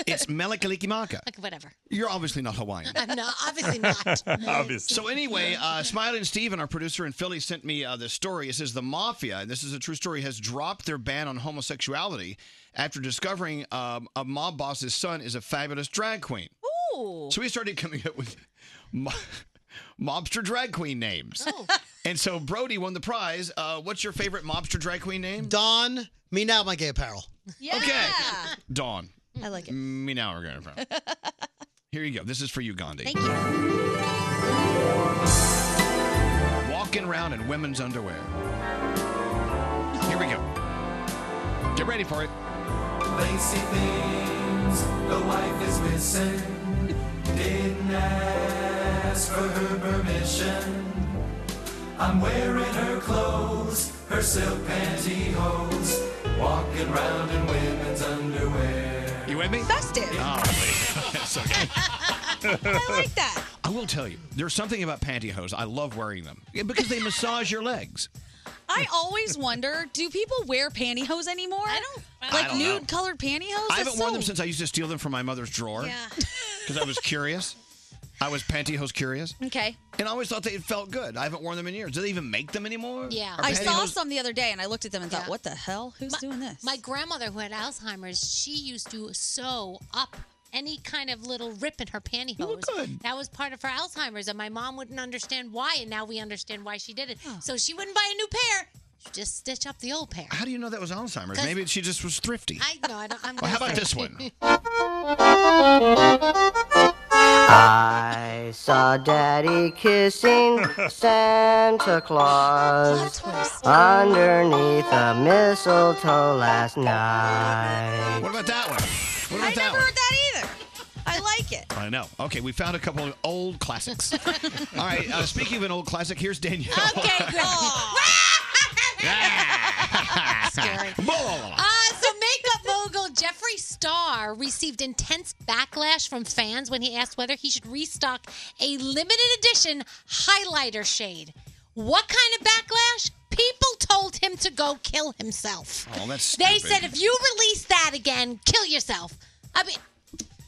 It's Melikalikimaka.
Like, whatever.
You're obviously not Hawaiian.
I'm not, obviously not.
Obviously.
So anyway, uh, Smile and Steven, our producer in Philly, sent me uh, this story. It says the mafia, and this is a true story, has dropped their ban on homosexuality after discovering um, a mob boss's son is a fabulous drag queen.
Ooh.
So we started coming up with mo- mobster drag queen names. And so Brody won the prize. Uh, what's your favorite mobster drag queen name?
Don, me now, my gay apparel.
Okay. Dawn. Mm,
I like it.
Me now we're going to. Here you go. This is for you, Gandhi.
Thank you.
Walking around in women's underwear. Here we go. Get ready for it.
Lacy things the wife is missing. Didn't ask for her permission. I'm wearing her clothes, her silk pantyhose, walking round in women's
with me?
Festive.
Oh, that's okay. I
like that.
I will tell you, there's something about pantyhose. I love wearing them Yeah, because they massage your legs.
I always wonder, do people wear pantyhose anymore? I don't. Like
I don't know.
nude colored pantyhose?
I
That's
haven't worn
so-
them since I used to steal them from my mother's drawer
Yeah.
because I was curious. I was pantyhose curious.
Okay.
And I always thought they felt good. I haven't worn them in years. Do they even make them anymore? Are
I saw
pantyhose-
some the other day and I looked at them and thought, what the hell? Who's doing this?
My grandmother, who had Alzheimer's, she used to sew up any kind of little rip in her pantyhose. That was part of her Alzheimer's, and my mom wouldn't understand why, and now we understand why she did it. So she wouldn't buy a new pair; she'd just stitch up the old pair.
How do you know that was Alzheimer's?
'Cause-
Maybe she just was thrifty.
I know. I don't, I'm
Well, how about
gonna-
this one?
I saw Daddy kissing Santa Claus underneath a mistletoe last night.
What about that one? What about that
I never
one?
heard that either. I like it.
I know. Okay, we found a couple of old classics. All right, uh, speaking of an old classic, here's Danielle.
Okay, good.
Scary.
Uh, so makeup mogul Jeffree Star received intense backlash from fans when he asked whether he should restock a limited edition highlighter shade. What kind of backlash? People told him to go kill himself.
Oh, that's
They
stupid.
said if you release that again, kill yourself. I mean,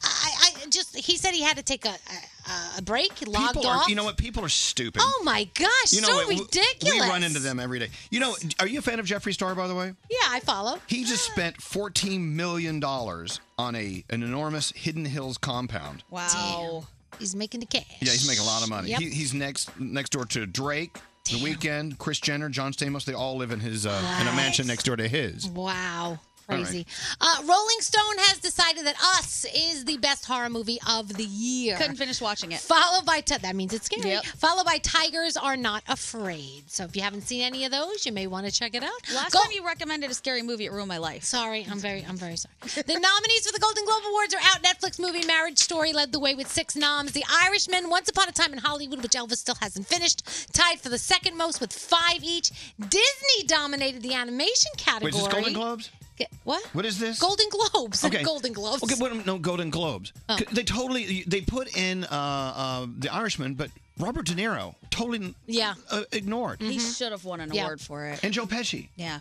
I, I just he said he had to take a a, a break. He logged
People
off.
are, you know what? People are stupid.
oh my gosh,
You know
so
what? We-
ridiculous.
We run into them every day. You know, are you a fan of Jeffree Star, by the way?
Yeah, I follow.
He just spent $14 million on a an enormous Hidden Hills compound.
Wow. He's making the cash.
Yeah, he's making a lot of money.
Yep.
He, he's next next door to Drake, The Weeknd, Chris Jenner, John Stamos. They all live in his uh, in a mansion next door to his.
Wow.
All right.
Crazy. Uh, Rolling Stone has decided that Us is the best horror movie of the year.
Couldn't finish watching it.
Followed by Ti- that means it's scary.
Yep.
Followed by Tigers Are Not Afraid. So if you haven't seen any of those, you may want to check it out.
Last time you recommended a scary movie, it ruined my life.
Sorry, I'm very, I'm very sorry. the nominees for the Golden Globe Awards are out. Netflix movie Marriage Story led the way with six noms. The Irishman, Once Upon a Time in Hollywood, which Elvis still hasn't finished, tied for the second most with five each. Disney dominated the animation
Wait,
category.
is this Golden Globes?
G- What?
What is this?
Golden Globes.
Okay.
Golden Globes. Oh.
Okay, but no Golden Globes. C- They totally they put in uh, uh, The Irishman, but Robert De Niro totally
Yeah.
uh, ignored.
He should have won an
Mm-hmm. Yeah.
award for it.
And Joe Pesci.
Yeah.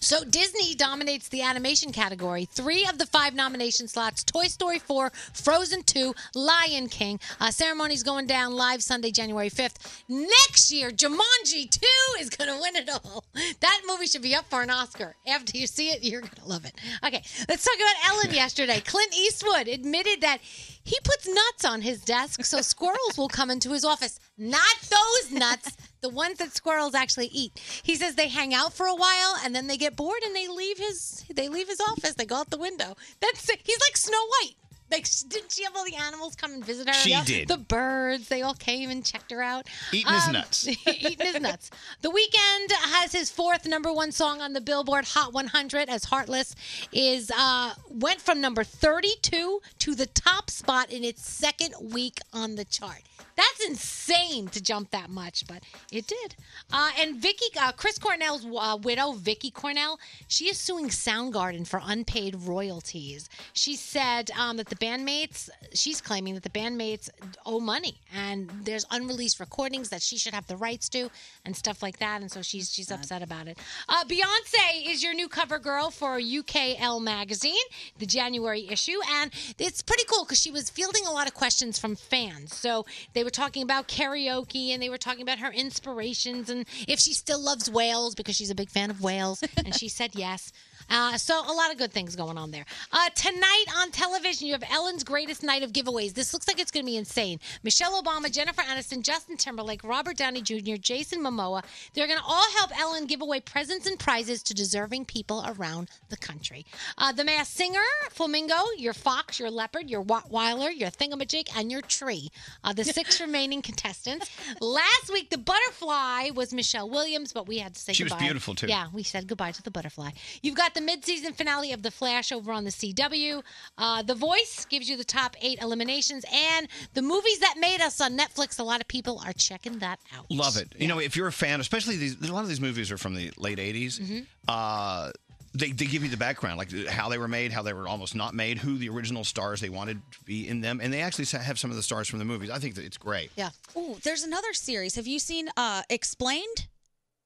So Disney dominates the animation category. Three of the five nomination slots: Toy Story 4, Frozen 2, Lion King. Uh, ceremony's going down live Sunday, January 5th. Next year, Jumanji 2 is going to win it all. That movie should be up for an Oscar. After you see it, you're going to love it. Okay, let's talk about Ellen yesterday. Clint Eastwood admitted that he puts nuts on his desk so squirrels will come into his office. Not those nuts, the ones that squirrels actually eat. He says they hang out for a while and then they get bored and they leave his they leave his office. They go out the window. That's it. he's like Snow White. Like sh- didn't she have all the animals come and visit her?
She did.
The birds, they all came and checked her out.
Eating his nuts.
Um, eating his nuts. The Weeknd has his fourth number one song on the Billboard Hot 100 as Heartless is uh, went from number 32 to the top spot in its second week on the chart. That's insane to jump that much, but it did. Uh, and Vicky, uh, Chris Cornell's uh, widow, Vicky Cornell, she is suing Soundgarden for unpaid royalties. She said um, that the bandmates, she's claiming that the bandmates owe money, and there's unreleased recordings that she should have the rights to, and stuff like that. And so she's she's upset about it. Uh, Beyonce is your new cover girl for UKL magazine, the January issue, and it's pretty cool because she was fielding a lot of questions from fans. So they were talking about karaoke, and they were talking about her inspirations, and if she still loves whales because she's a big fan of whales, and she said yes. Uh, so a lot of good things going on there. Uh, tonight on television, you have Ellen's greatest night of giveaways. This looks like it's going to be insane. Michelle Obama, Jennifer Aniston, Justin Timberlake, Robert Downey Jr., Jason Momoa. They're going to all help Ellen give away presents and prizes to deserving people around the country. Uh, the Masked Singer, Flamingo, your fox, your leopard, your Rottweiler, your thingamajig, and your tree. Uh, the six remaining contestants. Last week, the butterfly was Michelle Williams, but we had to say
She was
goodbye.
beautiful, too.
Yeah, we said goodbye to the butterfly. You've got the midseason finale of The Flash over on the CW. Uh, the Voice gives you the top eight eliminations, and the movies that made us on Netflix. A lot of people are checking that out.
Love it. You know, if you're a fan, especially these, a lot of these movies are from the late '80s. Uh, they, they give you the background, like how they were made, how they were almost not made, who the original stars they wanted to be in them, and they actually have some of the stars from the movies. I think that it's great.
Yeah. Ooh, there's another series. Have you seen uh Explained?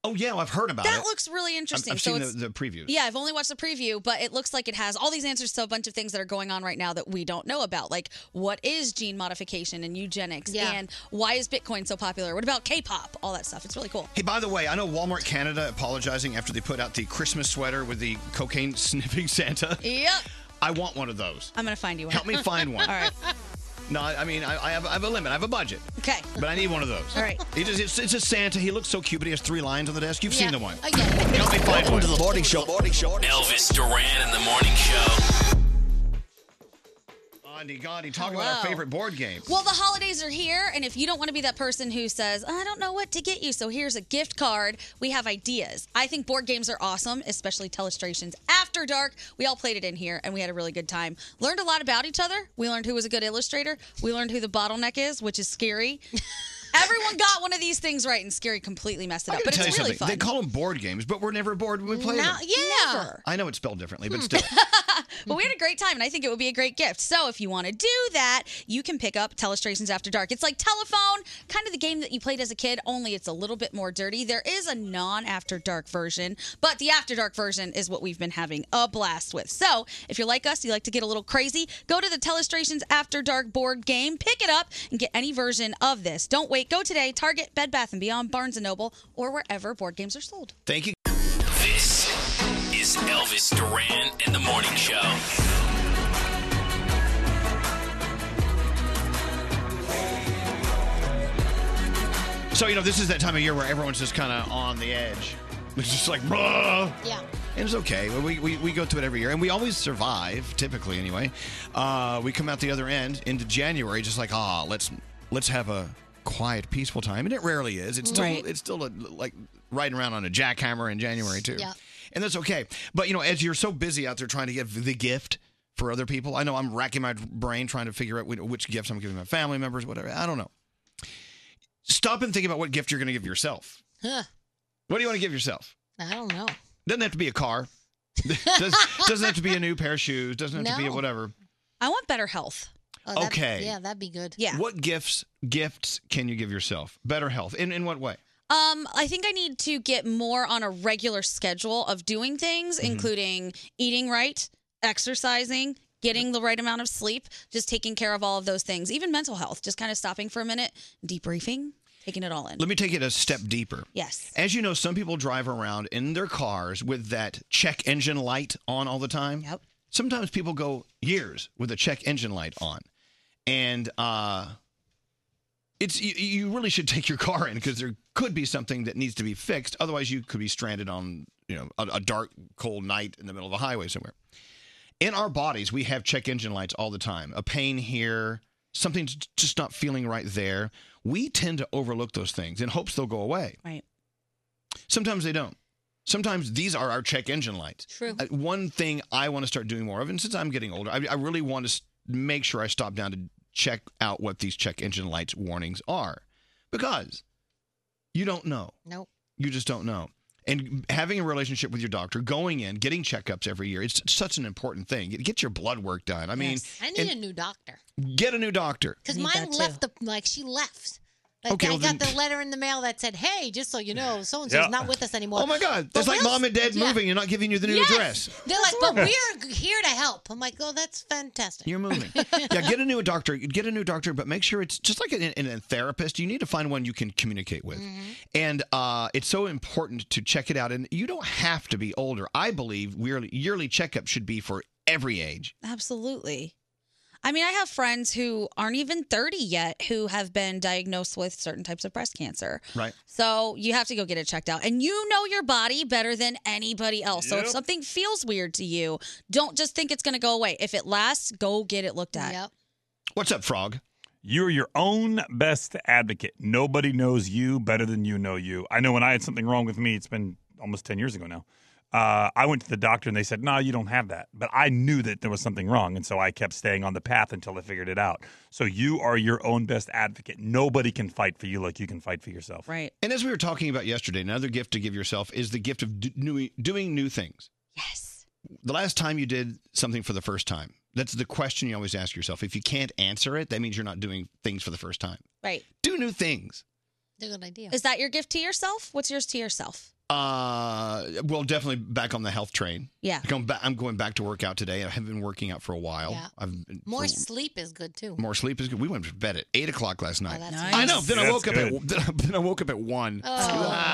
Oh yeah, well, I've heard about it.
that looks really interesting.
I've, I've
so
seen
it's
the, the previews.
Yeah, I've only watched the preview, but it looks like it has all these answers to a bunch of things that are going on right now that we don't know about. Like, what is gene modification and eugenics?
Yeah.
And why is Bitcoin so popular? What about K pop? All that stuff. It's really cool.
Hey, by the way, I know Walmart Canada apologizing after they put out the Christmas sweater with the cocaine sniffing Santa.
Yep.
I want one of those.
I'm going to find you one.
Help me find one.
all right.
No, I I mean, I, I, have, I have a limit. I have a budget.
Okay.
But I need one of those.
All right.
He just, it's, it's a Santa. He looks so cute, but he has three lines on the desk. You've seen the
Oh,
one.
yeah.
Help me find one. to the morning show. Morning show.
Elvis Duran in the morning show.
Gandhi, Gandhi, talk about our
Hello.
favorite board game.
Well, the holidays are here, and if you don't want to be that person who says, I don't know what to get you, so here's a gift card, we have ideas. I think board games are awesome, especially Telestrations After Dark. We all played it in here, and we had a really good time. Learned a lot about each other. We learned who was a good illustrator. We learned who the bottleneck is, which is scary. Everyone got one of these things right, and Scary completely messed it up.
I'm
But
gonna
it's
tell you
really
something. They
fun.
call them board games, but we're never bored when we play
Now-
them.
yeah. Hmm. Never.
I know it's spelled differently, but still.
But we had a great time, and I think it would be a great gift. So if you want to do that, you can pick up Telestrations After Dark. It's like telephone, kind of the game that you played as a kid, only it's a little bit more dirty. There is a non After Dark version, but the After Dark version is what we've been having a blast with. So if you're like us, you like to get a little crazy, go to the Telestrations After Dark board game, pick it up, and get any version of this. Don't wait. Go today. Target, Bed Bath & Beyond, Barnes & Noble, or wherever board games are sold.
Thank you.
This is Elvis Duran in the morning show.
So, you know, this is that time of year where everyone's just kind of on the edge. It's just like, bruh.
Yeah.
And it's okay. We, we, we go through it every year, and we always survive, typically anyway. Uh, we come out the other end into January, just like ah, let's let's have a quiet, peaceful time, and it rarely is. It's still
Right.
it's still a, like riding around on a jackhammer in January too,
Yeah.
and that's okay. But you know, as you're so busy out there trying to give the gift for other people, I know I'm racking my brain trying to figure out which- which gifts I'm giving my family members, whatever. I don't know. Stop and think about what gift you're going to give yourself.
Huh.
What do you want to give yourself?
I don't know.
Doesn't have to be a car. Does, doesn't have to be a new pair of shoes. Doesn't have to be a
No.
whatever.
I want better health.
Oh, that'd-
Okay.
Yeah, that'd be good.
What gifts gifts can you give yourself? Better health. In in what way?
Um, I think I need to get more on a regular schedule of doing things, including eating right, exercising, getting the right amount of sleep, just taking care of all of those things, even mental health, just kind of stopping for a minute, debriefing, taking it all in.
Let me take it a step deeper.
Yes.
As you know, some people drive around in their cars with that check engine light on all the time. Yep. Sometimes people go years with a check engine light on, and uh, it's you, you really should take your car in because there could be something that needs to be fixed. Otherwise, you could be stranded on you know a, a dark, cold night in the middle of a highway somewhere. In our bodies, we have check engine lights all the time. A pain here, something's just not feeling right there. We tend to overlook those things in hopes they'll go away.
Right.
Sometimes they don't. Sometimes these are our check engine lights.
True.
Uh, One thing I want to start doing more of, and since I'm getting older, I, I really want to s- make sure I stop down to check out what these check engine lights warnings are because you don't know.
Nope.
You just don't know. And having a relationship with your doctor, going in, getting checkups every year, it's such an important thing. Get your blood work done. I mean,
I need a
and
new doctor.
get a new doctor.
Because mine left the like she left. Like
Okay,
I
well,
got
then-
the letter in the mail that said, "Hey, just so you know, so and so's
Yeah.
not with us anymore."
Oh my God. It's like mom and dad moving and not giving you the new
Yes!
address.
They're like, "But we're here to help." I'm like, "Oh, that's fantastic."
You're moving. yeah, get a new doctor. Get a new doctor, but make sure it's just like in, in a therapist. You need to find one you can communicate with, and uh, it's so important to check it out. And you don't have to be older. I believe yearly, yearly checkup should be for every age.
Absolutely. I mean, I have friends who aren't even 30 yet who have been diagnosed with certain types of breast cancer.
Right.
So you have to go get it checked out. And you know your body better than anybody else. So if
Yep.
something feels weird to you, don't just think it's going to go away. If it lasts, go get it looked at. Yep.
What's up, Frog?
You're your own best advocate. Nobody knows you better than you know you. I know when I had something wrong with me, it's been almost 10 years ago now. Uh, I went to the doctor and they said, No, you don't have that. But I knew that there was something wrong. And so I kept staying on the path until I figured it out. So you are your own best advocate. Nobody can fight for you like you can fight for yourself.
Right.
And as we were talking about yesterday, another gift to give yourself is the gift of do, new, doing new things.
Yes.
the last time you did something for the first time? That's the question you always ask yourself. If you can't answer it, that means you're not doing things for the first time.
Right.
Do new things.
Good idea.
Is that your gift to yourself? What's yours to yourself?
Uh, well, definitely back on the health train.
Yeah.
Like I'm, ba- I'm going back to work out today. I have been working out for a while.
Yeah.
I've been,
More sleep is good too.
more sleep is good. We went to bed at eight o'clock last night.
Oh, that's
I
nice.
know. Then I
That's
woke up at
good.
then I, then I woke up at one.
Oh.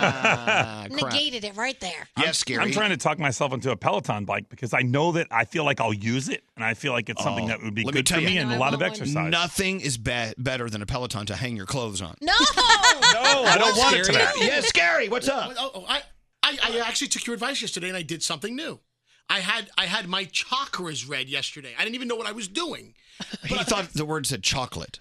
Ah, crap.
Negated it right there.
Yes, Gary.
I'm trying to talk myself into a Peloton bike because I know that I feel like I'll use it, and I feel like it's something
Oh,
that would be
let
good
me tell
for
you,
me and a lot of exercise.
Nothing is be- better than a Peloton to hang your clothes on.
No,
no, I don't want it
Scary.
tonight.
Yes, Gary, what's up?
Oh, oh, I, I, I actually took your advice yesterday and I did something new. I had I had my chakras read yesterday. I didn't even know what I was doing.
He thought the word said chocolate.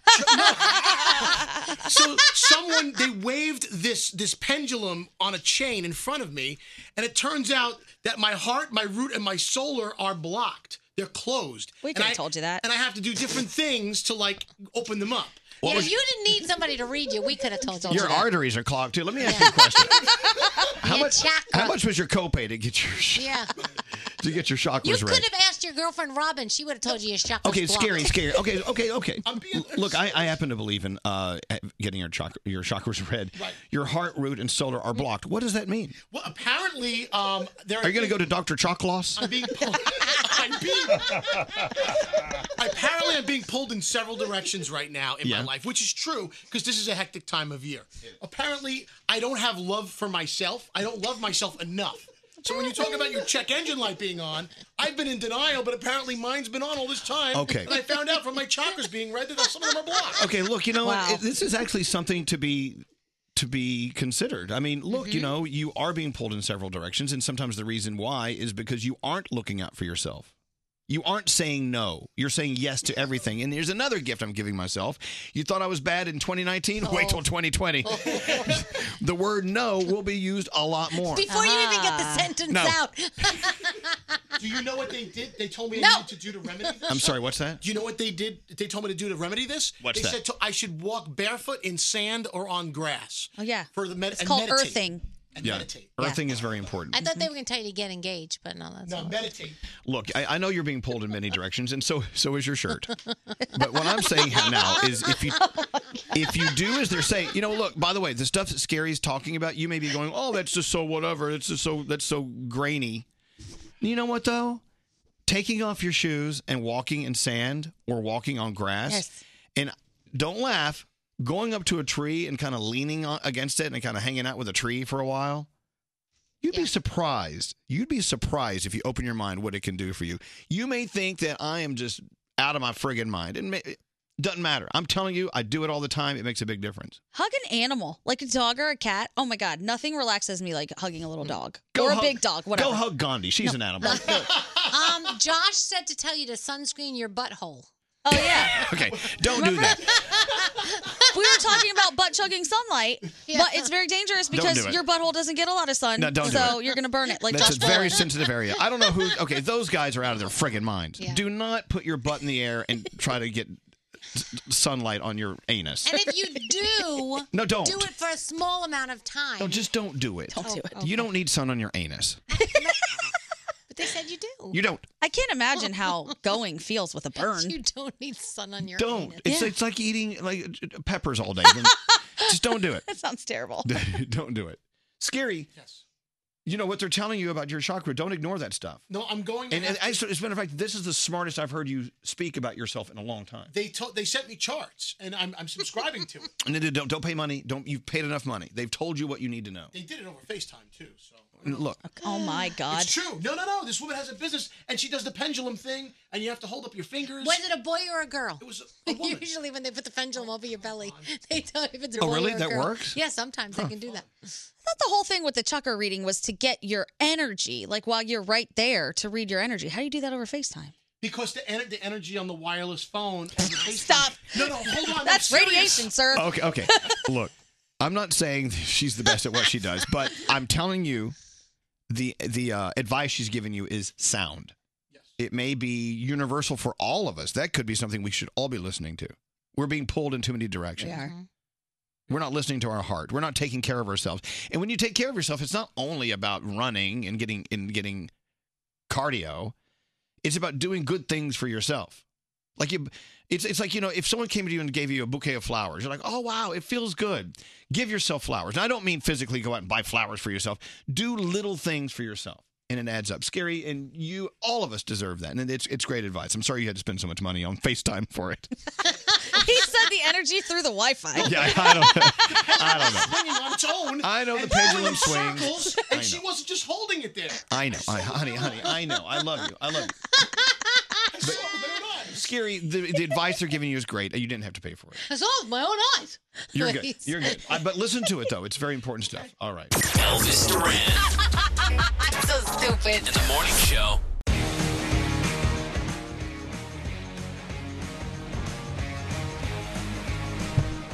So someone they waved this this pendulum on a chain in front of me, and it turns out that my heart, my root, and my solar are blocked. They're closed.
We
And
could've
I-
told you that.
And I have to do different things to like open them up.
yeah, you didn't need somebody to read you. We could have told you.
Your
that.
arteries are clogged too. Let me ask you a question. how
Your
much?
chakra.
How much was your copay to get your
Yeah.
to get your
You
chakras
could
read?
have asked your girlfriend Robin. She would have told you your chakras.
Okay,
blocked.
scary, scary. Okay, okay, okay. Look, I, I happen to believe in uh, getting your chakra, your chakras read.
Right.
Your heart, root, and solar are blocked. What does that mean?
Well, apparently, um, there
Are you going to go to Doctor Chakloss?
I'm being pulled. I'm being. Apparently, I'm being pulled in several directions right now in
Yeah.
my life, which is true because this is a hectic time of year. Apparently, I don't have love for myself. I don't love myself enough. So when you talk about your check engine light being on, I've been in denial, but apparently mine's been on all this time.
Okay.
And I found out from my chakras being read that some of them are blocked.
Okay, look, you know
Wow.
what? This is actually something to be to be considered. I mean, look,
Mm-hmm.
you
Mhm.
know, you are being pulled in several directions, and sometimes the reason why is because you aren't looking out for yourself. You aren't saying no. You're saying yes to everything. And here's another gift I'm giving myself. You thought I was bad in 2019?
Oh.
Wait till 2020. the word no will be used a lot more.
Before you even get
Ah.
the sentence
Ah. No.
out.
Do you know what they did? They told me I needed to do to remedy this.
I'm sorry, what's that?
Do you know what they did? They told me to do to remedy this.
What's
they
that?
said to, I should walk barefoot in sand or on grass.
Oh yeah.
For the med-
It's
and
called
meditate.
earthing.
And
Yeah.
meditate.
Earthing is very important.
I thought they were going to tell you to get engaged, but no, that's
No,
not.
meditate.
Look, I, I know you're being pulled in many directions, and so so is your shirt. But what I'm saying now is, if you if you do as they're saying, you know, look. By the way, the stuff that Scary's talking about, you may be going, "Oh, that's just so whatever. That's just so that's so grainy." You know what though? Taking off your shoes and walking in sand or walking on grass,
Yes.
and don't laugh. Going up to a tree and kind of leaning on, against it and kind of hanging out with a tree for a while. You'd be surprised. You'd be surprised if you open your mind what it can do for you. You may think that I am just out of my friggin' mind. It, may, it doesn't matter. I'm telling you, I do it all the time. It makes a big difference.
Hug an animal, like a dog or a cat. Oh my God, nothing relaxes me like hugging a little dog
Mm. Go
or
hug-
a big dog. Whatever.
Go hug Gandhi. She's an animal.
Um, Josh said to tell you to sunscreen your butthole.
okay, don't do that.
we were talking about butt chugging sunlight, but it's very dangerous
Don't
because
do it.
your butthole doesn't get a lot of sun.
No, don't do
so
it.
you're gonna burn it. Like
That's
Josh
a very
Brolin.
sensitive area. I don't know who. Okay, those guys are out of their friggin' minds. Do not put your butt in the air and try to get s- sunlight on your anus.
And if you do,
No, don't.
do it for a small amount of time.
No, just don't do it.
Don't do it.
You don't need sun on your anus.
But they said you do.
You don't.
I can't imagine how going feels with a burn.
You don't need sun on your.
Don't.
anus.
It's it's like eating like peppers all day. Just don't do it.
That sounds terrible.
don't do it. Scary.
Yes.
You know what they're telling you about your chakra. Don't ignore that stuff.
No, I'm going. To
And,
have
and I, as a matter of fact, this is the smartest I've heard you speak about yourself in a long time.
they told they sent me charts, and I'm I'm subscribing to it.
And then don't don't pay money. Don't you've paid enough money. They've told you what you need to know.
They did it over Facetime too. So
And Look,
Oh my God.
it's true. No, no, no. This woman has a business, and she does the pendulum thing, and you have to hold up your fingers.
Was it a boy or a girl? It
was
Usually, when they put the pendulum over your belly, they tell you if it's a
Oh,
boy
really?
or a
That
girl.
works?
Yeah, sometimes they can do that.
I thought the whole thing with the chakra reading was to get your energy, like while you're right there to read your energy. How do you do that over FaceTime?
because the en- the energy on the wireless phone. And the Stop. No, no, hold on. I'm
That's
serious.
radiation, sir.
Okay, okay. Look, I'm not saying that she's the best at what she does, but I'm telling you, the the uh, advice she's giving you is sound. It may be universal for all of us. That could be something we should all be listening to. We're being pulled in too many directions.
Mm-hmm.
Mm-hmm.
We're not listening to our heart. We're not taking care of ourselves. And when you take care of yourself, it's not only about running and getting and getting cardio. It's about doing good things for yourself. Like you, it's it's like you know, if someone came to you and gave you a bouquet of flowers, you're like, oh wow, it feels good. Give yourself flowers. And I don't mean physically go out and buy flowers for yourself. Do little things for yourself, and it adds up. Scary, and you, all of us deserve that, and it's it's great advice. I'm sorry you had to spend so much money on FaceTime for it.
he said the energy through the Wi-Fi.
yeah, I, I don't, I don't know.
Swinging on its own.
I know the
and
pendulum
going in
swings.
circles,
I
and she
know.
wasn't just holding it there.
I know, I, honey, honey, I know. I love you. I love you. But, scary. The, the advice they're giving you is great. You didn't have to pay for it.
It's all my own eyes.
You're good.
Please.
You're good. Uh, but listen to it though. It's very important stuff. All right.
Elvis Duran
so stupid.
in the morning show.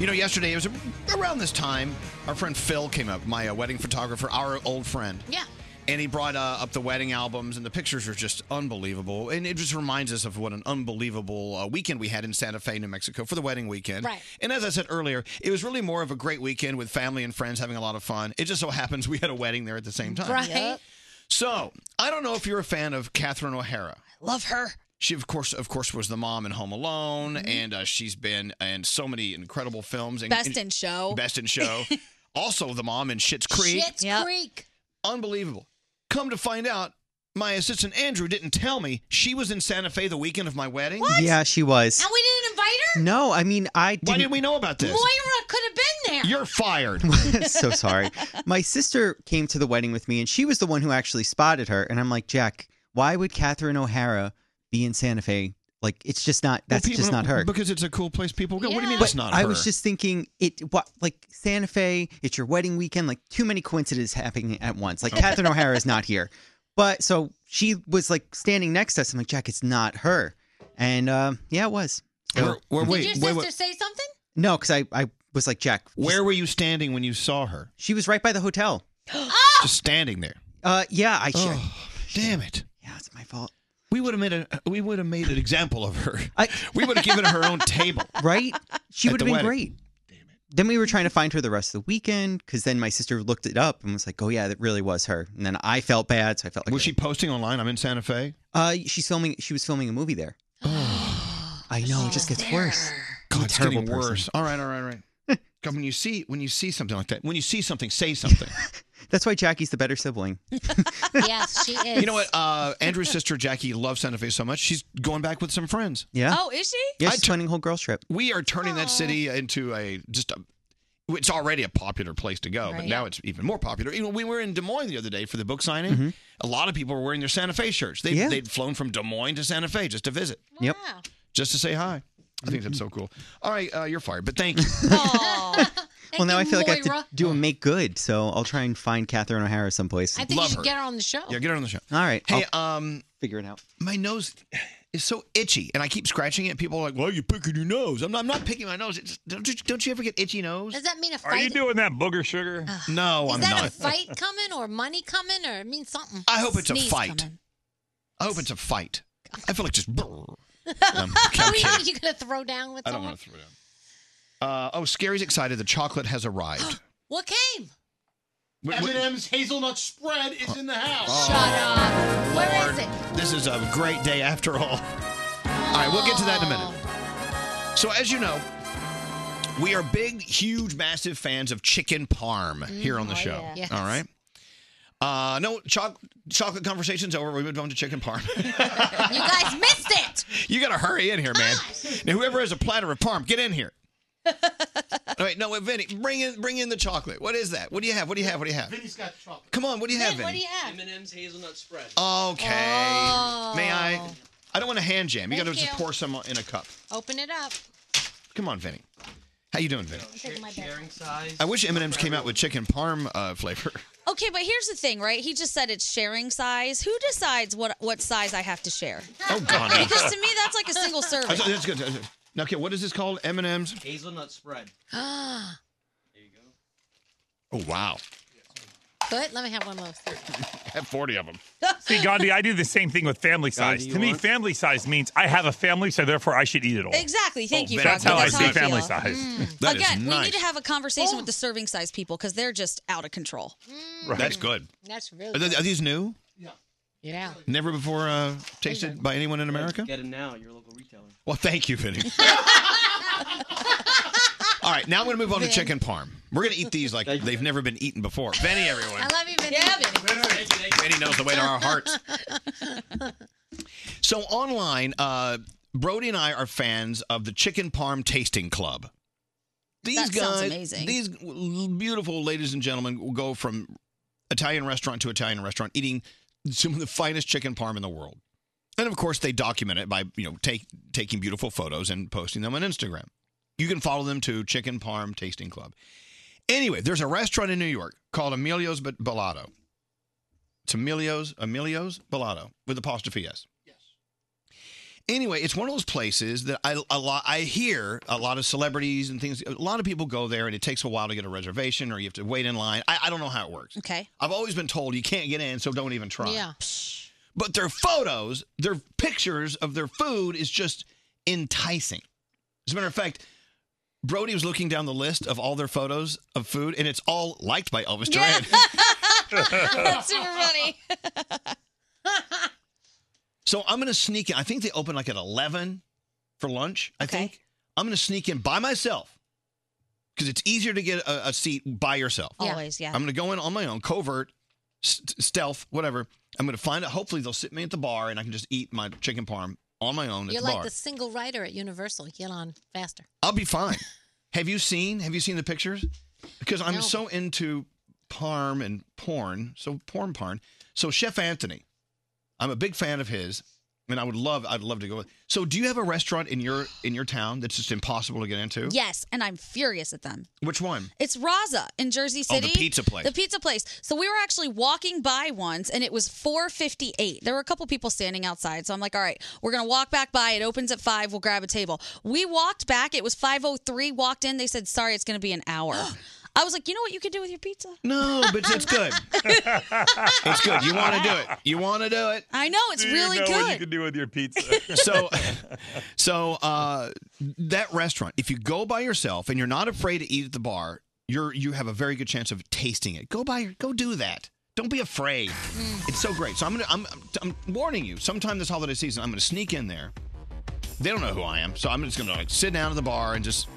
You know, yesterday it was around this time. Our friend Phil came up, my uh, wedding photographer, our old friend.
Yeah.
And he brought uh, up the wedding albums, and the pictures are just unbelievable. And it just reminds us of what an unbelievable uh, weekend we had in Santa Fe, New Mexico, for the wedding weekend.
Right.
And as I said earlier, it was really more of a great weekend with family and friends having a lot of fun. It just so happens we had a wedding there at the same time.
Right. Yep.
So I don't know if you're a fan of Catherine O'Hara.
Love her. Mm-hmm.
She of course, of course, was the mom in Home Alone, and uh, she's been in so many incredible films. And,
Best in Show.
Best in show. also, the mom in Schitt's Creek.
Shit's Creek.
Unbelievable. Come to find out, my assistant Andrew didn't tell me she was in Santa Fe the weekend of my wedding.
Yeah, she was.
And we didn't invite her?
No, I mean I. Didn't...
Why didn't we know about this?
Moira could have been there.
You're fired.
so sorry. My sister came to the wedding with me, and she was the one who actually spotted her. And I'm like, Jack, why would Catherine O'Hara be in Santa Fe? Like, it's just not. That's
People-
just not her.
Because it's a cool place people go. What do you mean
But
it's not
I
her?
was just thinking it. What like Santa Fe? It's your wedding weekend. Like too many coincidences happening at once. Like
Okay.
Catherine O'Hara is not here, but so she was like standing next to us. I'm like, Jack, it's not her. And um, yeah, it was. So-
Where- where-
Did your
wait,
sister
wait.
say something?
No, because I, I was like, Jack.
Where were you standing when you saw her?
She was right by the hotel.
just standing there.
Uh, yeah, I. should.
Oh, damn it.
Yeah, it's my fault.
We would have made a uh, we would have made an example of her. we would have given her her own table.
Right? She
At
would
the
have
wedding.
been great. Then we were trying to find her the rest of the weekend because then my sister looked it up and was like, "Oh yeah, that really was her." And then I felt bad, so I felt like.
Was she posting online? I'm in Santa Fe.
Uh, she's filming. She was filming a movie there. I know. It just gets worse.
God, it's
terrible
Oh. getting
person.
worse. All right, all right, all right. God, when you see when you see something like that, when you see something, say something.
That's why Jackie's the better sibling.
yes, she is.
You know what? Uh, Andrew's sister Jackie loves Santa Fe so much. She's going back with some friends.
Yeah.
Oh, is she?
Yeah, she's planning a whole girls trip.
We are turning that city into a just a. It's already a popular place to go, but
Right.
now it's even more popular. You know, we were in Des Moines the other day for the book signing. A lot of people were wearing their Santa Fe shirts. They,
Yeah.
They'd flown from Des Moines to Santa Fe just to visit.
Yep.
Just to say hi. I think that's so cool. All right, uh, you're fired, but thank you.
well, now I feel like I have to
Moira.
do a make good, so I'll try and find Catherine O'Hara someplace.
I think you should get her on the show.
Yeah, get her on the show.
All right.
Hey,
I'll
um,
figure it out.
my nose is so itchy, and I keep scratching it. People are like, "Why are you picking your nose?" I'm not, I'm not picking my nose. It's, don't you don't you ever get itchy nose?
Does that mean a
Are
fight?
you
doing that booger sugar?
No,
is
I'm
that
not.
a fight coming or money coming or it means something?
I hope it's a
Sneeze
fight.
coming.
I hope it's a fight. I feel like just. brrr. Um, okay,
Are
okay.
you- you gonna throw down with
I don't
someone?
want to throw down. Uh, oh, Scary's excited. The chocolate has arrived.
What came?
Wait, wait.
M&M's hazelnut spread is in the house.
Where is it?
This is a great day after all. All right, we'll get to that in a minute. So, as you know, we are big, huge, massive fans of chicken parm
Mm,
here on the
oh,
show.
yeah. Yes.
All right. Uh, no, choc- chocolate conversation's over. We moved on to chicken parm.
You guys missed it.
you got to hurry in here, man. Now, whoever has a platter of parm, get in here. All right, no, wait, Vinny, bring in, bring in the chocolate. What is that? What do you have? What do you have? What do you have?
Vinny's got chocolate.
Come on, what do you have, Vinny?
have?
M&M's hazelnut spread.
Okay.
Oh.
May I? I don't want to hand jam. You got to
Thank
just
you.
pour some in a cup.
Open it up.
Come on, Vinny. How you doing, Vinny?
I'm taking my bag.
I wish M&M's came out with chicken parm uh, flavor.
Okay, but here's the thing, right? He just said it's sharing size. Who decides what what size I have to share?
Oh God.
because to me, that's like a single
I
serving.
thought- That's good. Now, Okay, what is this called? M&M's?
Hazelnut spread.
Oh wow.
Good. Let me have one of those.
Have 40 of them.
See, Gandhi, I do the same thing with family size.
you
to me,
want-
family size means I have a family, so therefore I should eat it all.
Exactly.
Oh,
Thank you.
That's
Rocky.
how I see
feel. Hmm.
family size. That is
Again, we
nice.
need to have a conversation with the serving size people because they're just out of control.
That's good.
That's
Are, th- are these new?
Yeah.
Never before uh, tasted by anyone in America?
Get it now, your local retailer.
Well, thank you, Vinny. All right, now I'm going to move on to chicken parm. We're going to eat these like they've never been eaten before. Vinny, everyone.
I love you, Vinny. Yeah, Vinny.
Vinny knows the way to our hearts. So online, uh, Brody and I are fans of the Chicken Parm Tasting Club. These
That sounds
guys,
amazing.
these beautiful ladies and gentlemen, will go from Italian restaurant to Italian restaurant, eating some of the finest chicken parm in the world. And of course, they document it by you know take, taking beautiful photos and posting them on Instagram. You can follow them to Chicken Parm Tasting Club. Anyway, there's a restaurant in New York called Emilio's Be- Bellato. It's Emilio's Emilio's Bellato with apostrophe s. Anyway, it's one of those places that I a lot I hear a lot of celebrities and things. A lot of people go there, and it takes a while to get a reservation, or you have to wait in line. I, I don't know how it works.
Okay.
I've always been told you can't get in, so don't even try.
Yeah.
But their photos, their pictures of their food is just enticing. As a matter of fact, Brody was looking down the list of all their photos of food, and it's all liked by Elvis Duran.
That's super funny.
So I'm going to sneak in. I think they open like at 11 for lunch, I think. I'm going to sneak in by myself because it's easier to get a, a seat by yourself.
Always, yeah.
I'm going to go in on my own, covert, st- stealth, whatever. I'm going to find it. Hopefully, they'll sit me at the bar and I can just eat my chicken parm on my own at
You're
the
like
bar.
the single writer at Universal. Get on faster.
I'll be fine. have you seen? Have you seen the pictures? Because I'm
No.
so into parm and porn, so porn parn. So Chef Anthony, I'm a big fan of his, and I would love, I'd love to go. With. So, do you have a restaurant in your in your town that's just impossible to get into?
Yes, and I'm furious at them.
Which one?
It's Raza in Jersey
Oh,
City.
the pizza place.
The pizza place. So we were actually walking by once, and it was 4:58. There were a couple people standing outside, so I'm like, "All right, we're gonna walk back by. It opens at five. We'll grab a table." We walked back. It was 5:03. Walked in. They said, "Sorry, it's gonna be an hour." I was like, "You know what you could do with your pizza?"
No, but it's good. it's good. You want to do it. You want to do it.
I know it's
Do you
really
know What you
good.
can do with your pizza.
so so uh, that restaurant if you go by yourself and you're not afraid to eat at the bar you're you have a very good chance of tasting it go by go do that don't be afraid
Mm.
it's so great so i'm gonna I'm, I'm I'm warning you sometime this holiday season i'm gonna sneak in there they don't know who i am so i'm just gonna like, sit down at the bar and just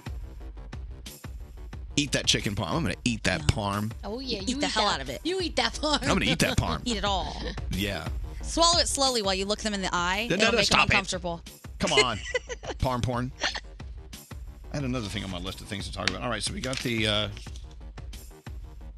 eat that chicken parm i'm gonna eat that parm
Oh yeah, you
the hell
that-
out of it.
You eat that parm.
I'm gonna eat that parm.
Eat it all.
yeah
Swallow it slowly while you look them in the eye.
No, no,
It'll
no,
make
stop it.
them uncomfortable.
Come on. Parm porn. I had another thing on my list of things to talk about. All right, so we got the uh,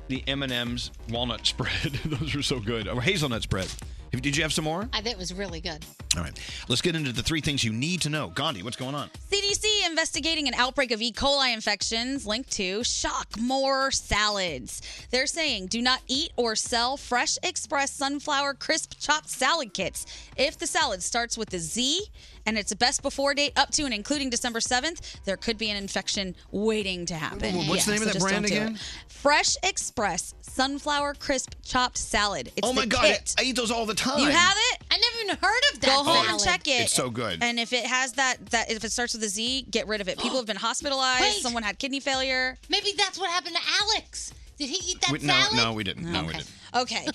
the M and M's walnut spread. Those were so good. Or hazelnut spread. If- Did you have some more?
I, that was really good.
All right, let's get into the three things you need to know. Gandhi, what's going on?
CDC investigating an outbreak of E. coli infections linked to shock more salads. They're saying do not eat or sell fresh express sunflower crisp chopped salad kits. If the salad starts with a Z and it's a best before date up to and including December 7th, there could be an infection waiting to happen.
Wh- wh- what's the name of that
just
brand
don't do
again?
it. Fresh Express Sunflower Crisp Chopped Salad. It's
oh my
the
God,
kit.
I eat those all the time.
You have it?
I never even heard of that.
Go home and
salad.
check it.
It's so good.
And if it has that, that if it starts with a Z, get rid of it. People have been hospitalized. Someone had kidney failure.
Maybe that's what happened to Alex. Did he eat that
We- no,
salad?
no, we didn't. No, we didn't.
Okay.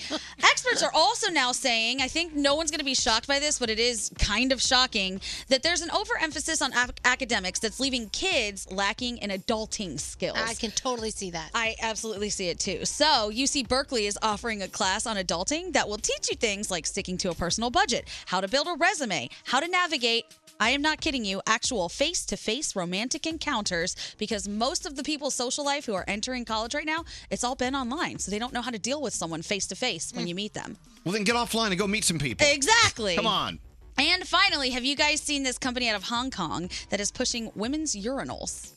Experts are also now saying, I think no one's going to be shocked by this, but it is kind of shocking that there's an overemphasis on ac- academics that's leaving kids lacking in adulting skills.
I can totally see that.
I absolutely see it too. So, UC Berkeley is offering a class on adulting that will teach you things like sticking to a personal budget, how to build a resume, how to navigate. I am not kidding you, actual face to face romantic encounters because most of the people's social life who are entering college right now, it's all been online. So they don't know how to deal with someone face to face when you meet them.
Well, then get offline and go meet some people.
Exactly.
Mm. Come on.
And finally, have you guys seen this company out of Hong Kong that is pushing women's urinals?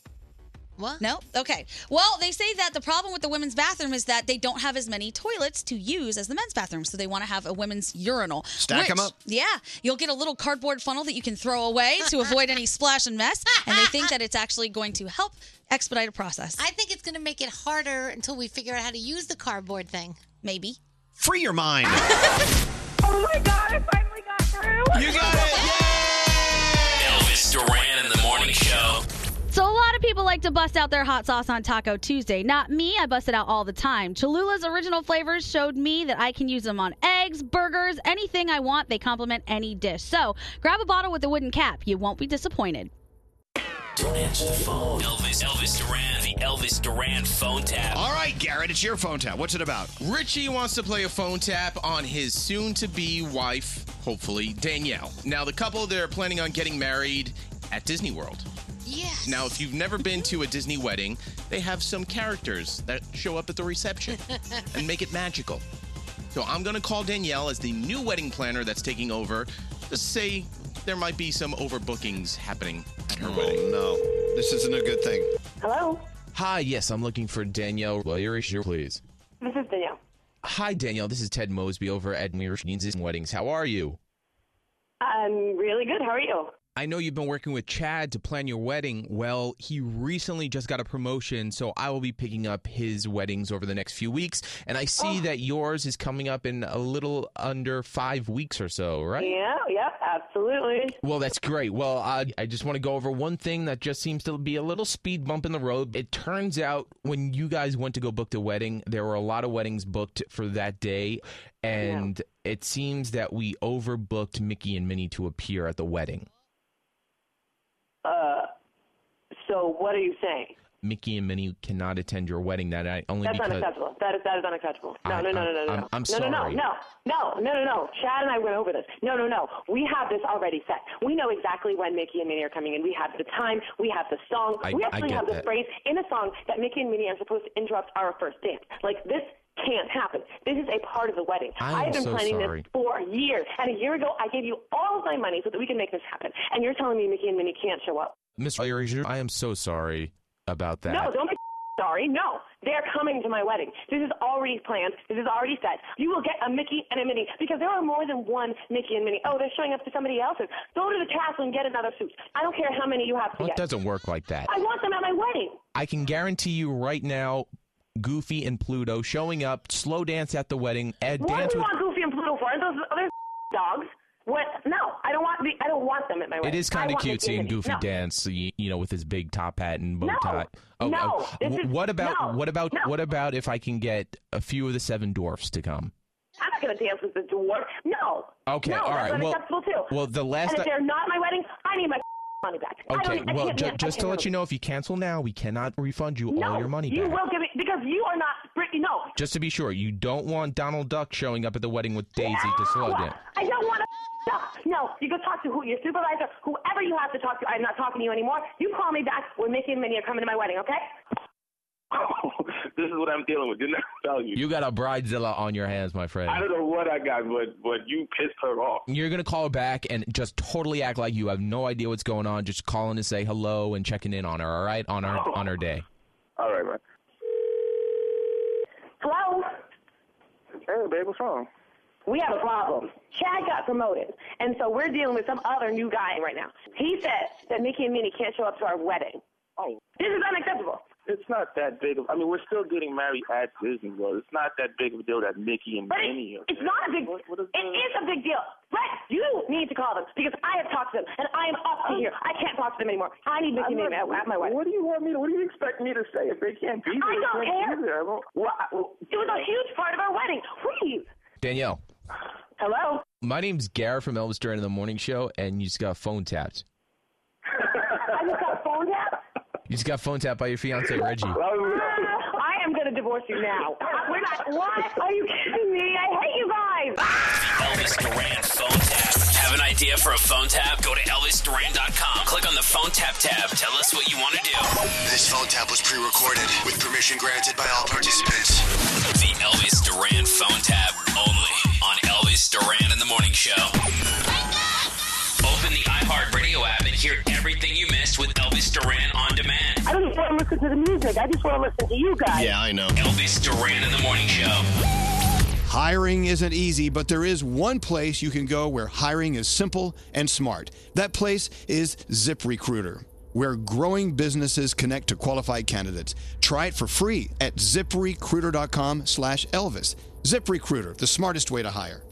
What?
No? Okay. Well, they say that the problem with the women's bathroom is that they don't have as many toilets to use as the men's bathroom. So they want to have a women's urinal.
Stack 'em
which-
up.
Yeah. You'll get a little cardboard funnel that you can throw away to avoid any splash and mess. And they think that it's actually going to help expedite a process.
I think it's going to make it harder until we figure out how to use the cardboard thing.
Maybe.
Free your mind.
Elvis Duran in the morning show.
So a lot of people
people like to bust out their hot sauce on Taco Tuesday. Not me, I bust it out all the time. Cholula's original flavors showed me that I can use them on eggs, burgers, anything I want. They complement any dish. So grab a bottle with a wooden cap. You won't be disappointed.
Don't answer the phone. Elvis, Elvis Duran, the Elvis Duran phone tap.
All right, Garrett, it's your phone tap. What's it about?
Richie wants to play a phone tap on his soon to be wife, hopefully, Danielle. Now, the couple, they're planning on getting married at Disney World.
Yes.
Now, if you've never been to a Disney wedding, they have some characters that show up at the reception and make it magical. So I'm going to call Danielle as the new wedding planner that's taking over to say there might be some overbookings happening at her wedding.
No, this isn't a good thing.
Hello,
Hi, yes, I'm looking for Danielle Lawyer, please.
this is Danielle.
Hi, Danielle. This is Ted Mosby over at New York Jeans and Weddings. How are you?
I'm really good. How are you?
I know you've been working with Chad to plan your wedding. Well, he recently just got a promotion, so I will be picking up his weddings over the next few weeks. And I see that yours is coming up in a little under five weeks or so, right?
Yeah, yep, absolutely.
Well, that's great. Well, uh, I just want to go over one thing that just seems to be a little speed bump in the road. It turns out when you guys went to go book the wedding, there were a lot of weddings booked for that day. And it seems that we overbooked Mickey and Minnie to appear at the wedding.
Uh, so what are you saying?
Mickey and Minnie cannot attend your wedding that night only
That's
because.
unacceptable. That is that is unacceptable. No,
I-
no, no,
I'm-
no, no, no.
I'm-
no.
I'm
no, no,
sorry.
no, no, no, no, no, no. Chad and I went over this. No, no, no. We have this already set. We know exactly when Mickey and Minnie are coming in. We have the time. We have the song.
I-
we
I
actually
get
have the
that.
phrase in a song that Mickey and Minnie are supposed to interrupt our first dance. Like this can't happen. This is a part of the wedding.
I am
have been
so
planning
sorry.
this for years. And a year ago, I gave you all of my money so that we can make this happen. And you're telling me Mickey and Minnie can't show up.
Miss Frazier, I am so sorry about that.
No, don't be sorry. No, they're coming to my wedding. This is already planned. This is already set. You will get a Mickey and a Minnie because there are more than one Mickey and Minnie. Oh, they're showing up to somebody else's. Go to the castle and get another suit. I don't care how many you have to
Well, it
get.
doesn't work like that.
I want them at my wedding.
I can guarantee you right now, Goofy and Pluto showing up, slow dance at the wedding, and
What
dance
do we
with.
want Goofy and Pluto for? Aren't those other dogs? What? No, I don't want the. I don't want them at my
It
wedding.
is
I
kind of
want
cute
Mickey and
seeing
Minnie.
Goofy
No.
dance, you, you know, with his big top hat and bow
No.
tie. Oh,
No. This
wh-
is-
what about
no.
what about
No.
what about if I can get a few of the seven dwarfs to come?
I'm not going to dance with the dwarf. No.
Uh, Okay,
No,
all
that's
right, well-
unacceptable too.
well, the last
And
I-
if they're not at my wedding, I need my money back. I
Okay,
don't, I
well,
can't
ju-
dance. I
just to
can't
let
move.
you know, if you cancel now, we cannot refund you
no,
all your money
you
back.
will give it because you are not Britney. No,
Just to be sure, you don't want Donald Duck showing up at the wedding with Daisy to slow dance.
I don't want to. No, you go talk to who your supervisor, whoever you have to talk to. I'm not talking to you anymore. You call me back when Mickey and Minnie are coming to my wedding, okay? this is what I'm dealing with. Didn't I tell you?
You got a bridezilla on your hands, my friend.
I don't know what I got, but but you pissed her off.
You're gonna call her back and just totally act like you have no idea what's going on. Just calling to say hello and checking in on her. All right, on her on her day.
All right, man. Hello? Hey, babe, what's wrong? We have a problem. Chad got promoted, and so we're dealing with some other new guy right now. He said that Mickey and Minnie can't show up to our wedding. Oh. This is unacceptable. It's not that big of. I mean, we're still getting married at Disney World. It's not that big of a deal that Mickey and But it, Minnie. are- it's not a big. it is a big deal. Brett, you need to call them because I have talked to them and I am up to here. I can't talk to them anymore. I need Mickey and Minnie at, at my wedding. What do you want me? to, What do you expect me to say if they can't be I there, don't they can't care. be there. I won't- Well, I- well- it was a huge part of our wedding. Please.
Danielle,
Hello.
my name's Garrett from Elvis Duran in the Morning Show, and you just got phone tapped.
I just got phone tap.
You just got phone tapped by your fiance Reggie.
Oh, Ah, I am gonna divorce you now. We're not. What? Are you kidding me? I hate you guys.
Elvis Duran phone tap. Have an idea for a phone tap? Go to ElvisDuran.com. Click on the phone tap tab. Tell us what you want to do.
This phone tap was pre-recorded with permission granted by all participants.
The Elvis Duran phone tap only on Elvis Duran in the Morning Show. Open the iHeartRadio app and hear everything you missed with Elvis Duran on demand.
I don't just want to listen to the music. I just want to listen to you guys.
Yeah, I know.
Elvis Duran in the Morning Show.
Hiring isn't easy, but there is one place you can go where hiring is simple and smart. That place is ZipRecruiter, where growing businesses connect to qualified candidates. Try it for free at ziprecruiter.com/elvis. ZipRecruiter, the smartest way to hire.